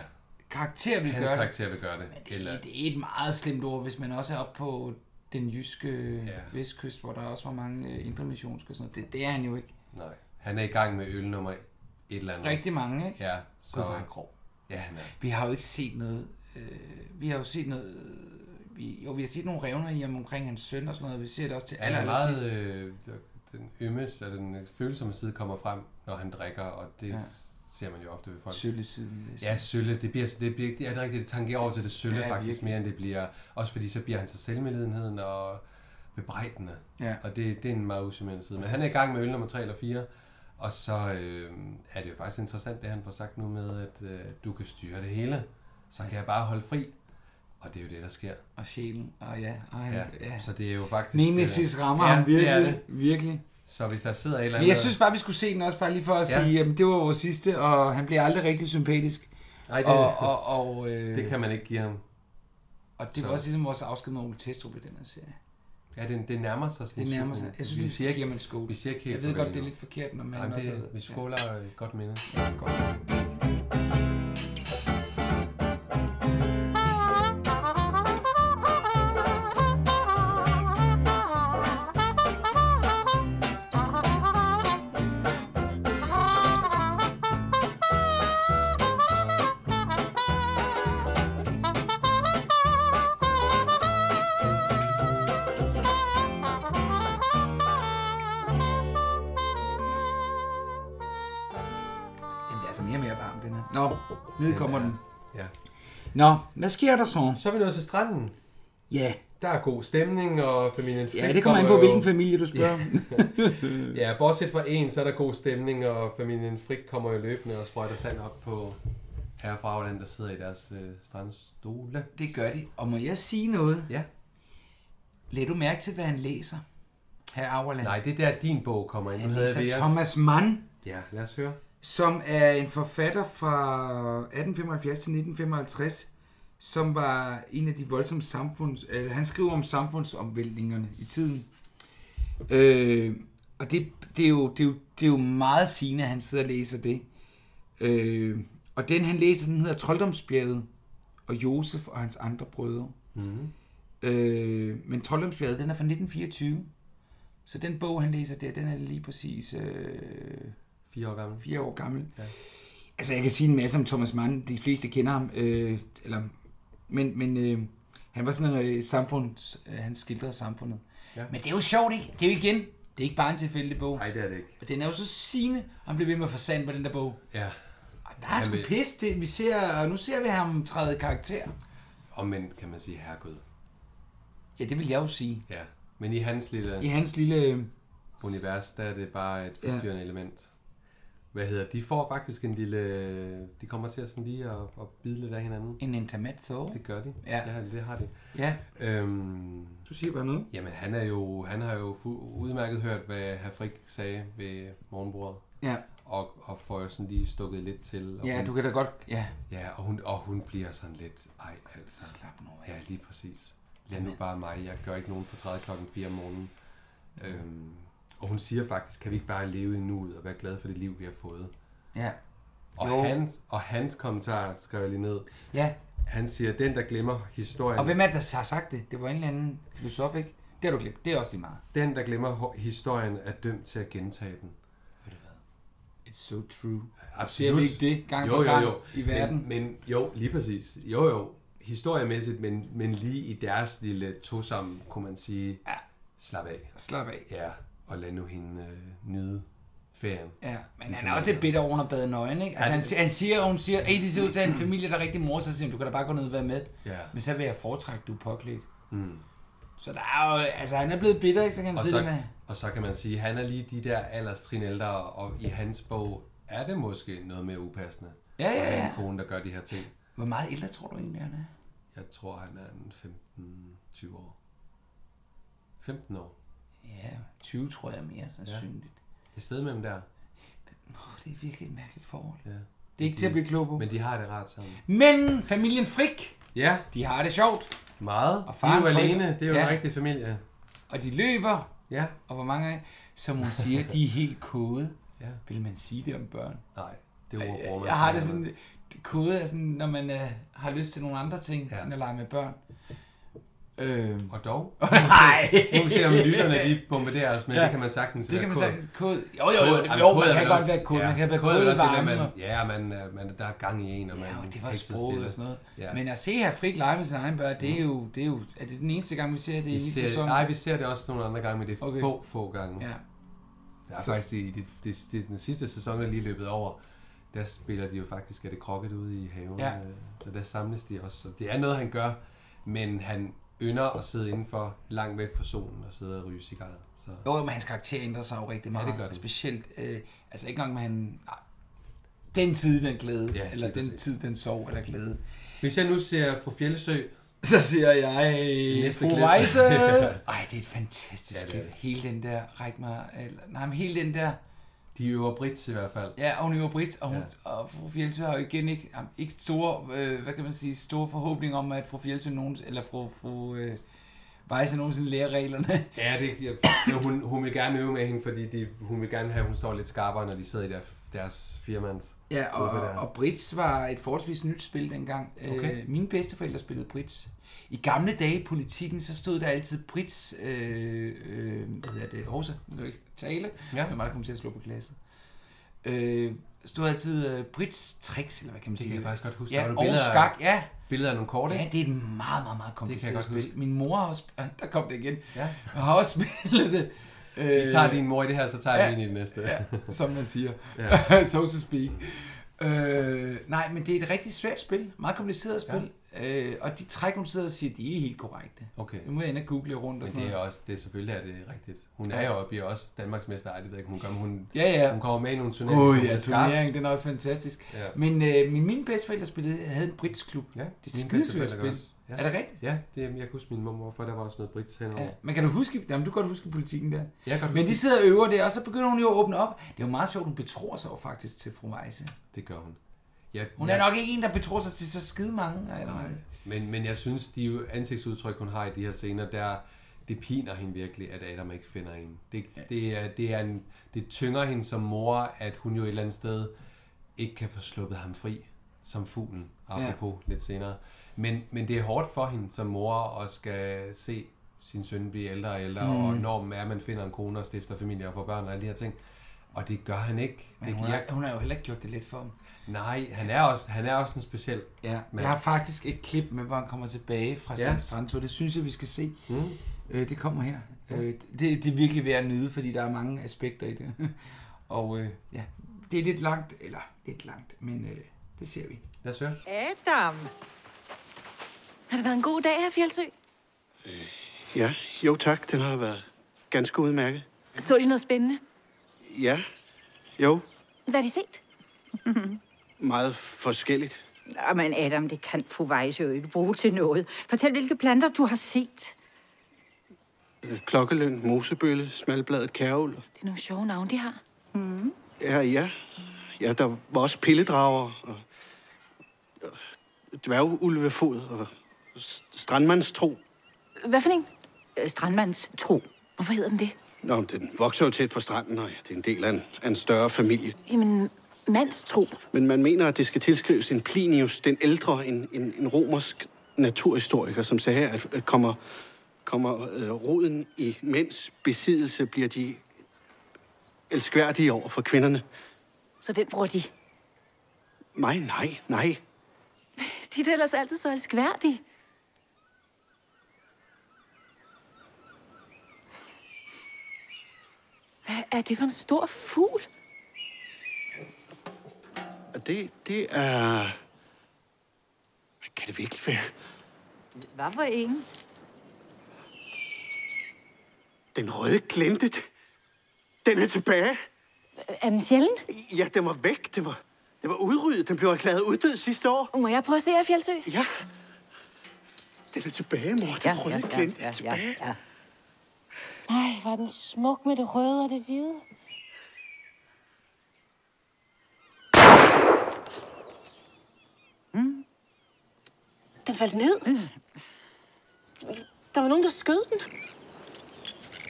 C: karakter vil
A: hans
C: gøre det.
A: karakter vil gøre det.
C: Men det, er, det er et meget slemt ord, hvis man også er oppe på den jyske ja. vestkyst, hvor der også var mange øh, indre missionske og sådan noget. Det, det er han jo ikke.
A: Nej, han er i gang med øl nummer et eller andet.
C: Rigtig mange, ikke?
A: Ja,
C: så... Gud, hvor er han grov.
A: Ja, han er.
C: Vi har jo ikke set noget... Øh, vi har jo set noget... øh, Vi, jo, vi har set nogle revner i ham omkring hans søn og sådan noget. Vi ser det også til
A: Han
C: aller,
A: er
C: aller
A: meget,
C: sidst.
A: øh, den ømme, så den øh, følsomme side kommer frem, når han drikker, og det ja.
C: Ja.
A: ser man jo ofte ved folk.
C: Søllesiden, vil jeg sige.
A: Ja, sølle. Det, bliver, det, bliver, det er det rigtigt, det tangerer over til det sølle ja,
C: Ja,
A: faktisk
C: virkelig.
A: mere, end det bliver... Også fordi så bliver han så selvmedlidenheden og bebrejdende.
C: Ja.
A: Og det, det er en meget usimmerende side. Men
C: Og så-
A: han er i gang med øl nummer 3 eller 4, og så øh, er det jo faktisk interessant, det han får sagt nu med, at øh, du kan styre det hele, så kan jeg bare holde fri. Og det er jo det, der sker.
C: Og sjælen, og ja. Og han,
A: Ja, så det er jo faktisk- øh,
C: Nemesis rammer
A: Ja,
C: ham
A: det
C: virkelig.
A: er
C: Virkelig.
A: Så hvis der sidder et eller andet...
C: Men jeg synes bare, vi skulle se den også, bare lige for at
A: Ja.
C: ja. sige, jamen, det var vores sidste, og han bliver aldrig rigtig sympatisk.
A: Ej, det-
C: og, og, og, øh,
A: det kan man ikke give ham.
C: Og det var
A: Så-
C: også ligesom vores afsked med Ole Testrup i den her serie.
A: Ja, det, det nærmer sig sin
C: Det nærmer sig.
A: slutning.
C: Jeg
A: Vi
C: synes, vi,
A: siger
C: vi
A: ikke-
C: giver man skål.
A: vi siger ikke helt
C: Jeg ved
A: farvel
C: godt, det er
A: endnu.
C: lidt forkert, når man
A: Jamen,
C: også...
A: det, vi skåler ja. godt minde.
C: Ja, godt. altså Nå, ned kommer den.
A: Ja.
C: Nå, hvad sker der så?
A: Så er vi nået til stranden.
C: Ja.
A: Der er god stemning, og familien
C: Ja,
A: Flint
C: det kommer an på,
A: jo-
C: hvilken familie du spørger.
A: Ja. ja, bortset fra en, så er der god stemning, og familien Frik kommer jo løbende og sprøjter sand op på herre fra Auland, der sidder i deres øh, strandstole.
C: Det gør de. Og må jeg sige noget?
A: Ja.
C: Lad du mærke til, hvad han læser? Her Auerland.
A: Nej, det er der, din bog kommer ind. Nu
C: Han
A: havde
C: læser
A: vi jeres-
C: Thomas Mann,
A: Ja, lad os høre.
C: som er en forfatter fra 1875 til 1955, som var en af de voldsomme samfunds... Øh, han skriver om samfundsomvæltningerne i tiden. Øh, og det, det, er jo, det, er jo, det er jo meget sigende, at han sidder og læser det. Øh, og den, han læser, den hedder Trolddomsbjerget og Josef og hans andre brødre.
A: Mhm.
C: Øh, men Trolddomsbjerget, den er fra 1924. Så den bog, han læser der, den er lige præcis... Øh,
A: fire år gammel.
C: Fire år gammel.
A: Ja.
C: Altså, jeg kan sige en masse om Thomas Mann. De fleste kender ham. Øh, eller, men men øh, han var sådan en øh, samfunds... Øh, han skildrede samfundet.
A: Ja.
C: Ja. Men det er jo sjovt, ikke? Det er jo igen... Det er ikke bare en tilfældig bog.
A: Nej, det er det ikke.
C: Og den er jo så sigende, og han bliver ved med at få sand på den der bog.
A: Ja.
C: Og der er sgu
A: Jamen-
C: pis det. Vi ser, og nu ser vi ham træde i karakter.
A: Omvendt kan man sige herregud.
C: Ja, det vil jeg jo sige.
A: Ja, men i hans lille...
C: I hans lille... øh,
A: Univers, der er det bare et
C: Ja.
A: forstyrrende ja. element. Hvad hedder De får faktisk en lille... De kommer til at sådan lige at, at bide lidt af hinanden.
C: En intermezzo.
A: Det gør de.
C: Ja.
A: ja det har de.
C: Ja.
A: Øhm,
C: du siger bare noget.
A: Jamen, han, er jo, han har jo fu- udmærket hørt, hvad herr Frik sagde ved morgenbordet.
C: Ja.
A: Og, og får jo sådan lige stukket lidt til. Og
C: Ja, du kan da godt- ja.
A: Ja, og hun, og hun bliver sådan lidt... Ej, altså.
C: Slap nu
A: Ja, lige præcis. Lad nu bare mig. Jeg gør ikke nogen for 30 klokken 4 om morgenen. Øhm, og hun siger faktisk, kan vi ikke bare leve i nuet og være glade for det liv, vi har fået?
C: Ja.
A: Og,
C: Jo.
A: hans, og hans kommentar skrev jeg lige ned.
C: Ja.
A: Han siger, den der glemmer historien...
C: Og hvem er det, der har sagt det? Det var en eller anden filosof, ikke? Det har du glemt. Det er også lige meget.
A: Den, der glemmer ho- historien, er dømt til at gentage den.
C: It's so true. Ser vi ikke det gang på gang i verden?
A: Men, men jo, lige præcis. Jo, jo. Historiemæssigt, men, men lige i deres lille tosam, kunne man sige,
C: ja.
A: slap af.
C: Slap af.
A: Ja, og lad nu hende øh, nyde ferien.
C: Ja, men han
A: Ligesom
C: er også lidt bitter over, at bade nøgen, ikke? Altså,
A: Ja,
C: han,
A: det-
C: si- han siger, og hun siger, at det ser ud til at have en familie, der er rigtig mor, så siger han, du kan da bare gå ned og være med.
A: Ja.
C: Men så vil jeg foretrække, du er påklædt.
A: Mm.
C: Så der er jo, altså han er blevet bitter, ikke? Så kan han
A: Og
C: sidde der
A: så,
C: med.
A: og så kan man sige, han er lige de der alderstrin ældre, og i hans bog er det måske noget mere upassende.
C: Ja, ja,
A: at have
C: ja.
A: en kone, der gør de her ting.
C: Hvor meget ældre tror du egentlig, han er?
A: Jeg tror, han er en 15-20 år. 15 år.
C: Ja, 20 tror jeg er mere sandsynligt.
A: Ja. Et sted mellem der.
C: Åh, det er virkelig et mærkeligt forhold.
A: Ja.
C: Det er ikke til at blive klog på.
A: Men de har det rart sammen.
C: Men familien Frik,
A: Ja.
C: de har det sjovt.
A: Meget.
C: Og
A: De er
C: faren
A: jo
C: trykker.
A: alene. Det er jo en rigtig familie.
C: Og de løber.
A: Ja.
C: Og hvor mange, som hun siger, de er helt kode.
A: Ja.
C: Vil man sige det om børn?
A: Nej, det er
C: jeg,
A: overbrugt.
C: jeg har det sådan, kode er sådan, når man øh, har lyst til nogle andre ting, ja. end at lege med børn. Øhm.
A: Og dog.
C: Nej.
A: Nu kan vi se, om lytterne de bombarderer os, men det kan man sagtens
C: Det
A: være
C: kan man
A: kod.
C: sagtens kode. Jo, jo,
A: Kod-
C: jo,
A: Ej,
C: jo,
A: kod
C: man
A: er
C: kan
A: vel
C: godt
A: også-
C: være kode,
A: ja,
C: man kan være
A: er vel også det der,
C: kodevarmen
A: man-
C: og-
A: Ja, man, øh, man, der er gang i en, og man
C: Ja, og det
A: kan
C: var
A: ikke sidde
C: sproget
A: stille.
C: og sådan noget.
A: Ja.
C: Ja. Men øh, at se her Frik lege med sine egne børn, det er jo, det er jo er det den eneste gang, vi ser det i
A: vi
C: hele
A: ser,
C: sæsonen?
A: nej, vi ser det også nogle andre gange, men det er okay.
C: Okay.
A: få, få gange.
C: Ja.
A: Der er
C: Så-
A: faktisk i det, det, det, den sidste sæson, der lige er løbet over, der spiller de jo faktisk, er det krokket ude i haven.
C: Ja.
A: øh, Så der samles de også. Så det er noget, han gør, men han ynder at sidde indenfor, langt væk fra solen, og sidde og ryge cigaret. Så
C: Jo, men hans karakter ændrer sig jo rigtig meget.
A: det gør den.
C: Specielt, øh, altså ikke engang med han... nej. Den tid, den glæde,
A: Ja,
C: ja, eller
A: lige
C: den
A: præcis.
C: tid, den sorg eller glæde.
A: Hvis jeg nu ser fru Fjeldsø...
C: Så siger jeg, fru
A: klip.
C: Weise.
A: Ja.
C: Ej, det er et fantastisk
A: Ja,
C: ja,
A: det er
C: klip. Hele den der, ræk mig, eller, nej, men hele den der,
A: De øver brits i hvert fald.
C: ja, og hun øver Brits, og, hun, ja. og fru Fjeldsø har jo igen ikke, jamen, ikke store, øh, hvad kan man sige, store forhåbninger om, at fru Fjeldsø nogen, eller fru, fru øh, Weise nogensinde lærer reglerne.
A: Ja, det, jeg, jo, hun, hun vil gerne øve med hende, fordi de, hun vil gerne have, at hun står lidt skarpere, når de sidder i der, deres firmands
C: Ja, og,
A: gruppe der.
C: og Brits var et forholdsvis nyt spil dengang.
A: Okay.
C: Øh, mine bedsteforældre spillede Brits. I gamle dage i politikken, så stod der altid Brits, øh, øh, hvad hedder det, Horse, nu kan jeg ikke tale, ja. det var mig, der kom til at slå på glasset. Øh, stod altid øh, Brits tricks, eller hvad kan man
A: Det
C: sige?
A: kan jeg faktisk godt huske. Der
C: Ja,
A: var
C: og
A: nogle billeder af-
C: skak, ja.
A: billeder af nogle kort,
C: Ja,
A: ikke?
C: det er et meget, meget, meget
A: Det kan jeg
C: kompliceret
A: godt
C: spil.
A: huske.
C: Min mor har også, ah, der kom det igen,
A: Ja.
C: har også spillet det. Øh,
A: Vi tager din mor i det her, så tager vi hende i det næste.
C: Ja, som man siger.
A: Ja.
C: so to speak. Øh, nej, men det er et rigtig svært spil. Meget kompliceret spil. Ja. Øh, og de træk, hun sidder og siger, de er helt korrekte.
A: Okay.
C: Nu må jeg inde og google rundt og
A: Men
C: sådan
A: det er
C: noget.
A: også, det er selvfølgelig er det rigtigt. Hun er
C: Ja.
A: jo og bliver også Danmarks mester. Ej, det ved jeg ikke, hun gør, men hun,
C: Ja, ja.
A: hun kommer med i nogle turneringer.
C: Gud,
A: som
C: ja,
A: er skarp.
C: turnering, den er også fantastisk.
A: Ja.
C: Men øh, min, mine bedsteforældre spillede, havde en britisk klub.
A: Ja,
C: det er
A: mine
C: et skidesvært
A: bedsteforældre
C: spil.
A: også.
C: Ja. Er det rigtigt?
A: Ja, det, er- jeg kan huske min mor, for der var også noget brits henover.
C: Ja. Men kan du huske, jamen, du kan godt huske politikken der.
A: Jeg kan godt
C: Men
A: huske.
C: de sidder og øver det, og så begynder hun jo at åbne op. Det er jo meget sjovt, hun betror sig over faktisk til fru Weisse.
A: Det gør hun. Jeg,
C: Hun er nok ikke en, der betror sig til så skide mange. Eller? Nej.
A: Men, men jeg synes, de jo- ansigtsudtryk, hun har i de her scener, der, det piner hende virkelig, at Adam ikke finder hende. Det, det, er, det, er en, det tynger hende som mor, at hun jo et eller andet sted ikke kan få sluppet ham fri, som fuglen,
H: Ja.
A: apropos ja. lidt senere. Men, men det er hårdt for hende som mor at skal se sin søn blive ældre og ældre, mm.
H: Mm.
A: og normen er, at man finder en kone og stifter familie og får børn og alle de her ting. Og det gør han ikke.
C: Men
A: det
C: hun, har, hun har jo heller ikke gjort det let for ham.
A: Nej, han er også, han er også en speciel
C: Ja, jeg har faktisk et klip med, hvor han kommer tilbage fra
A: Ja.
C: ja. sin strandtur. Det synes jeg, vi skal se.
A: Mm.
C: Øh, det kommer her.
A: Ja.
C: Øh, det, det er virkelig værd at nyde, fordi der er mange aspekter i det. og øh, ja, det er lidt langt, eller lidt langt, men øh, det ser vi.
A: Lad os høre.
K: Adam! Har det været en god dag her, Fjeldsø?
J: Ja, jo tak. Den har været ganske udmærket.
K: Så de noget spændende?
J: Ja, jo,
K: Hvad har de set?
J: meget forskelligt.
L: Nå, men Adam, det kan fru Weisse jo ikke bruge til noget. Fortæl, hvilke planter du har set.
J: Øh, Klokkeløn, mosebølle, smalbladet kærul.
K: Det er nogle sjove navne, de har. Mm.
J: Ja, ja. Ja, der var også pilledrager og, og dværgulvefod og s- strandmandstro.
K: Hvad for en?
J: Strandmandstro.
K: Hvorfor hedder den det?
J: Nå, men den vokser jo tæt på stranden, og ja, det er en del af en, af en større familie.
K: Jamen, mandstro.
J: Men man mener, at det skal tilskrives en Plinius, den ældre, en, en, en romersk naturhistoriker, som sagde, at at kommer, kommer øh, roden i mænds besiddelse, bliver de elskværdige over for kvinderne.
K: Så den bruger de.
J: Nej, nej, nej.
K: De er da ellers altid så elskværdige. Hvad er det for en stor fugl?
J: Og Det, det er... Hvad kan det virkelig være?
L: Hvad for en?
J: Den røde glente, d- den er tilbage.
K: Er den sjælden?
J: Ja, den var væk. Den var, den var udryddet. Den blev erklæret uddød sidste år.
K: Må jeg prøve at se her, Fjeldsø?
J: Ja. Den er tilbage, mor. Den ja, røde ja, glente ja, ja, tilbage. Ja, ja.
K: Nej, var den smuk med det røde og det hvide.
L: Mm.
K: Den faldt ned. Der var nogen, der skød den.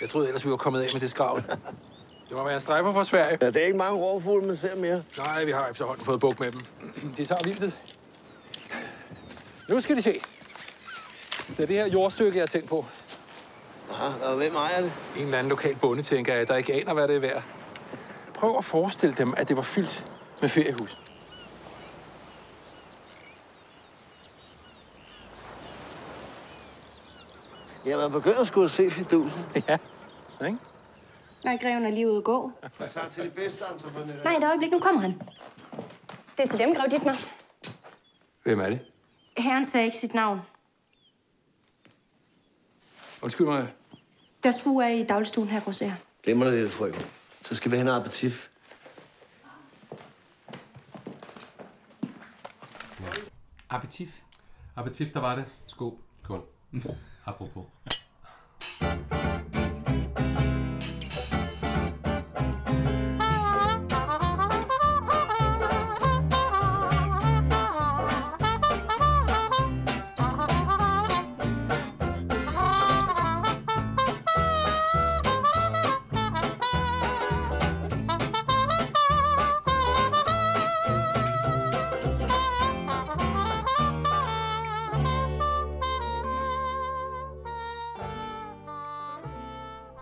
M: Jeg troede ellers, vi var kommet af med det skrav. Det må være en strejfer fra Sverige. Ja, det er ikke mange rovfugle, man ser mere. Nej, vi har efterhånden fået buk med dem. De tager vildtet. Nu skal de se. Det er det her jordstykke, jeg har tænkt på. Ja, og hvem ejer det? En eller anden lokal bonde, tænker jeg, der ikke aner, hvad det er værd. Prøv at forestille dem, at det var fyldt med feriehus.
J: Jeg var begyndt at skulle se fidusen.
M: Ja.
D: Nej, greven er lige ude at gå.
J: Jeg tager til de bedste entreprenører.
D: Nej, et øjeblik, nu kommer han. Det er til dem, grev Dittmar.
M: Hvem er det?
D: Herren sagde ikke sit navn.
M: Undskyld mig.
D: Deres frue er i dagligstuen her, grosser.
F: Glemmer det, frøken. Så skal vi have en appetit.
C: Appetif.
A: Appetif, der var det. Sko. Kun. Apropos.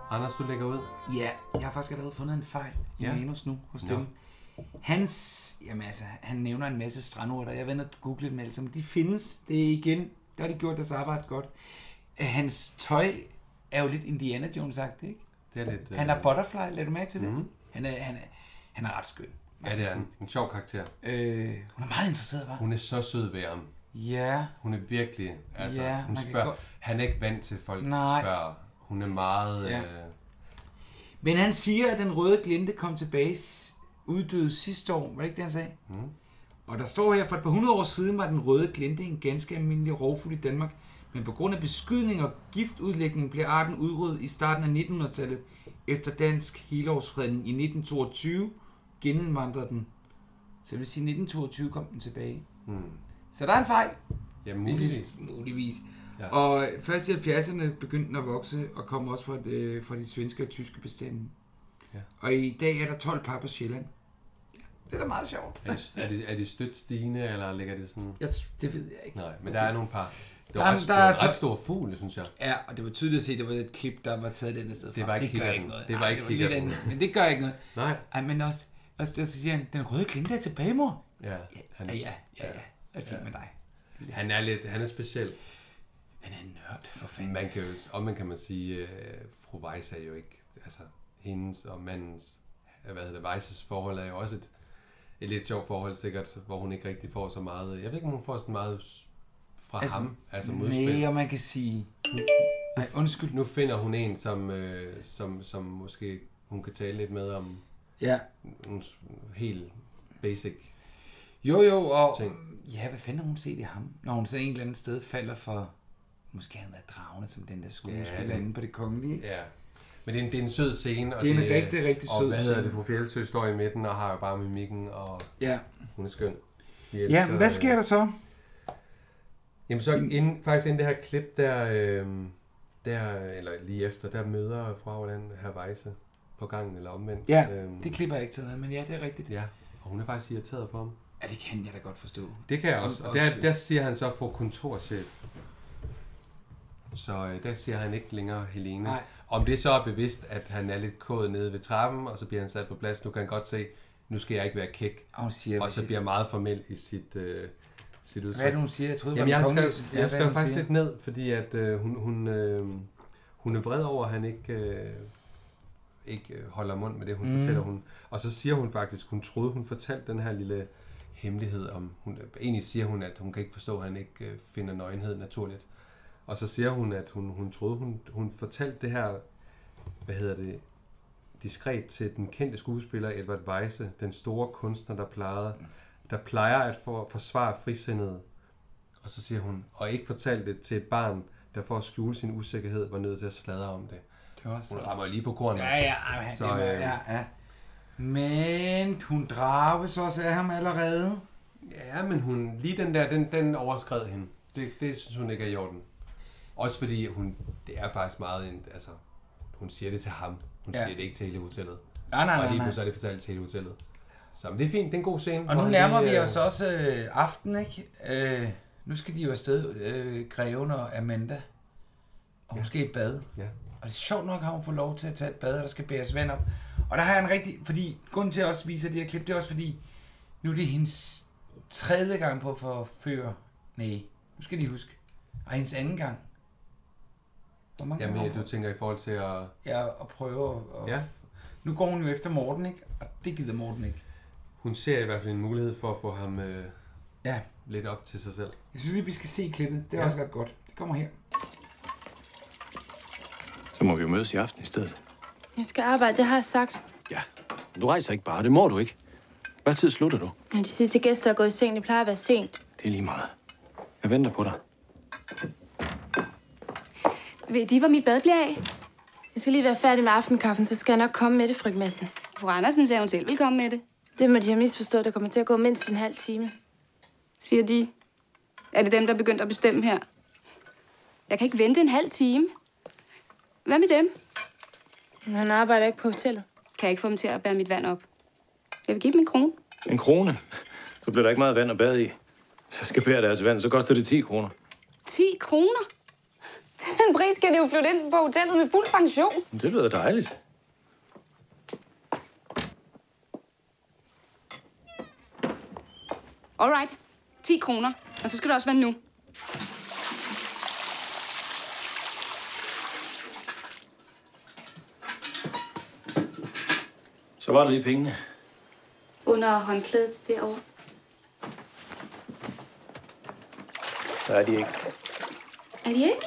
A: Anders, du lægger ud.
C: Ja, jeg har faktisk allerede fundet en fejl i
A: Ja.
C: ja. manus nu hos
A: Nå.
C: dem. Hans, jamen altså, han nævner en masse strandurter. Jeg vender og google dem alle sammen. De findes. Det er igen, der har de gjort deres arbejde godt. Øh, Hans tøj er jo lidt Indiana Jones sagt, ikke?
A: Det er lidt,
C: Han er
A: øh,
C: butterfly, lad du mærke til det?
A: Mhm.
C: Mm-hmm. Han, er, han, er, han er ret skøn.
A: Ja, det er en, en sjov karakter.
C: Øh, hun er meget interesseret, var.
A: Hun er så sød ved ham.
C: Ja.
A: Hun er virkelig... Altså,
C: Ja,
A: ja, hun
C: man kan
A: spørger,
C: godt-
A: Han er ikke vant til, at folk
C: Nej.
A: Nej. spørger. Hun er meget...
C: Ja.
A: Ja. Øh,
C: Men han siger, at den røde glinte kom tilbage, s- uddøde sidste år. Var det ikke det, han sagde?
A: Mm.
C: Og der står her, for et par hundrede år siden var den røde glinte en ganske almindelig rovfugl i Danmark, men på grund af beskydning og giftudlægning blev arten udryddet i starten af 1900-tallet. Efter dansk helårsfredning i 1922 genindvandrede den. Så det vil sige, at 1922 kom den tilbage.
A: Mm.
C: Så der er en fejl.
A: Ja, muligvis.
C: Hvis I- Muligvis.
A: Ja.
C: Ja. Og først i 70'erne begyndte den at vokse og kom også fra, de, fra de svenske og tyske bestande.
A: Ja.
C: Og i dag er der 12 par på Sjælland. Det er da meget sjovt.
A: er, det, er, det, er det stødt stigende, eller ligger det sådan...
C: Jeg, det ved jeg ikke.
A: Nej, men der er nogle par. Det
C: Der
A: var
C: er-
A: ret,
C: der
A: der
C: er
A: er
C: to-
A: ret stor fugl, synes jeg.
C: Ja, og det var tydeligt at se, at det var et klip, der var taget et andet sted fra.
A: Det var
C: det
A: ikke
C: gør
A: kikkerten.
C: ikke noget.
A: Det var
C: Nej,
A: ikke
C: lidt
A: kikkerten.
C: andet, Men det gør ikke noget.
A: Nej.
C: Ej, men også, også der så siger han, den røde glinte er tilbage, mor.
A: Ja,
C: ja,
A: han
C: ja,
A: er-
C: ja, ja, ja. Det er fint
A: Ja.
C: med dig.
A: Han er lidt, han er speciel.
C: Han er en nørd, for
A: fanden. Man kan jo, og man kan man sige, øh, fru Weiss er jo ikke, altså hendes og mandens, hvad hedder det, Weisses forhold er jo også et, et lidt sjovt forhold sikkert, hvor hun ikke rigtig får så meget, jeg ved ikke om hun får så meget s- fra
C: Altså,
A: altså, ham, altså
C: nej,
A: modspil. Mm.
C: og man kan sige, nej undskyld.
A: Nu finder hun en, som, øh, som, som måske hun kan tale lidt med om
C: Ja.
A: nogle s- helt basic
C: Jo, jo, og
A: ting.
C: ja, hvad fanden har hun set i ham? Når hun så en eller anden sted falder for, måske har han været dragende som den der skuespiller ja,
A: det-
C: inde på det kongelige. ikke?
A: Ja. Men det er en, det er en sød scene. Og
C: Det er en rigtig, rigtig
A: og
C: sød
A: hvad hedder
C: scene.
A: det? Fru Fjeldsø står i midten og har jo bare mimikken, og
C: Ja.
A: hun er skøn. Vi
C: Ja, men hvad
A: elsker-
C: sker der så?
A: Jamen så inden, faktisk inden det her klip, der, øh, der eller lige efter, der møder fru Auerland herr Weisse på gangen, eller omvendt.
C: Ja,
A: Øhm,
C: det klipper jeg ikke til noget, men ja, det er rigtigt.
A: Ja, og hun er faktisk irriteret på ham.
C: Ja, det kan jeg da godt forstå.
A: Det kan jeg også. Og der, der siger han så for kontorchef. Så øh, der siger han ikke længere Helene.
C: Nej.
A: Om det så er bevidst, at han er lidt kået nede ved trappen, og så bliver han sat på plads. Nu kan han godt se, nu skal jeg ikke være kæk.
C: Og, hun siger,
A: og så bliver han meget formel i sit, øh, sit udtryk.
C: Hvad er det, hun siger? Jeg troede, det var
A: Jamen, jeg
C: den kongelige-
A: skrev,
C: Ja, hvad er
A: jeg
C: det,
A: skrev
C: hun
A: faktisk
C: siger?
A: lidt ned, fordi at øh, hun, hun, øh, hun er vred over, at han ikke, øh, ikke øh, holder mund med det, hun
C: Mm.
A: mm. fortæller. Hun. Og så siger hun faktisk, hun troede, hun fortalte den her lille hemmelighed om... Hun, egentlig siger hun, at hun kan ikke forstå, at han ikke øh, finder nøgenhed naturligt. Og så siger hun, at hun, hun troede, hun, hun fortalte det her, hvad hedder det, diskret til den kendte skuespiller Edvard Weisse, den store kunstner, der plejede, der plejer at for, forsvare frisindede. Og så siger hun, og ikke fortalte det til et barn, der for at skjule sin usikkerhed, var nødt til at sladre om det.
C: Det var også-
A: hun rammer jo lige på kornet.
C: Ja, ja, ej, men
A: så,
C: det var-
A: øh,
C: ja, ja. Men hun drages også af ham allerede.
A: Ja, men hun, lige den der, den, den overskred hende. Det, det synes hun ikke er i orden. Også fordi hun, det er faktisk meget en, altså, hun siger det til ham. Hun
C: Ja.
A: ja. siger det ikke til hele hotellet.
C: Nej, nej,
A: Og
C: nej,
A: lige
C: nej.
A: pludselig er det fortalt til hele hotellet. Så men det er fint, det er en god scene.
C: Og
A: hvor
C: nu
A: han
C: nærmer
A: lige,
C: vi
A: øh,
C: os også øh, aften, ikke? Øh, nu skal de jo afsted, øh, Greven og Amanda. Og hun ja. skal i bad.
A: Ja.
C: Og det er sjovt nok, at hun får lov til at tage et bad, og der skal bæres vand op. Og der har jeg en rigtig... Fordi grunden til, at jeg også viser de her klip, det er også fordi, nu er det hendes tredje gang på at forføre. Nej, nu skal de huske. Og hendes anden gang. Hvor mange gange har
A: Jamen, øh,
C: hun-
A: du tænker i forhold til at...
C: Ja, og prøve at... at
A: Ja.
C: Nu går hun jo efter Morten, ikke? Og det gider Morten ikke.
A: Hun ser i hvert fald en mulighed for at få ham øh,
C: ja.
A: lidt op til sig selv.
C: Jeg synes lige, vi skal se klippet. Det er ja.
A: Ja.
C: også ret godt. Det kommer her.
N: Så må vi jo mødes i aften i stedet.
K: Jeg skal arbejde, det har jeg sagt.
N: Du rejser ikke bare, det må du ikke. Hvad tid slutter du?
K: Men de sidste gæster er gået i seng, det plejer at være sent.
N: Det er lige meget. Jeg venter på dig.
D: Ved de, hvor mit bad bliver af?
K: Jeg skal lige være færdig med aftenkaffen, så skal jeg nok komme med det, frygt Madsen.
D: Fru Andersen sagde, hun selv ville komme med det.
K: Det må de have misforstået, det kommer til at gå mindst en halv time.
D: Siger de. Er det dem, der er begyndt at bestemme her? Jeg kan ikke vente en halv time. Hvad med dem?
K: Men han arbejder ikke på hotellet.
D: Kan jeg ikke få dem til at bære mit vand op? Jeg vil give dem en krone.
N: En krone? Så bliver der ikke meget vand at bade i. Så skal bære deres vand, så koster det 10 kroner.
D: 10 kroner? Til den pris skal det jo flytte ind på hotellet med fuld pension.
N: Men Det lyder dejligt.
D: Alright. 10 kroner. Og så skal det også være nu.
N: Så var der lige pengene.
D: Under håndklædet derovre.
I: Der er de ikke.
D: Er de ikke?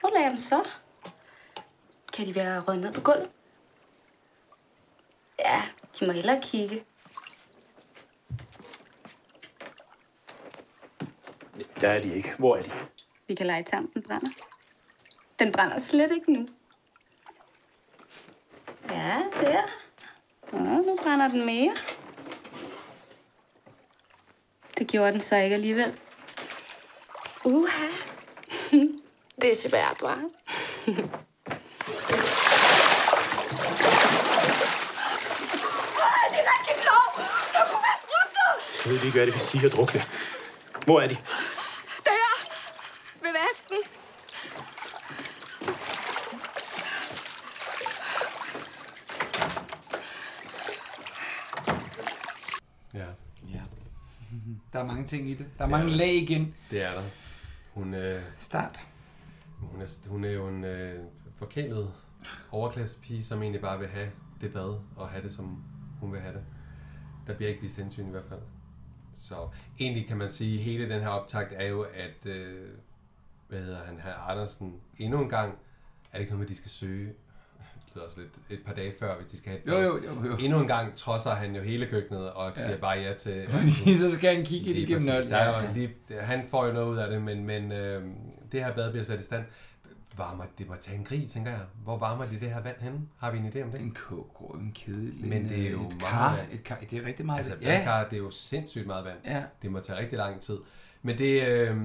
D: Hvor lagde jeg dem så? Kan de være røget ned på gulvet? Ja, de må hellere kigge.
I: Der er de ikke. Hvor er de?
D: Vi kan lege tampen brænder. Den brænder slet ikke nu. Ja, der. Nå, nu brænder den mere. Det gjorde den så ikke alligevel. Uha. Det er svært, var.
O: det er rigtig klog! Jeg kunne være druknet!
I: Så ved vi ikke, hvad det vil sige at drukne. Hvor er de?
O: Der! Ved vasken!
A: Ja.
C: ja. Der er mange ting i det. Der er mange lag igen.
A: Det er der. Hun, øh,
C: Start.
A: hun, er, hun er jo en øh, forkælet overklassepige, som egentlig bare vil have det bad, og have det, som hun vil have det. Der bliver ikke vist hensyn i hvert fald. Så egentlig kan man sige, at hele den her optakt er jo, at øh, hvad hedder han, herr Andersen, endnu en gang, er det ikke noget med, at de skal søge det lyder også lidt et par dage før, hvis de skal have et
C: Jo,
A: bad.
C: jo, jo, jo.
A: Endnu en gang trodser han jo hele køkkenet og
C: Ja.
A: siger ja. bare ja til... at-
C: Fordi så skal han kigge det
A: Lige
C: igennem
A: præcis.
C: nøglen.
A: Der er jo lige, han får jo noget ud af det, men, men øh, det her bad bliver sat i stand. Varmer, det må tage en grig, tænker jeg. Hvor varmer de det her vand henne? Har vi en idé om det?
C: En koggrå, en kedel,
A: Men
C: en,
A: det er jo
C: øh, et
A: meget
C: kar,
A: vand.
C: et kar. Det er rigtig meget
A: altså,
C: vand.
A: ja.
C: Ja.
A: Kar, det er jo sindssygt meget vand.
C: Ja.
A: Det må tage rigtig lang tid. Men det, øh,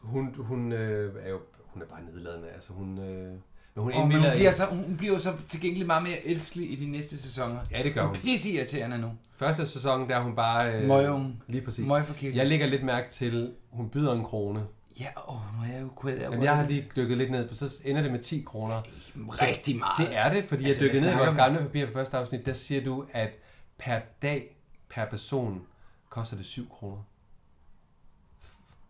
A: hun, hun øh, er jo hun er bare nedladende. Altså, hun, øh, men hun,
C: Åh, men
A: indbilder
C: hun,
A: i-
C: bliver så, hun bliver jo så til gengæld meget mere elskelig i de næste sæsoner.
A: Ja, det gør hun.
C: Hun er pisseirriterende nu.
A: Første sæson, der er hun bare... øh,
C: Møgeunge.
A: Lige præcis.
C: Møgforkælet.
A: Jeg lægger lidt mærke til, hun byder en krone.
C: Ja, åh, nu er jeg jo kvæd af
A: Jamen, jeg har lige dykket lidt ned, for så ender det med 10 kroner. Så
C: rigtig meget.
A: Det er det, fordi altså,
C: Altså,
A: jeg
C: hvad
A: dykkede ned i vores
C: snakker vi?
A: gamle papir for første afsnit. Der siger du, at per dag, per person, koster det 7 kroner.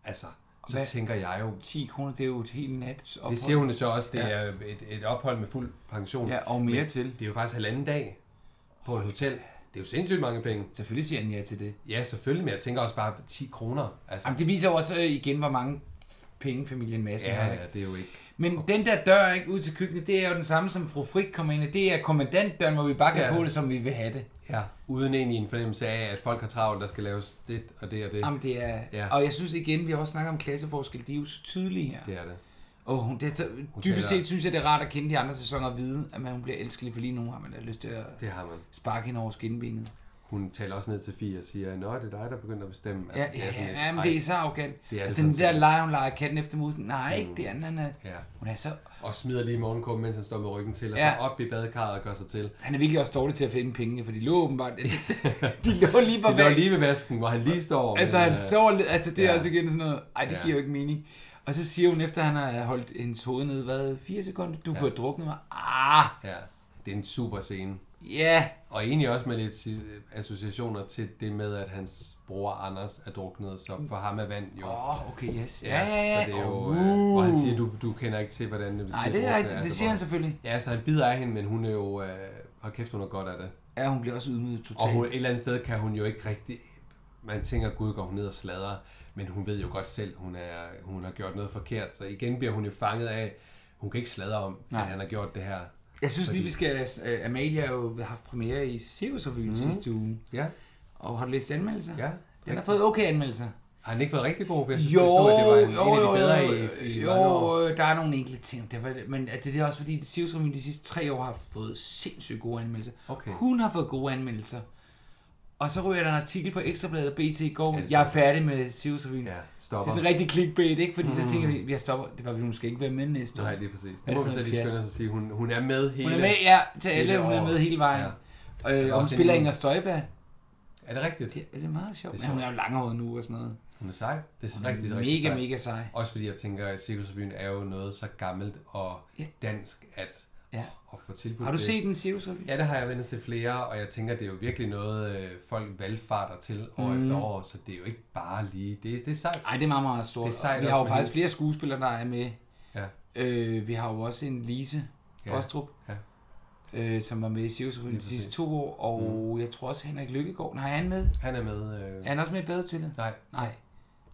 A: Altså, så
C: Hvad?
A: tænker jeg jo...
C: 10 kroner, det er jo et helt nat
A: Det siger hun jo så også, det er et, et ophold med fuld pension.
C: Ja, og mere
A: Men
C: til.
A: Det er jo faktisk halvanden dag på et hotel. Det er jo sindssygt mange penge.
C: Selvfølgelig siger han ja til det.
A: Ja, selvfølgelig, men jeg tænker også bare 10 kroner. Altså,
C: Jamen, det viser jo også øh, igen, hvor mange penge familien Madsen
A: ja,
C: har.
A: ja, det er jo ikke...
C: Men den der dør ikke ud til køkkenet, det er jo den samme som fru Frik kommer ind i. Det er kommandantdøren, hvor vi bare kan
A: Ja.
C: få det, som vi vil have det.
A: Ja, uden egentlig en fornemmelse af, at folk har travlt, der skal laves det og det og det.
C: Jamen, det er...
A: Ja.
C: Ja. Og jeg synes igen, vi har også snakket om klasseforskel, de er jo så tydelige her.
A: Det er det.
C: Og hun, det er så,
A: taler-
C: dybest set synes jeg, det er rart at kende de andre sæsoner og vide, at man, hun bliver elskelig, for lige nu har man da lyst til at
A: Det har man.
C: sparke hende over skinbenet.
A: Hun taler også ned til Fie og siger, Nå, det er dig, der begynder at bestemme. Altså,
C: Ja,
A: det er sådan
C: ja,
A: lidt,
C: ja, men
A: ej,
C: det er så arrogant.
A: Det er
C: altså,
A: det
C: den der
A: sådan
C: leje, hun leger katten efter musen. Nej, ikke
A: Mm.
C: det andet. Han er,
A: set. Ja.
C: hun er så...
A: Og smider lige morgenkåben, mens han står med ryggen til, og ja.
C: Ja.
A: så op i badekarret og gør sig til.
C: Han er virkelig også dårlig til at finde pengene, for de lå åbenbart... de lå lige på
A: Det var
C: væggen.
A: lige ved vasken, hvor han lige står.
C: Altså,
A: men,
C: han
A: øh,
C: står lidt... Altså, det er
A: ja.
C: også igen sådan noget... Ej, det
A: Ja.
C: giver jo ikke mening. Og så siger hun, efter han har holdt hendes hoved ned, hvad, fire sekunder? Du
A: Ja.
C: ja. kunne have druknet mig. Ah!
A: Ja, det er en super scene.
C: Ja.
A: Og egentlig også med lidt si- øh, associationer til det med, at hans bror Anders er druknet, så for ham er vand jo...
C: Åh, oh, okay, yes. Ja, ja, ja.
A: Så det er jo,
C: Oh,
A: øh, hvor han
C: uh.
A: siger, du, du kender ikke til, hvordan det vil
C: Nej,
A: sige at
C: det er
A: drukne.
C: rigtigt. Det
A: Altså,
C: siger
A: hvor
C: han selvfølgelig.
A: Ja, så han bider af hende, men hun er jo... Øh, hold kæft, hun er godt af det.
C: Ja, hun bliver også ydmyget
A: Og
C: totalt.
A: hun, et eller andet sted kan hun jo ikke rigtig... Man tænker, gud, går hun ned og sladrer, men hun ved jo godt selv, hun, er, hun har gjort noget forkert. Så igen bliver hun jo fanget af, hun kan ikke sladre om, Nej.
C: Nej.
A: at han har gjort det her.
C: Jeg synes
A: Fordi-
C: lige, vi skal... Uh, Amalia har jo haft premiere i Sirius Revyen
A: Mhm.
C: mm. sidste uge.
A: Ja.
C: Og har du læst anmeldelser?
A: Ja.
C: Den har fået okay anmeldelser.
A: Har den ikke været rigtig god? For Altså, jeg synes,
C: Jo,
A: det stod, at det var en
C: jo,
A: af de
C: jo,
A: bedre
C: jo,
A: i, i mange år.
C: jo, der er nogle enkelte ting, der var, men er det er også fordi, at Sirius Revyen de sidste tre år har fået sindssygt gode anmeldelser.
A: Okay.
C: Hun har fået gode anmeldelser. Og så ryger der en artikel på Ekstrabladet og BT i går,
A: Er det
C: jeg er færdig med Sirius Revyen.
A: Ja,
C: det er
A: stopper.
C: sådan rigtig clickbait, ikke? Fordi mm.
A: Mm.
C: så tænker jeg, jeg stopper. Det var fordi, hun skal ikke være med næste år.
A: Nej, lige præcis.
C: Hvad
A: Det må
C: er for
A: vi så
C: noget
A: lige
C: pjat?
A: skynde os at sige. Hun, hun er med hele
C: Hun er med, ja, til
A: hele
C: alle. Hun er
A: året.
C: med hele vejen.
A: Ja.
C: Øh,
A: Der er
C: og hun
A: også
C: spiller
A: en-
C: Inger Støjberg.
A: Er det rigtigt? Det,
C: er det meget sjovt.
A: Det
C: Men hun er jo langhåret nu og sådan noget.
A: Hun er sej. Det er
C: Hun
A: hun
C: er
A: rigtig,
C: mega,
A: rigtig sej.
C: mega sej.
A: Også fordi jeg tænker, at Cirkusrevyen er jo noget så gammelt og dansk, at,
C: Ja.
A: at få tilbudt
C: Har du
A: det.
C: set den Cirkusrevy?
A: Ja, det har jeg vendt til flere, og jeg tænker, det er jo virkelig noget, øh, folk valgfarter til år mm.
C: Mm.
A: efter år, så det er jo ikke bare lige... Det, det er sejt.
C: Nej, det er meget, meget stort.
A: Det er sejt
C: vi
A: også
C: har jo
A: med
C: faktisk
A: hende.
C: flere skuespillere, der er med.
A: Ja.
C: Øh, vi har jo også en Lise
A: Ja.
C: Bostrup.
A: Ja.
C: øh, som var med i Cirkusrevyen de sidste to år, og mm. jeg tror også Henrik Lykkegaard. Nej, er han med?
A: Han er med. Øh...
C: Er han også med i Badehotellet?
A: Nej.
C: Nej.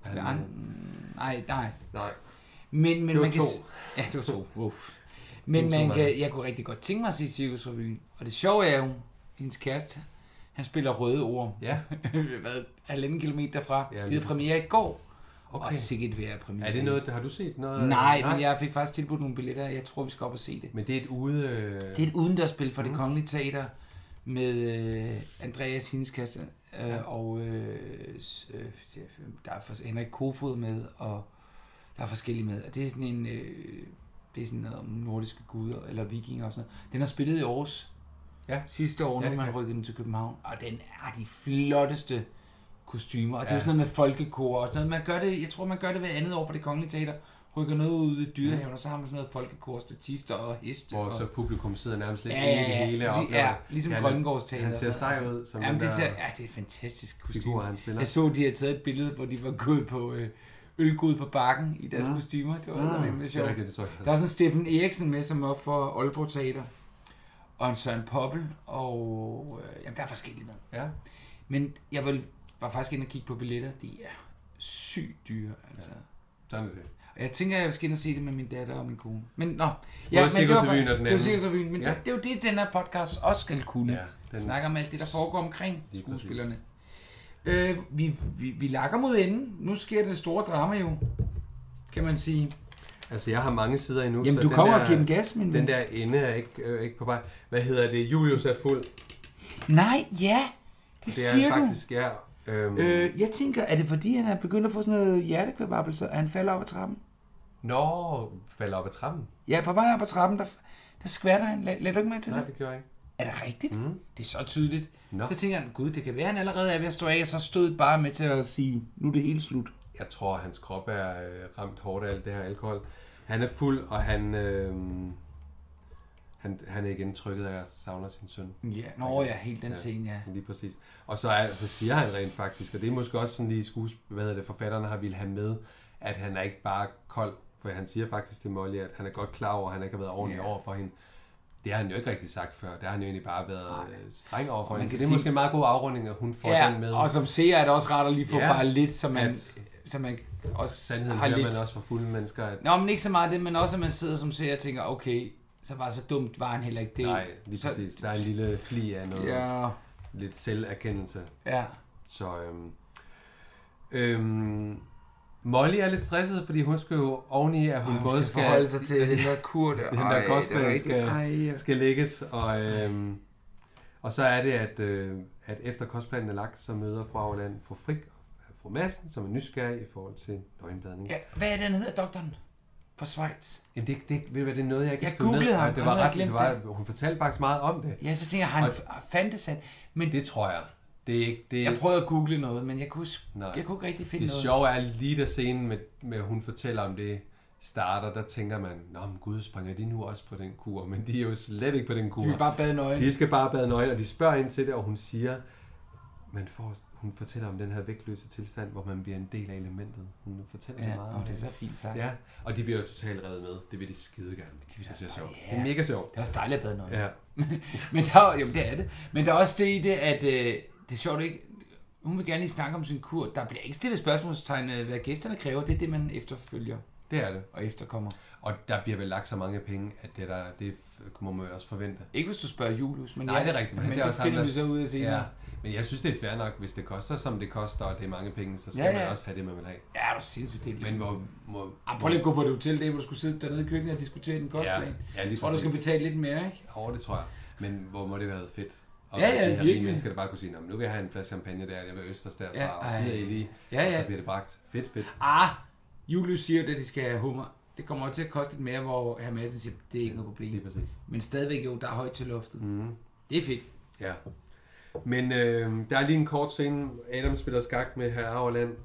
A: Han er
C: An...
A: med.
C: Nej, nej.
A: Nej.
C: Men, men
A: Det var
C: man kan...
A: to.
C: s- Ja, det var to. Uff.
A: Det
C: Men
A: var to,
C: man
A: man
C: kan,
A: havde.
C: jeg kunne rigtig godt tænke mig at se Cirkusrevyen. Og det sjove er jo, hendes kæreste, han spiller Røde Orm.
A: Ja.
C: Hvad, halvanden kilometer fra.
A: Ja,
C: Ja,
A: lige
C: Givet
A: præ-
C: premiere i går.
A: Okay.
C: Okay. Og sikkert være premiere.
A: Er det
C: i-
A: noget- har du set noget-
C: Nej,
A: øh, Nej.
C: men jeg fik faktisk tilbudt nogle billetter. Jeg tror, vi skal op og se det.
A: Men det er et ude... øh,
C: Det er et udendørsspil for
A: Mm.
C: det kongelige teater med øh, Andreas Hinskasse øh, og øh, s- øh, ja, der er for, Henrik Kofod med, og der er forskellige med. Og det er sådan en... Øh, det er sådan noget om nordiske guder eller vikinger og sådan noget. Den har spillet i Aarhus
A: ja.
C: sidste år,
A: Ja,
C: ja,
A: det
C: nu har man rykket den til København. Og den er de flotteste kostymer. Og det er
A: Ja.
C: jo sådan noget med folkekor og sådan noget. Man gør det, jeg tror, man gør det hver andet år for det kongelige teater. Rykker noget ud i dyrehaven, og så har man sådan noget folkekor, statister og heste.
A: Hvor
C: og...
A: så publikum sidder nærmest lidt
C: ja,
A: inde
C: ja,
A: i det
C: ja.
A: hele og
C: Lige-
A: oplever
C: Ja,
A: det.
C: ligesom
A: Ja,
C: ja,
A: han-
C: Grøngaards teater.
A: han ser
C: og sådan
A: sej
C: noget.
A: ud som
C: Jamen,
A: den
C: det
A: der
C: ser, ja, det er et fantastisk kostyme.
A: figur, han spiller.
C: Jeg så, de havde taget et billede, hvor de var gået på øh, ølgod på bakken i deres
A: Ja.
C: ja. kostymer. Det var
A: Ja.
C: ja.
A: Mm. Det er
C: sjovt.
A: rigtigt, det så jeg
C: Der er sådan Steffen Eriksen med, som er op for Aalborg Teater. Og en Søren Poppel. Og øh, jamen, der er forskellige med.
A: Ja.
C: Men jeg var, var faktisk inde og kigge på billetter. De er sygt dyre, altså. Ja.
A: Sådan er det.
C: Og jeg tænker, at jeg skal ind og se det med min datter og min kone. Men nå,
A: Både Cirkusrevyen og den
C: det var
A: anden.
C: Cirkusrevyen, men
A: Ja.
C: ja. det, det er jo det, den her podcast også skal kunne. Ja,
A: den-
C: den... Snakke om alt det, der foregår omkring
A: Lige præcis.
C: skuespillerne. Øh, vi, vi, vi lakker mod enden. Nu sker det store drama jo, kan man sige.
A: Altså, jeg har mange sider endnu.
C: Jamen,
A: så
C: du
A: den
C: kommer
A: der-
C: og giver den gas, min
A: Den
C: ven.
A: der ende er ikke, øh, ikke på vej. Hvad hedder det? Julius er fuld. Det,
C: Nej, ja, det, det siger
A: er
C: du.
A: faktisk, ja. Øhm, øh.
C: Øh, jeg tænker, er det fordi, han er begyndt at få sådan noget hjertekvababbelse, og han falder op ad trappen?
A: Nå, falder op ad trappen.
C: Ja, på vej op ad trappen, der, der skvatter han. Lad, lad du ikke med til
A: Nej,
C: det?
A: det gjorde jeg ikke.
C: Er det rigtigt? Mm. Det er så tydeligt.
A: Nå.
C: Så tænker han, gud, det kan være, han allerede er ved at stå af, og så stod bare med til at sige, nu er det hele slut.
A: Jeg tror, hans krop er øh, ramt hårdt af alt det her alkohol. Han er fuld, og han, øh, han, han er igen trykket af at savner sin søn.
C: Ja, nå ja, helt den scene, ja.
A: Lige præcis. Og så, er, så siger han rent faktisk, og det er måske også sådan lige skues, hvad hedder det, forfatterne har ville have med, at han er ikke bare kold, for han siger faktisk til Molly, at han er godt klar over, at han ikke har været ordentlig
C: Ja.
A: over for hende. Det har han jo ikke rigtig sagt før. Det har han jo egentlig bare været øh, streng over for
C: man
A: hende. Så
C: kan
A: det er
C: sige-
A: måske en meget god afrunding, at hun får den med.
C: og som seer er det også rart at lige få
A: Ja,
C: ja, bare lidt, så man,
A: at-
C: så man også
A: Sandheden
C: har
A: hører
C: lidt...
A: man også fra fulde mennesker, at
C: Nå, men ikke så meget det, men også at man sidder som seer og tænker, okay, så var så dumt var han heller ikke det.
A: Nej, lige
C: så,
A: præcis. Der er en lille fli af noget.
C: Ja.
A: Lidt selverkendelse.
C: Ja.
A: Så øhm, øhm, Molly er lidt stresset, fordi hun skal jo oveni, at hun
C: Ej, hun
A: både
C: skal forholde
A: skal...
C: sig til den der kur der.
A: Den
C: Ej, det
A: der
C: er
A: kostplan
C: rigtigt.
A: skal,
C: Ej, ja.
A: skal lægges. Og, øhm, og så er det, at, øh, at efter kostplanen er lagt, så møder fru Auland fru Frik og fru Madsen, som er nysgerrig i forhold til nøgenbadning.
C: Ja, hvad er det, han hedder, doktoren? For Schweiz.
A: Jamen det, det, ved du hvad, det er noget, jeg ikke
C: Jeg
A: skrive ned,
C: googlede
A: og
C: ham,
A: Det
C: og
A: var
C: nu har jeg
A: ret, det
C: glemt
A: var, hun fortalte faktisk meget om det.
C: Ja, så tænker jeg, han fandtes han. Men
A: det tror jeg. Det er ikke, det er
C: Jeg prøvede at google noget, men jeg kunne, sk-
A: Nej.
C: jeg kunne ikke rigtig finde
A: det
C: noget.
A: sjove er lige da scenen med, med hun fortæller om det starter, der tænker man, nå men gud, springer de nu også på den kur? Men de er jo slet ikke på den kur.
C: vil bare bade nøgen.
A: De skal bare bade nøgen, og de spørger ind til det, og hun siger, man får, hun fortæller om den her vægtløse tilstand, hvor man bliver en del af elementet. Hun fortæller
C: Ja,
A: meget.
C: åh,
A: om
C: det er så fint sagt.
A: Ja, og de bliver jo totalt reddet med. Det vil de skide gerne. Det, det synes jeg er sjovt. Det er mega sjovt.
C: Det er også dejligt at bade nøgen.
A: Ja.
C: men der, er- jo, det er det. Men der er også det i det, at øh, det er sjovt ikke. Hun vil gerne lige snakke om sin kur. Der bliver ikke stillet spørgsmålstegn, øh, hvad gæsterne kræver. Det er det, man efterfølger.
A: Det er det.
C: Og efterkommer.
A: Og der bliver vel lagt så mange penge, at det, der, det må man også forvente.
C: Ikke hvis du spørger Julius, men
A: Nej,
C: ja.
A: det er rigtigt.
C: Men det
A: ham,
C: finder
A: der-
C: vi så ud af senere.
A: Men jeg synes, det er fair nok, hvis det koster, som det koster, og det er mange penge, så skal ja,
C: Ja,
A: ja. man
C: ja.
A: også have det, man vil have.
C: Ja, det er sindssygt. Det er
A: Men hvor... hvor
C: Ah, prøv lige at gå på det hotel, der, hvor du skulle sidde dernede i køkkenet og diskutere den kostplan.
A: Ja, ja, lige
C: jeg tror, du skal
A: præcis.
C: betale lidt mere, ikke?
A: hvor- Åh, det tror jeg. Men hvor må det have været fedt. Og
C: Ja,
A: ja,
C: ja,
A: ja, de her rige
C: virkelig.
A: mennesker, der bare kunne sige, "Nå, men nu vil jeg have en flaske champagne der, jeg vil østers derfra,
C: Ja,
A: ja, og
C: ej.
A: her i lige,
C: Ja,
A: og så
C: ja.
A: bliver det bragt. Fedt, fedt.
C: Ah, Julius siger jo, at de skal have hummer. Det kommer jo til at koste lidt mere, hvor herr Madsen siger, det er Mhm. ikke noget problem.
A: Lige præcis.
C: Men stadigvæk jo, der er højt til luftet.
A: Mm.
C: Det er fedt.
A: Ja. Men øh, der er lige en kort scene. Adam spiller skak med herr Auerland,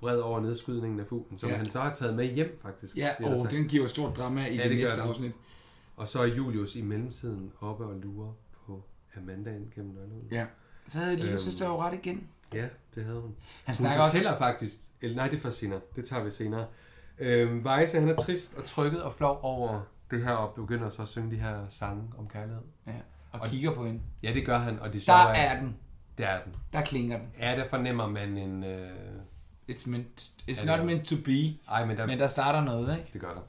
A: vred over nedskydningen af fuglen, som ja.
C: Ja.
A: han så har taget med hjem, faktisk.
C: Ja,
A: bliver der
C: åh,
A: sagt.
C: den giver jo stort drama i det
A: gør
C: næste
A: den.
C: afsnit.
A: Og så er Julius i mellemtiden oppe og lurer på Amanda ind gennem nøglehunden.
C: Ja. Så havde lille søster jo ret igen.
A: Ja, det havde hun.
C: Han
A: hun
C: snakker også-
A: fortæller faktisk... Eller nej, det er for senere. Det tager vi senere. Øhm, Weisse, han er trist og trykket og flov over det her og begynder så at synge de her sange om kærlighed.
C: Ja, og kigger på hende.
A: Ja, det gør han. Og det
C: Der
A: sjove
C: er den.
A: Der er den.
C: Der klinger den.
A: Ja, der fornemmer man en... Øh,
C: it's meant, It's not meant to be.
A: Ej, men der,
C: Men der starter noget, ikke?
A: Det gør der.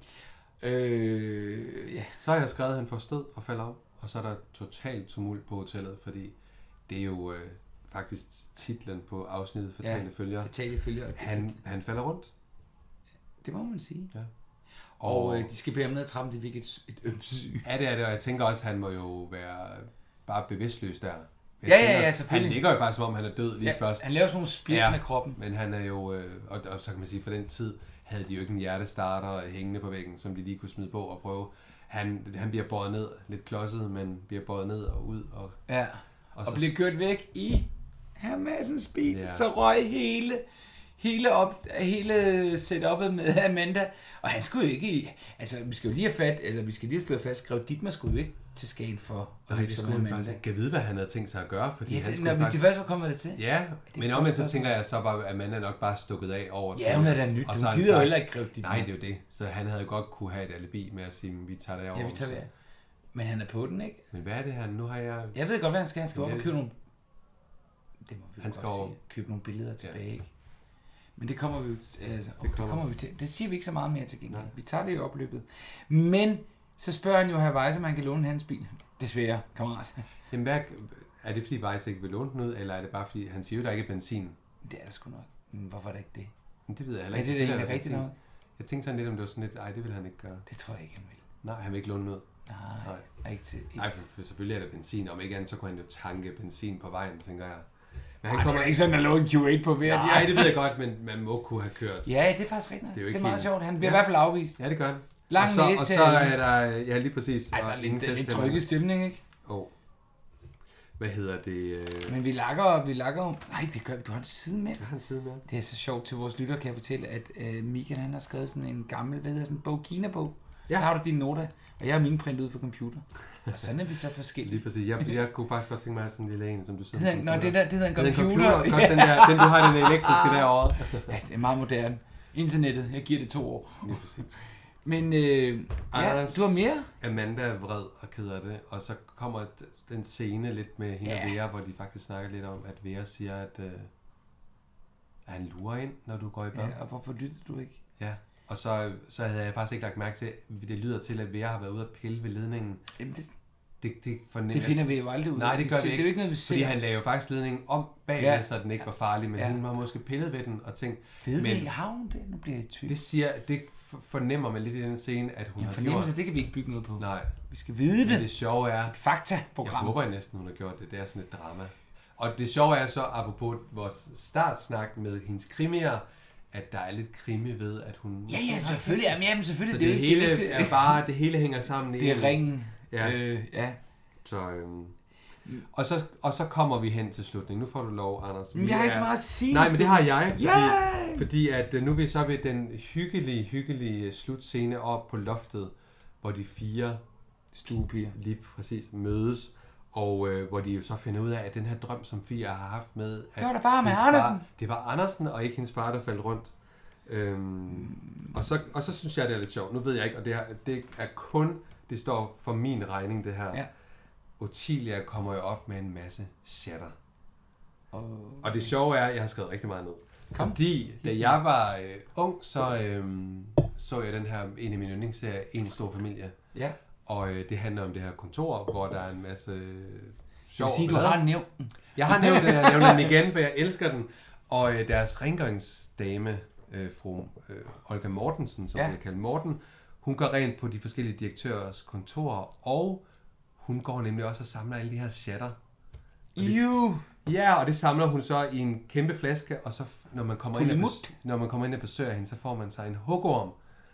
C: Øh, ja.
A: Så har jeg skrevet, at han får stød og falder om, og så er der totalt tumult på hotellet, fordi det er jo øh, faktisk titlen på afsnittet Fatale
C: Ja,
A: Følger.
C: Fatale Følger, og det er
A: Han, han falder rundt.
C: Det må man sige.
A: Ja.
C: Og, og øh, de skal bære ham ned ad trappen, det virker et, et ømt syn.
A: Ja, det er det, og jeg tænker også, at han må jo være bare bevidstløs der. Jeg
C: Ja, ja,
A: tænker,
C: ja, selvfølgelig.
A: Han ligger jo bare, som om han er død lige
C: Ja,
A: først.
C: han laver sådan nogle splint med
A: kroppen. Men han er jo, øh, og, og så kan man sige, for den tid havde de jo ikke en hjertestarter hængende på væggen, som de lige kunne smide på og prøve. Han, han bliver båret ned, lidt klodset, men bliver båret ned og ud. Og,
C: Ja, og, og bliver kørt væk i Hamassens bil.
A: Ja.
C: Ja. Så røg hele, hele, op, hele setup'et med Amanda. Og han skulle jo ikke i, altså vi skal jo lige have fat, eller vi skal lige have slået fast, skrev Dietmar skulle jo ikke til Skagen for
A: Nej, det skulle han faktisk ikke. Kan vide, hvad han havde tænkt sig at gøre, fordi
C: Ja,
A: han
C: det-
A: skulle
C: nå, hvis de
A: faktisk-
C: først var kommet dertil.
A: Ja,
C: Det er
A: men
C: et
A: omvendt så
C: godt
A: tænker jeg, så var Amanda nok bare stukket af over
C: Ja, hun er
A: Thomas,
C: da nyt.
A: og
C: Hun
A: så har han
C: gider jo
A: sagt-
C: heller ikke gribe dit
A: Nej,
C: navn.
A: det er jo det. Så han havde godt kunne have et alibi med at sige, vi tager det over.
C: Ja, vi tager det af. Men han er på den, ikke?
A: Men hvad er det her? Nu har jeg...
C: Jeg ved godt, hvad han skal. Han skal
A: Men
C: op og
A: jeg-
C: købe nogle... Det må vi
A: Han
C: han
A: skal
C: skal godt
A: over-
C: sige. Købe nogle billeder tilbage, ikke? Men det kommer vi, jo- altså, det kommer.
A: kommer
C: det kommer vi til. Det siger vi ikke så meget mere til gengæld. Vi tager det i opløbet. Men så spørger han jo herr Weiss, om han kan låne hans bil. Desværre, kammerat.
A: Jamen, hvad, er det fordi Weiss ikke vil låne den ud, eller er det bare fordi, han siger jo, der ikke er benzin?
C: Det er der sgu nok. Men hvorfor er der ikke det?
A: Men det ved jeg heller
C: Er
A: ikke.
C: det
A: der
C: egentlig
A: da
C: rigtigt
A: benzin.
C: nok?
A: Jeg tænkte sådan lidt, om det var sådan lidt, ej, det vil han ikke gøre.
C: Det tror jeg ikke, han vil.
A: Nej, han vil ikke låne den ud.
C: Nej, ikke til...
A: Nej, for, for selvfølgelig er der benzin. Om ikke andet, så kunne han jo tanke benzin på vejen, tænker jeg. Men
C: Ej, det er ikke sådan at låne Q8 på hver-
A: Nej, det ved jeg godt, men man må kunne have kørt.
C: Ja, det er faktisk rigtigt. nok.
A: Det er, jo
C: det
A: ikke
C: er meget
A: helt-
C: sjovt. Han bliver
A: Ja.
C: i hvert fald afvist.
A: Ja, det gør han.
C: Lang
A: og så,
C: næse
A: og
C: til
A: så
C: alle.
A: er der, ja lige præcis.
C: Altså,
A: Og
C: lidt-
A: ingen
C: lidt
A: feststemning.
C: trykket stemning, ikke?
A: Åh. Oh. Hvad hedder det? øh,
C: Men vi lakker, vi lakker om... Nej, det gør vi. Du har en side med. Jeg
A: har en side med.
C: Det er så sjovt til vores lytter, kan jeg fortælle, at øh, Michael han har skrevet sådan en gammel, hvad hedder sådan en bog, Kina-bog. Ja. Der har du dine noter, og jeg har mine printet ud fra computer. Og sådan er vi så forskellige.
A: Lige præcis. Jeg, jeg kunne faktisk godt tænke mig at have sådan en lille en, som du sidder
C: Det hedder,
A: med
C: nå, det,
A: computer.
C: der, det hedder en
A: Den
C: computer. Ah.
A: Godt, den, der, den, du har den elektriske derovre.
C: ja, det er meget moderne. Internettet, jeg giver det to år.
A: Lige præcis.
C: Men øh, ja,
A: Anders,
C: du har mere?
A: Amanda er vred og ked af det, og så kommer d- den scene lidt med hende og
C: Ja.
A: Vera, hvor de faktisk snakker lidt om, at Vera siger, at, øh, at han lurer ind, når du går i bad.
C: Ja, og hvorfor lytter du ikke?
A: Ja, og så, så havde jeg faktisk ikke lagt mærke til, at det lyder til, at Vera har været ude at pille ved ledningen.
C: Jamen det,
A: det, det, fornemmer.
C: Det finder vi jo aldrig ud af.
A: Nej, det
C: Vi
A: gør
C: ser-
A: vi
C: det er
A: ikke.
C: jo ikke noget, vi ser.
A: Fordi han lavede jo faktisk ledningen om bagved,
C: Ja.
A: ja. så den ikke var farlig, men
C: Ja.
A: ja. hun har måske pillet ved den og tænkt...
C: Ved vi
A: men
C: i havn det? Nu bliver jeg i tvivl.
A: det, siger, det f- fornemmer man lidt i den scene, at hun
C: Ja,
A: har
C: fornemmelse,
A: gjort...
C: det kan vi ikke bygge noget på.
A: Nej.
C: Vi skal vide det.
A: Det sjove er... Et
C: faktaprogram.
A: Jeg håber næsten, hun har gjort det. Det er sådan et drama. Og det sjove er så, apropos vores startsnak med hendes krimier, at der er lidt krimi ved, at hun...
C: Ja, ja, selvfølgelig. Jamen, jamen, selvfølgelig.
A: Så
C: Det
A: det,
C: er
A: det
C: jo ikke-
A: hele
C: det er jo
A: er,
C: ikke-
A: bare... Det hele hænger sammen i...
C: Det er
A: en.
C: ringen.
A: Mm. Ja.
C: Øh, ja.
A: Så, øhm, og, så, og så kommer vi hen til slutningen. Nu får du lov, Anders.
C: Men
A: Vi
C: jeg har ikke så meget at sige
A: Nej,
C: med
A: men det har jeg. Fordi,
C: slutningen. Yay!
A: fordi at øh, nu er vi så ved den hyggelige, hyggelige øh, slutscene op på loftet, hvor de fire
C: stuepiger
A: lige præcis mødes. Og øh, hvor de jo så finder ud af, at den her drøm, som Fia har haft med... At
C: Det var da bare med
A: hendes
C: Andersen.
A: Far, det var Andersen, og ikke hendes far, der faldt rundt. Øhm,
C: Mm.
A: og, så, og så synes jeg, det er lidt sjovt. Nu ved jeg ikke, og det, er, det er kun... Det står for min regning, det her.
C: Ja.
A: Otilia kommer jo op med en masse chatter.
C: Og,
A: og det sjove er, at jeg har skrevet rigtig meget ned. Kom. Fordi da jeg var øh, ung, så øh, så jeg den her, en af mine yndlingsserier, En Stor Familie.
C: Ja.
A: Og øh, det handler om det her kontor, hvor der er en masse øh, sjov...
C: vil sige, du
A: ballade.
C: har nævnt den.
A: Jeg har nævnt den, jeg nævner den igen, for jeg elsker den. Og øh, deres rengøringsdame, øh, fru øh, Olga Mortensen, som
C: Ja.
A: ja. bliver kaldt Morten, hun går rent på de forskellige direktørers kontorer, og hun går nemlig også og samler alle de her chatter. Og det- Ja, og det samler hun så i en kæmpe flaske, og så f- når man kommer, ind og, bes- når man kommer ind og besøger hende, så får man sig en hugorm,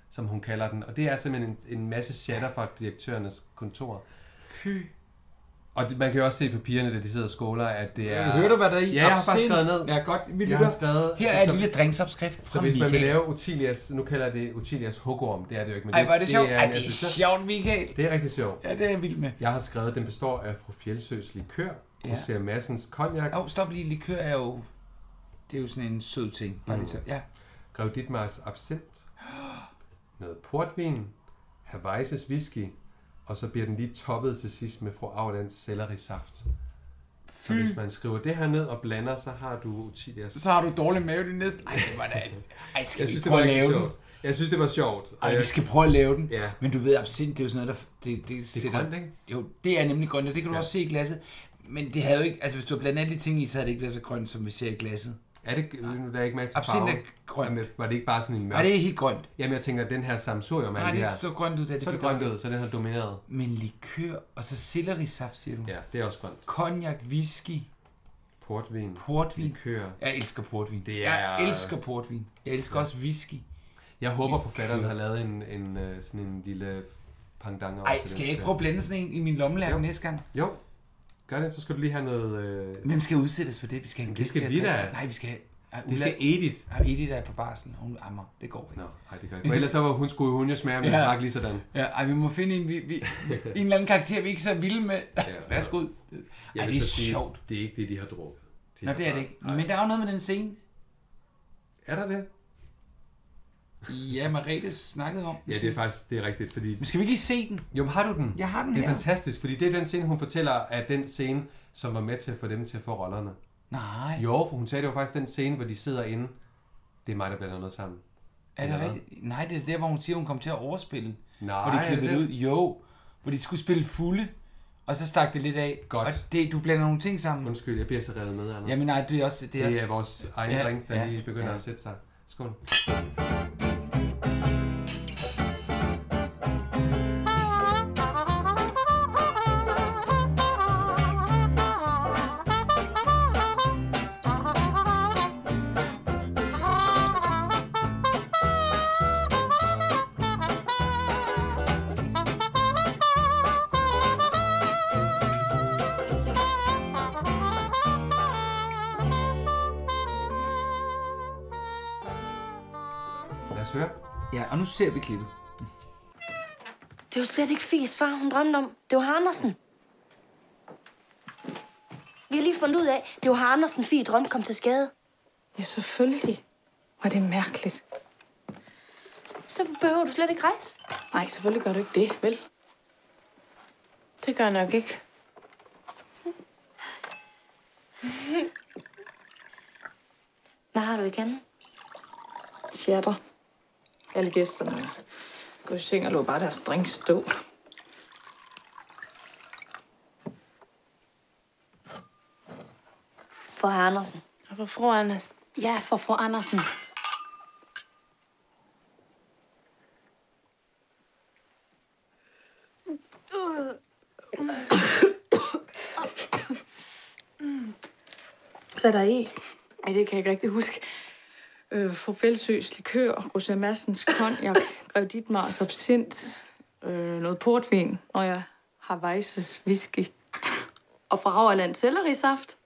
A: som hun kalder den. Og det er simpelthen en, en masse chatter fra direktørernes kontor.
C: Fy.
A: Og det, man kan jo også se på pigerne, da de sidder og skåler, at det er...
C: Hører du, hvad der er i?
A: Ja, jeg har
C: Absint.
A: faktisk skrevet ned.
C: Ja, godt. Vi
A: jeg
C: lytter.
A: har skrevet... Altså,
C: Her er en lille drinksopskrift
A: Så
C: fra
A: hvis man vil
C: Michael.
A: lave Utilias... Nu kalder jeg det Utilias hugorm. Det er det jo ikke, men
C: Ej, hvor er det sjovt. Ej,
A: en
C: det er
A: association.
C: sjovt, Michael.
A: Det er rigtig sjovt.
C: Ja, det er jeg vild med.
A: Jeg har skrevet, at den består af fru Fjeldsøs likør,
C: Ja.
A: ja. Husser Massens cognac,
C: Åh, oh, stop lige. Likør er jo... Det er jo sådan en sød
A: Mm.
C: ting. Bare lige så. Ja.
A: Grev Dietmars absint, noget portvin, Havaises whisky, og så bliver den lige toppet til sidst med fru Aulands sellerisaft. Så hvis man skriver det her ned og blander, så har du 10 der.
C: Så har du dårlig mave det næste. Ej, det var da... Ej, skal
A: Jeg
C: vi
A: synes,
C: ikke
A: det
C: prøve at
A: var rigtig
C: lave den?
A: sjovt. Jeg synes, det var sjovt. Øh,
C: Ej,
A: Og
C: vi
A: jeg-
C: skal prøve at lave den.
A: Ja.
C: Men du ved, absint, det er jo sådan noget, der... Det, det, det sætter-
A: grønt, ikke?
C: Jo, det er nemlig grønt, og det kan du også se i glasset. Men det havde jo ikke... Altså, hvis du havde blandt andet de ting i, så havde det ikke været så grønt, som vi ser i glasset.
A: Er det... Nu er jeg ikke med til
C: Absint er
A: farven.
C: grønt.
A: Jamen, var det ikke bare sådan en mørk?
C: Nej, det er helt grønt.
A: Jamen, jeg tænker, den her samsurium
C: Nej,
A: alt
C: det
A: her.
C: så grønt Mm. ud, da det
A: Så er det
C: fik
A: grønt ud, så den har domineret.
C: Men likør, og så sellerisaft, siger du?
A: Ja, det er også grønt.
C: Cognac, whisky.
A: Portvin.
C: Portvin.
A: Likør.
C: Jeg elsker portvin.
A: Det er...
C: Jeg elsker portvin. Jeg elsker også whisky.
A: Jeg håber,
C: Likør.
A: forfatteren har lavet en, en, øh, sådan en lille pangdang over
C: Ej,
A: til
C: skal
A: den
C: jeg ikke
A: serie.
C: prøve at blande sådan en i min lommelærke
A: Jo.
C: næste gang?
A: Jo, gør det. Så skal du lige have noget... Øh...
C: Hvem skal udsættes for det? Vi skal have en
A: Det
C: gæst til
A: skal
C: at
A: vi
C: drikke.
A: da.
C: Nej, vi skal have... Ej,
A: Det skal Edith.
C: Ej, Edith er på barsen. Hun ammer. Det går ikke.
A: Nå, nej, det gør ikke. For ellers så var hun skulle hun jo smage, men ja. lige sådan.
C: Ja, ej, vi må finde en, vi, vi, en eller anden karakter, vi ikke er så vilde med. Ja, Værsgo. Ej,
A: vil
C: det er
A: så sige,
C: sjovt.
A: Det er ikke det, de har drukket. De
C: Nå,
A: har
C: det er det
A: bare-
C: ikke. Men der er jo noget med den scene.
A: Er der det?
C: Ja, Mariette snakkede om. den
A: Ja, det er
C: sidst.
A: faktisk det er rigtigt, fordi...
C: Men skal vi ikke lige se den?
A: Jo, men har du den?
C: Jeg har den
A: Det er
C: her.
A: fantastisk, fordi det er den scene, hun fortæller, er den scene, som var med til at få dem til at få rollerne.
C: Nej.
A: Jo, for hun sagde, det var faktisk den scene, hvor de sidder inde. Det er mig, der blander noget sammen.
C: Er det
A: Eller hvad?
C: rigtigt? Nej, det er der, hvor hun siger, hun kom til at overspille.
A: Nej,
C: hvor
A: er
C: de
A: det
C: klippede det
A: det?
C: ud. Jo, hvor de skulle spille fulde, og så stak det lidt af.
A: Godt.
C: Og det, du blander nogle ting sammen.
A: Undskyld, jeg bliver så revet med, Anders.
C: Jamen nej, det er også...
A: Det er vores egen ja, drink, der ja, lige begynder ja. at sætte sig. Skål. Lad os høre.
C: Ja, og nu ser vi klippet.
P: Det var slet ikke Fies far, hun drømte om. Det var Andersen. Vi har lige fundet ud af, det var Andersen, Fie drømte kom til skade.
Q: Ja, selvfølgelig. Var det mærkeligt.
P: Så behøver du slet ikke rejse.
Q: Nej, selvfølgelig gør du ikke det, vel? Det gør jeg nok ikke.
P: Hvad har du ikke andet?
Q: Shatter. Alle gæsterne går i seng og lå bare deres drink stå.
P: For herr Andersen.
Q: Og for fru Andersen. Ja, for fru Andersen. Hvad er der i? Ej, det kan jeg ikke rigtig huske. Øh, fru Fældsøs likør, Rosa Massens konjak, Grev Dietmars absint, øh, noget portvin, og jeg har Weisses whisky. Og fra Auerland sellerisaft.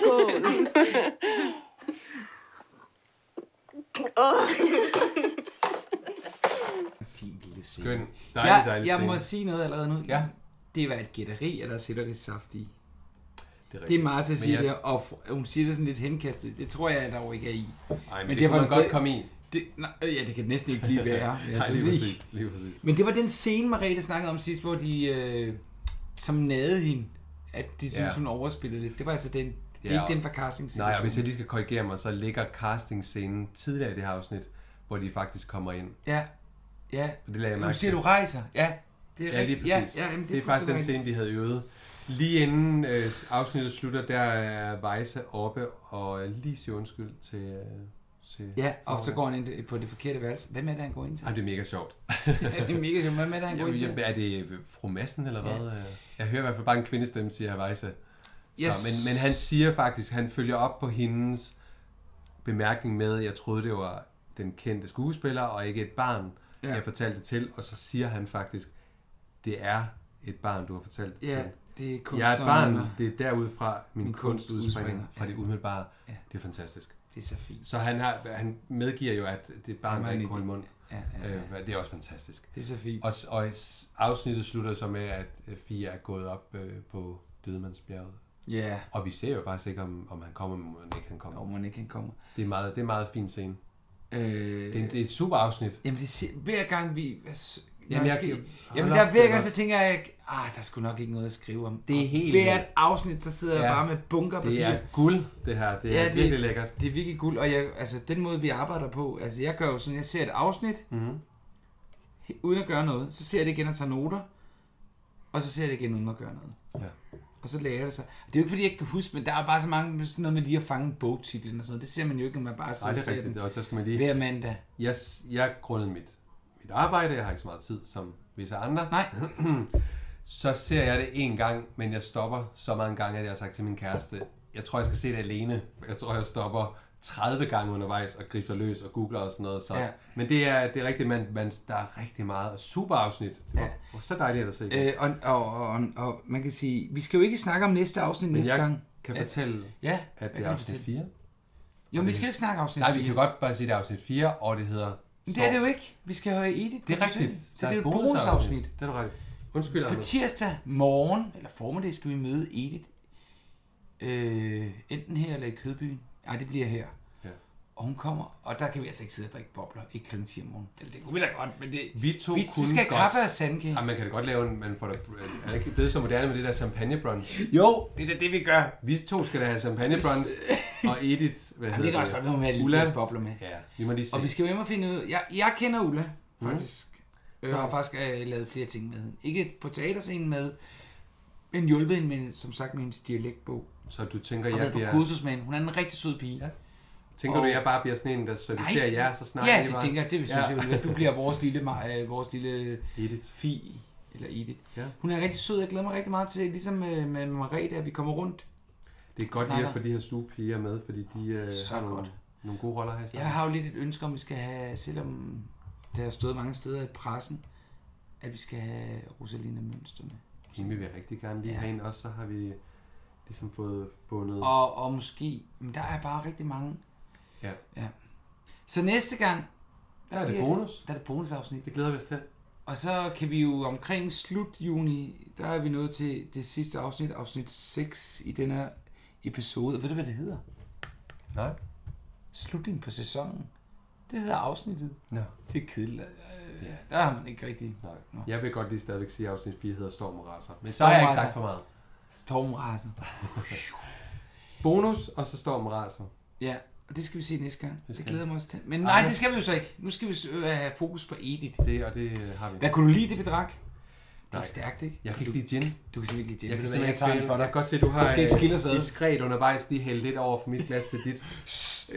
G: Skål.
C: Fint lille scene.
A: Skøn. Dejlig,
C: jeg,
A: dejlig
C: jeg
A: scene.
C: må sige noget allerede nu. Ja. Det var et gætteri, at der sætter lidt saft i.
A: Det er,
C: det er
A: rigtigt.
C: Martha
A: Men
C: siger
A: jeg-
C: det, og fru- hun siger det sådan lidt henkastet. Det tror jeg, at der jo ikke er i.
A: men det kunne man
C: det
A: godt komme i.
C: Det, nej, øh, ja, det kan næsten ikke blive værre. vil jeg
A: Nej,
C: så
A: lige
C: sige.
A: præcis, lige præcis.
C: Men det var den scene, Mariette snakkede om sidst, hvor de øh, som nagede hende, at de synes,
A: Ja.
C: hun overspillede lidt. Det var altså den. Det er ikke den fra casting
A: Nej, og hvis jeg lige skal korrigere mig, så ligger casting-scenen tidligere i det her afsnit, hvor de faktisk kommer ind.
C: Ja. Ja.
A: Og det lagde jeg
C: Nu
A: mærke
C: siger
A: til.
C: du rejser. Ja, det er
A: ja, lige
C: rigtigt.
A: præcis.
C: Ja,
A: Ja,
C: ja,
A: ja,
C: jamen, det
A: det,
C: er
A: det er faktisk den
C: fuldstændig
A: scene, de havde øvet. Lige inden øh, afsnittet slutter, der er Vejse oppe og lige siger undskyld til... Øh, til
C: Ja, og så
A: forholdet.
C: går han ind på det forkerte værelse. Hvem er det, han går ind til?
A: Ej, det er mega sjovt.
C: Ja, det er mega sjovt. Hvem er det, han går
A: Jamen,
C: ind til?
A: jamen, Er det øh, fru Madsen, eller hvad?
C: Ja.
A: Ja. Jeg hører i hvert fald bare en kvindestemme, siger Havajsa.
C: Jeg
A: Yes. Men, men han siger faktisk, han følger op på hendes bemærkning med, jeg troede, det var den kendte skuespiller, og ikke et barn,
C: Ja.
A: ja. jeg fortalte det til. Og så siger han faktisk, det er et barn, du har fortalt det
C: Ja,
A: til.
C: det er
A: Jeg er et barn,
C: kunstneren.
A: det er derudfra
C: Min
A: min, min
C: kunst
A: kunst udspringer,
C: udspringer,
A: fra det umiddelbare. Ja. Det er fantastisk.
C: Det er så fint.
A: Så han, har, han medgiver jo, at det er et barn,
C: Han var
A: der ikke
C: en
A: kunne
C: idé.
A: holde mund.
C: Ja, ja, ja.
A: Øh, men det er også fantastisk.
C: Det er så fint.
A: Og, s- og s- afsnittet slutter så med, at øh, Fia er gået op øh, på Dødemandsbjerget.
C: Ja.
A: Og vi ser jo faktisk ikke, om, om han kommer, men om ikke han kommer.
C: Om han ikke han kommer.
A: Det er meget, det er meget fin scene.
C: Øh,
A: det, er, det er et super afsnit.
C: Jamen, det er, hver gang vi... Hvad, s- når
A: Jamen,
C: jeg,
A: jeg-
C: skal,
A: hold
C: jamen
A: op,
C: der
A: det
C: hver gang,
A: var-
C: så tænker jeg, ah, der skulle nok ikke noget at skrive om.
A: Det er
C: Og
A: helt
C: Hvert
A: vildt.
C: afsnit, så sidder jeg
A: Ja.
C: bare med bunker på
A: Det er guld, det her. Det er virkelig lækkert.
C: Det er virkelig guld, og jeg, altså, den måde, vi arbejder på, altså, jeg gør jo sådan, jeg ser et afsnit,
A: Mhm.
C: he- uden at gøre noget, så ser jeg det igen og tager noter, og så ser jeg det igen uden at gøre noget.
A: Ja.
C: Og så lærer det sig. Det er jo ikke, fordi jeg ikke kan huske, men der er bare så mange, sådan noget med lige at fange bogtitlen og sådan noget. Det ser man jo ikke, når man bare sidder
A: Nej,
C: og
A: det er
C: ser
A: rigtigt.
C: den.
A: Og så skal man lige...
C: Hver mandag.
A: Jeg, s- jeg grundet mit, mit arbejde, jeg har ikke så meget tid som visse andre.
C: Nej.
A: så ser jeg det en gang, men jeg stopper så mange gange, at jeg har sagt til min kæreste, jeg tror, jeg skal se det alene. Jeg tror, jeg stopper 30 gange undervejs og grifter løs og googler og sådan noget. Så.
C: Ja.
A: Men det er, det er rigtigt, man, man, der er rigtig meget super afsnit. Det var, ja. så dejligt at se.
C: Øh, og, og, og, og, og, man kan sige, vi skal jo ikke snakke om næste afsnit
A: Men
C: næste
A: jeg
C: gang.
A: kan
C: At-
A: fortælle,
C: ja,
A: at
C: hvad
A: det
C: kan
A: er
C: du
A: afsnit
C: fortælle?
A: 4.
C: Jo,
A: Og
C: men vi
A: det-
C: skal jo ikke snakke afsnit
A: Nej, vi
C: 4.
A: kan godt bare sige, det er afsnit 4, og det hedder...
C: Men det er det jo ikke. Vi skal høre Edith. på
A: Det er rigtigt.
C: besøg. Så det er
A: Der
C: et bonusafsnit.
A: Det er du ret. i. Undskyld,
C: På
A: Anders.
C: tirsdag morgen, eller formiddag, skal vi møde Edith. Øh, enten her eller i Kødbyen. Nej, det bliver her.
A: Ja.
C: Og hun kommer, og der kan vi altså ikke sidde og drikke bobler. Ikke kl. 10 om morgenen. Eller det kunne vi da godt, men det...
A: Vi to
C: vi,
A: kunne
C: vi skal have
A: godt...
C: kaffe og sandkage.
A: Ja, man kan da godt lave en... Man får da, er det ikke blevet så moderne med det der champagne brunch?
C: Jo, det er da det, vi gør.
A: Vi to skal da have champagne brunch, og Edith... Hvad
C: Jamen,
A: hedder
C: det kan også godt være, hun vil have lidt glas bobler med.
A: Ja, vi må lige se.
C: Og vi skal være med at finde ud af... Jeg, jeg kender Ulla,
A: Mhm.
C: faktisk.
A: Så-
C: Jeg har faktisk øh, lavet flere ting med hende. Ikke på teaterscenen med, men hjulpet hende, med, som sagt, med hendes dialektbog.
A: Så du tænker,
C: og
A: jeg
C: været
A: bliver-
C: på kursus med hende. Hun er en rigtig sød pige. Ja.
A: Tænker du, jeg bare bliver sådan en, der servicerer jer, så snakker
C: Ja,
A: I
C: det
A: bare?
C: tænker jeg. Det vil synes
A: Ja.
C: jeg ville være. Du bliver vores lille, ma- øh, vores lille
A: Edith.
C: fi, eller Edith.
A: Ja.
C: Hun er rigtig sød. Jeg glæder mig rigtig meget til, ligesom med, med Margrethe, at vi kommer rundt.
A: Det er godt lige
C: Snakker.
A: at få de her stuepiger med, fordi de øh,
C: Så
A: har nogle, nogle gode roller her i starten.
C: Jeg har jo lidt et ønske om, at vi skal have, selvom det har stået mange steder i pressen, at vi skal have Rosalina Mønster med.
A: Hende vil vi rigtig gerne lige
C: Ja.
A: ja. have en, og så har vi ligesom fået bundet...
C: Og, og måske, men der er bare rigtig mange.
A: Ja.
C: ja. Så næste gang,
A: Der er det
C: bliver
A: bonus.
C: Der er det bonusafsnit.
A: Det glæder vi os til.
C: Og så kan vi jo omkring slut juni, der er vi nået til det sidste afsnit, afsnit 6 i denne her episode. Ved du, hvad det hedder?
A: Nej.
C: Slutningen på sæsonen. Det hedder afsnittet.
A: Nå.
C: Det er kedeligt. Øh, ja. Der har man ikke rigtig...
A: Nej.
C: Nå.
A: Jeg vil godt lige stadigvæk sige, at afsnit 4 hedder Storm og Raser. Men så
C: Storm
A: har jeg
C: og
A: ikke
C: Raser.
A: sagt for meget.
C: Stormrasen.
A: Bonus, og så Storm og Raser.
C: Ja, og det skal vi se næste gang. Det,
A: skal
C: det glæder
A: vi.
C: jeg mig også til. Men
A: Ej,
C: nej,
A: nu-
C: det skal vi jo så ikke. Nu skal vi øh, have fokus på Edith.
A: Det, og det øh, har vi.
C: Hvad kunne du lide, det vi drak? Det er
A: Nej.
C: stærkt, ikke?
A: Jeg kan
C: Du-
A: ikke lide gin.
C: Du kan simpelthen ikke lide gin.
A: Jeg
C: Det
A: kan
C: er
A: simpelthen ikke
C: tager den
A: tage
C: for
A: Jeg
C: dig.
A: kan godt se, at du har
C: Det skal ikke
A: øh,
C: skille os ad.
A: diskret undervejs lige hældt lidt over fra mit glas til dit.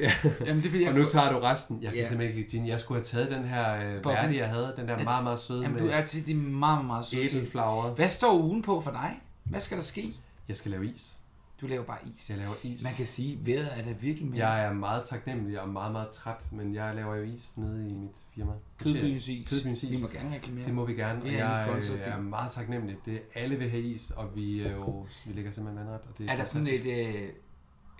A: Ja.
C: Jamen, det er, fordi, jeg
A: og nu
C: kunne-
A: tager du resten. Jeg kan
C: Ja.
A: simpelthen ikke lide gin. Jeg skulle have taget den her øh,
C: Bob.
A: værdi, jeg havde. Den der meget, meget søde
C: Jamen,
A: med
C: du er til de meget, meget søde.
A: æbleflagre.
C: Hvad står ugen på for dig? Hvad skal der ske?
A: Jeg skal lave is.
C: Du laver bare is.
A: Jeg laver is.
C: Man kan sige, at vejret er da virkelig med.
A: Jeg er meget taknemmelig og meget, meget træt, men jeg laver jo is nede i mit firma.
C: Kødbyens Is.
A: Kødbyens Is.
C: Vi må gerne reklamere.
A: Det må vi gerne,
C: Vi
A: og
C: er en
A: jeg
C: sponsor.
A: øh, er meget taknemmelig. Det, alle vil have is, og vi, er jo, vi ligger simpelthen vandret. Og det er,
C: Er der sådan
A: fantastisk.
C: et... Øh,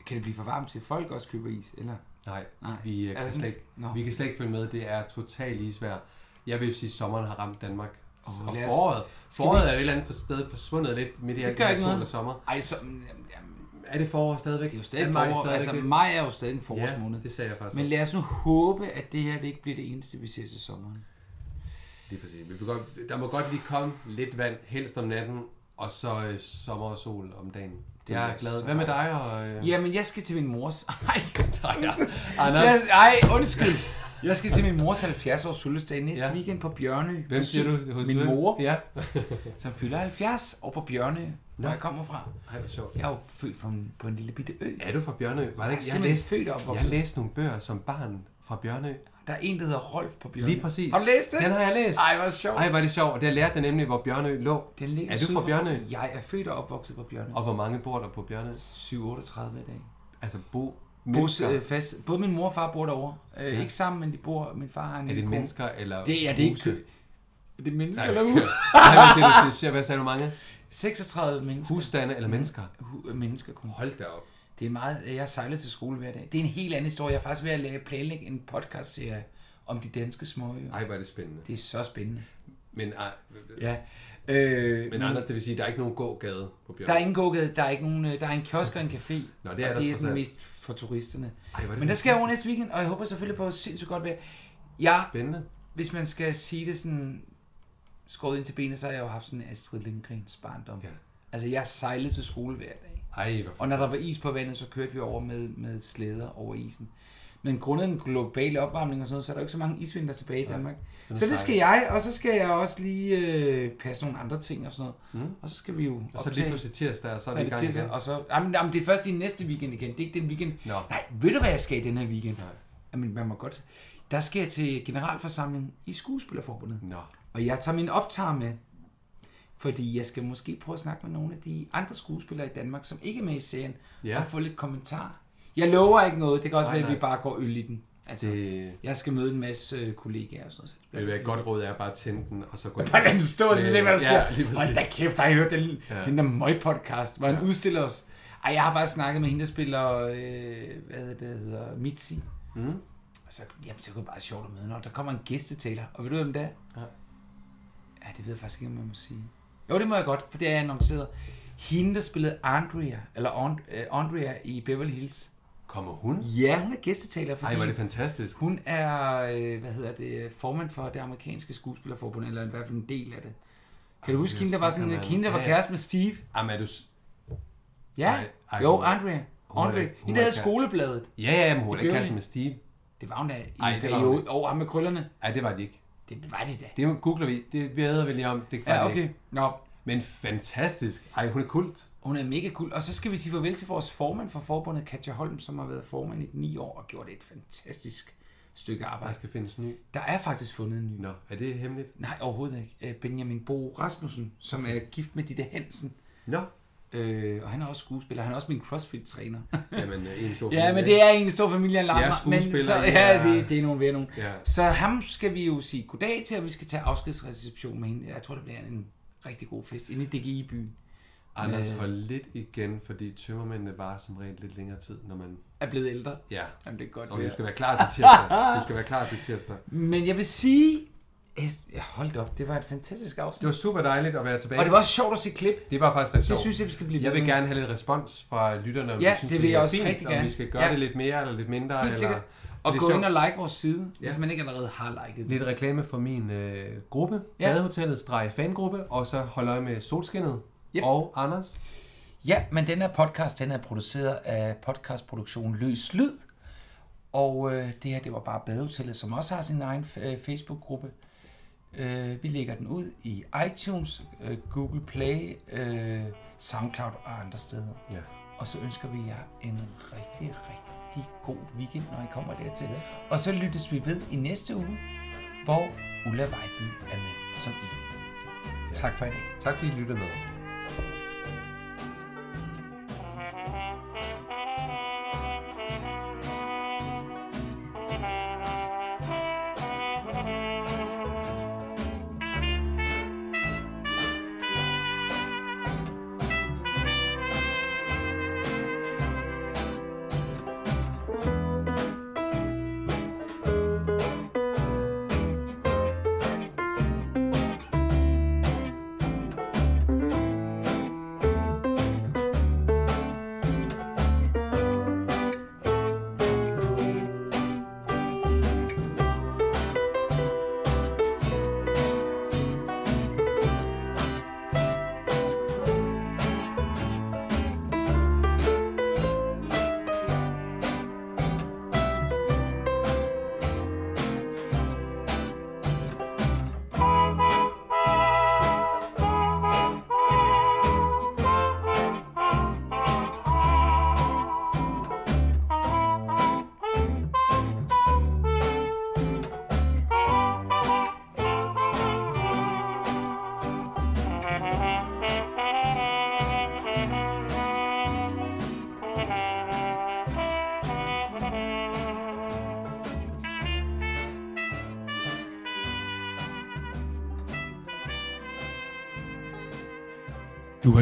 C: kan det blive for varmt til, at folk også køber is, eller?
A: Nej,
C: Nej.
A: Vi,
C: Er
A: øh,
C: der
A: kan
C: sådan
A: slet,
C: et-
A: ikke-
C: Nå.
A: vi kan slet ikke følge med. Det er totalt isvær. Jeg vil jo sige, at sommeren har ramt Danmark.
C: Åh,
A: Oh, og
C: lad os-
A: foråret,
C: Skal vi
A: foråret
C: ikke-
A: er jo et eller andet for sted forsvundet lidt midt i
C: Det
A: alt
C: gør
A: det her
C: ikke
A: sol
C: noget.
A: og sommer.
C: Ej, så... mm, Jamen,
A: Er det forår stadigvæk? Det er jo
C: stadig forår. Altså, maj er jo stadig en forårsmåned.
A: Ja, det sagde jeg faktisk
C: Men
A: også.
C: lad os nu håbe, at det her det ikke bliver det eneste, vi ser til sommeren.
A: Det er præcis. Vi vil godt, der må godt lige komme lidt vand, helst om natten, og så øh, sommer og sol om dagen. Det jeg er glad. Hvad med dig? Og, øh,
C: Jamen, jeg skal til min mors... Ej, tak. Ja.
A: Anders.
C: Jeg, ej, undskyld. Jeg skal til min mors 70-års fødselsdag næste ja. weekend på Bjørnø.
A: Hvem siger du? Hos
C: Hos min
A: hvem?
C: mor,
A: Ja.
C: som fylder 70 og på Bjørnø, hvor jeg kommer fra.
A: Ej, hvor sjovt.
C: Jeg er jo født fra en, på en lille bitte ø.
A: Er du fra Bjørnø? Var det
C: Jeg
A: ikke?
C: er simpelthen født og
A: jeg
C: opvokset.
A: læste nogle bøger som barn fra Bjørnø.
C: Der er en, der hedder Rolf på Bjørnø.
A: Lige præcis.
C: Har du læst det?
A: Den har jeg læst.
C: Ej, hvor sjovt.
A: Ej, var det sjovt. Og der lærte jeg nemlig, hvor Bjørnø lå.
C: Den ligger
A: er
C: syd
A: du fra
C: for-
A: Bjørnø?
C: Jeg er født og opvokset på Bjørnø.
A: Og hvor mange bor der på Bjørnø?
C: 738 i dag.
A: Altså bo...
C: Bos,
A: mennesker.
C: øh, fast, både min mor og far bor derovre. Øh,
A: Ja.
C: Ikke sammen, men de bor... Min far har en
A: Er det
C: lille kone.
A: mennesker eller
C: det, ja, det er ikke
A: huse?
C: kø. Er det mennesker
A: Nej,
C: eller
A: kø.
C: huse?
A: Nej, hvad sagde du til- siger- hvad sagde du mange?
C: 36 mennesker.
A: Husstande eller mennesker?
C: Hu- øh, mennesker kun.
A: Hold da op.
C: Det er meget... øh, Jeg sejler til skole hver dag. Det er en helt anden historie. Jeg er faktisk ved at lave- planlægge en podcast serie om de danske småøer.
A: Ej, hvor er det spændende.
C: Det er så spændende.
A: Men, ej,
C: Ja. Øh,
A: men Anders, det vil sige, at der er ikke nogen gågade på Bjørn.
C: Der er ingen gågade, der er ikke nogen, øh, der er en kiosk og en café.
A: Nå,
C: Nå,
A: det
C: det
A: er
C: er og det
A: der trods
C: er sådan
A: alt.
C: mest for turisterne.
A: Ej, hvor er det
C: Men der skal jeg over
A: fantastisk.
C: næste weekend, og jeg håber selvfølgelig på sindssygt godt vejr. Jeg,
A: Spændende.
C: Hvis man skal sige det sådan skåret ind til benet, så har jeg jo haft sådan en Astrid Lindgrens barndom. Ja. Altså, jeg sejlede til skole hver dag.
A: Ej, hvor
C: og når der var is på vandet, så kørte vi over med, med slæder over isen. Men grundet den globale opvarmning og sådan noget, så er der jo ikke så mange isvinter tilbage i Danmark.
A: Så nu
C: Så det
A: sejler
C: skal jeg, og så skal jeg også lige øh, passe nogle andre ting og sådan noget.
A: Mm.
C: Og så skal vi jo
A: Og så lige pludselig tirsdag, og så er vi i gang
C: tirsdag,
A: igen.
C: Og så, jamen, jamen, det er først i næste weekend igen. Det er ikke den weekend.
A: Nå.
C: Nej, ved du hvad jeg skal i den her weekend? Nej. Jamen, man må godt. Der skal jeg til generalforsamling i Skuespillerforbundet.
A: Nå.
C: Og jeg tager min optager med. Fordi jeg skal måske prøve at snakke med nogle af de andre skuespillere i Danmark, som ikke er med i serien,
A: Ja.
C: ja. og få lidt kommentar. Jeg lover ikke noget. Det kan også
A: Nej,
C: nej, være, at
A: nej.
C: vi bare går øl i den. Altså,
A: Det-
C: jeg skal møde en masse øh, kollegaer og sådan noget.
A: Men hvad et godt råd er bare at tænde den, og så gå
C: Bare lad den stå, og så se, hvad der sker.
A: Ja, lige præcis.
C: Hold da kæft, har I hørt den,
A: Ja.
C: ja. den der møg-podcast, hvor han udstiller os. Ej, jeg har bare snakket med hende, der spiller, øh, hvad er det, der hedder, Mitzi.
A: Mm.
C: Og så, jamen, det var bare sjovt at møde når Der kommer en gæstetaler, og ved du, hvem det er?
A: Ja.
C: Ja, det ved jeg faktisk ikke, om jeg må sige. Jo, det må jeg godt, for det er jeg annonceret. Hende, der spillede Andrea, eller An- øh, Andrea i Beverly Hills.
A: Kommer hun?
C: Ja, hun er gæstetaler, fordi
A: Ej, hvor er det fantastisk.
C: hun er, øh, hvad hedder det, formand for det amerikanske skuespillerforbund, eller i hvert fald en del af det. Kan du huske hende, der var sådan, hende, der var kæreste med Steve?
A: Jamen, er du... s-
C: Ja,
A: Ej, ej,
C: jo,
A: hun er-
C: Andrea.
A: hun er
C: Andrea.
A: da- hun
C: Hende, der
A: er
C: havde
A: da-
C: skolebladet.
A: Ja, ja, men hun
C: I
A: er da kæreste
C: Beverly.
A: med Steve.
C: Det var hun da i
A: Ej,
C: en
A: det var hun
C: periode over ham med krøllerne.
A: Ej, det var det ikke.
C: Det var det da.
A: Det googler vi. Det ved vi lige om. Det var
C: Ja,
A: det
C: okay.
A: ikke.
C: Nå.
A: Men fantastisk. Ej, hun er kult.
C: Hun er mega cool. Og så skal vi sige farvel til vores formand for forbundet, Katja Holm, som har været formand i ni år og gjort et fantastisk stykke arbejde.
A: Der skal findes ny.
C: Der er faktisk fundet en ny.
A: Nå, er det hemmeligt?
C: Nej, overhovedet ikke. Øh, Benjamin Bo Rasmussen, som er gift med Ditte Hansen.
A: Nå.
C: Øh, og han er også skuespiller. Han er også min CrossFit-træner.
A: Jamen, øh, en stor
C: Ja,
A: familie,
C: men
A: ikke?
C: det er en stor familie, han larmer.
A: Ja,
C: men
A: skuespiller,
C: så,
A: ja.
C: ja, det, det er nogle ved nogen.
A: Ja.
C: Så ham skal vi jo sige goddag til, og vi skal tage afskedsreception med hende. Jeg tror, det bliver en rigtig god fest inde i DGI-byen.
A: Anders,
C: Med-
A: hold lidt igen, fordi tømmermændene varer som regel lidt længere tid, når man...
C: Er blevet ældre?
A: Ja.
C: Jamen, det er godt.
A: Så
C: det
A: du
C: her.
A: skal være klar til tirsdag. Du skal være klar til tirsdag.
C: Men jeg vil sige... Ja, hold da op, det var et fantastisk afsnit.
A: Det var super dejligt at være tilbage.
C: Og det var også sjovt at se klip.
A: Det var faktisk ret
C: Det
A: sjovt.
C: synes jeg, vi skal blive
A: Jeg
C: ved
A: vil
C: med.
A: gerne have lidt respons fra lytterne, om
C: Ja,
A: I synes,
C: det vil
A: er
C: jeg også
A: fint,
C: rigtig
A: om
C: gerne.
A: vi skal gøre
C: Ja.
A: det lidt mere eller lidt mindre.
C: Helt
A: eller...
C: sikkert. Og
A: Det er
C: gå
A: sjovt.
C: ind og like vores side, hvis
A: Ja.
C: man ikke allerede har liket den.
A: Lidt reklame for min øh, gruppe, ja.
C: Ja.
A: Badehotellet-fangruppe, og så holder jeg med Solskinnet yep. og Anders.
C: Ja, men den her podcast, den er produceret af podcastproduktionen Løs Lyd. Og øh, det her, det var bare Badehotellet, som også har sin egen øh, Facebook-gruppe. Øh, vi lægger den ud i iTunes, øh, Google Play, øh, Soundcloud og andre steder.
A: Ja.
C: Og så ønsker vi jer en rigtig, rigtig god weekend, når I kommer dertil. Ja. Og så lyttes vi ved i næste uge, hvor Ulla Vejby er med som I. Ja. Tak for i dag.
A: Tak fordi I lyttede med.
R: Du har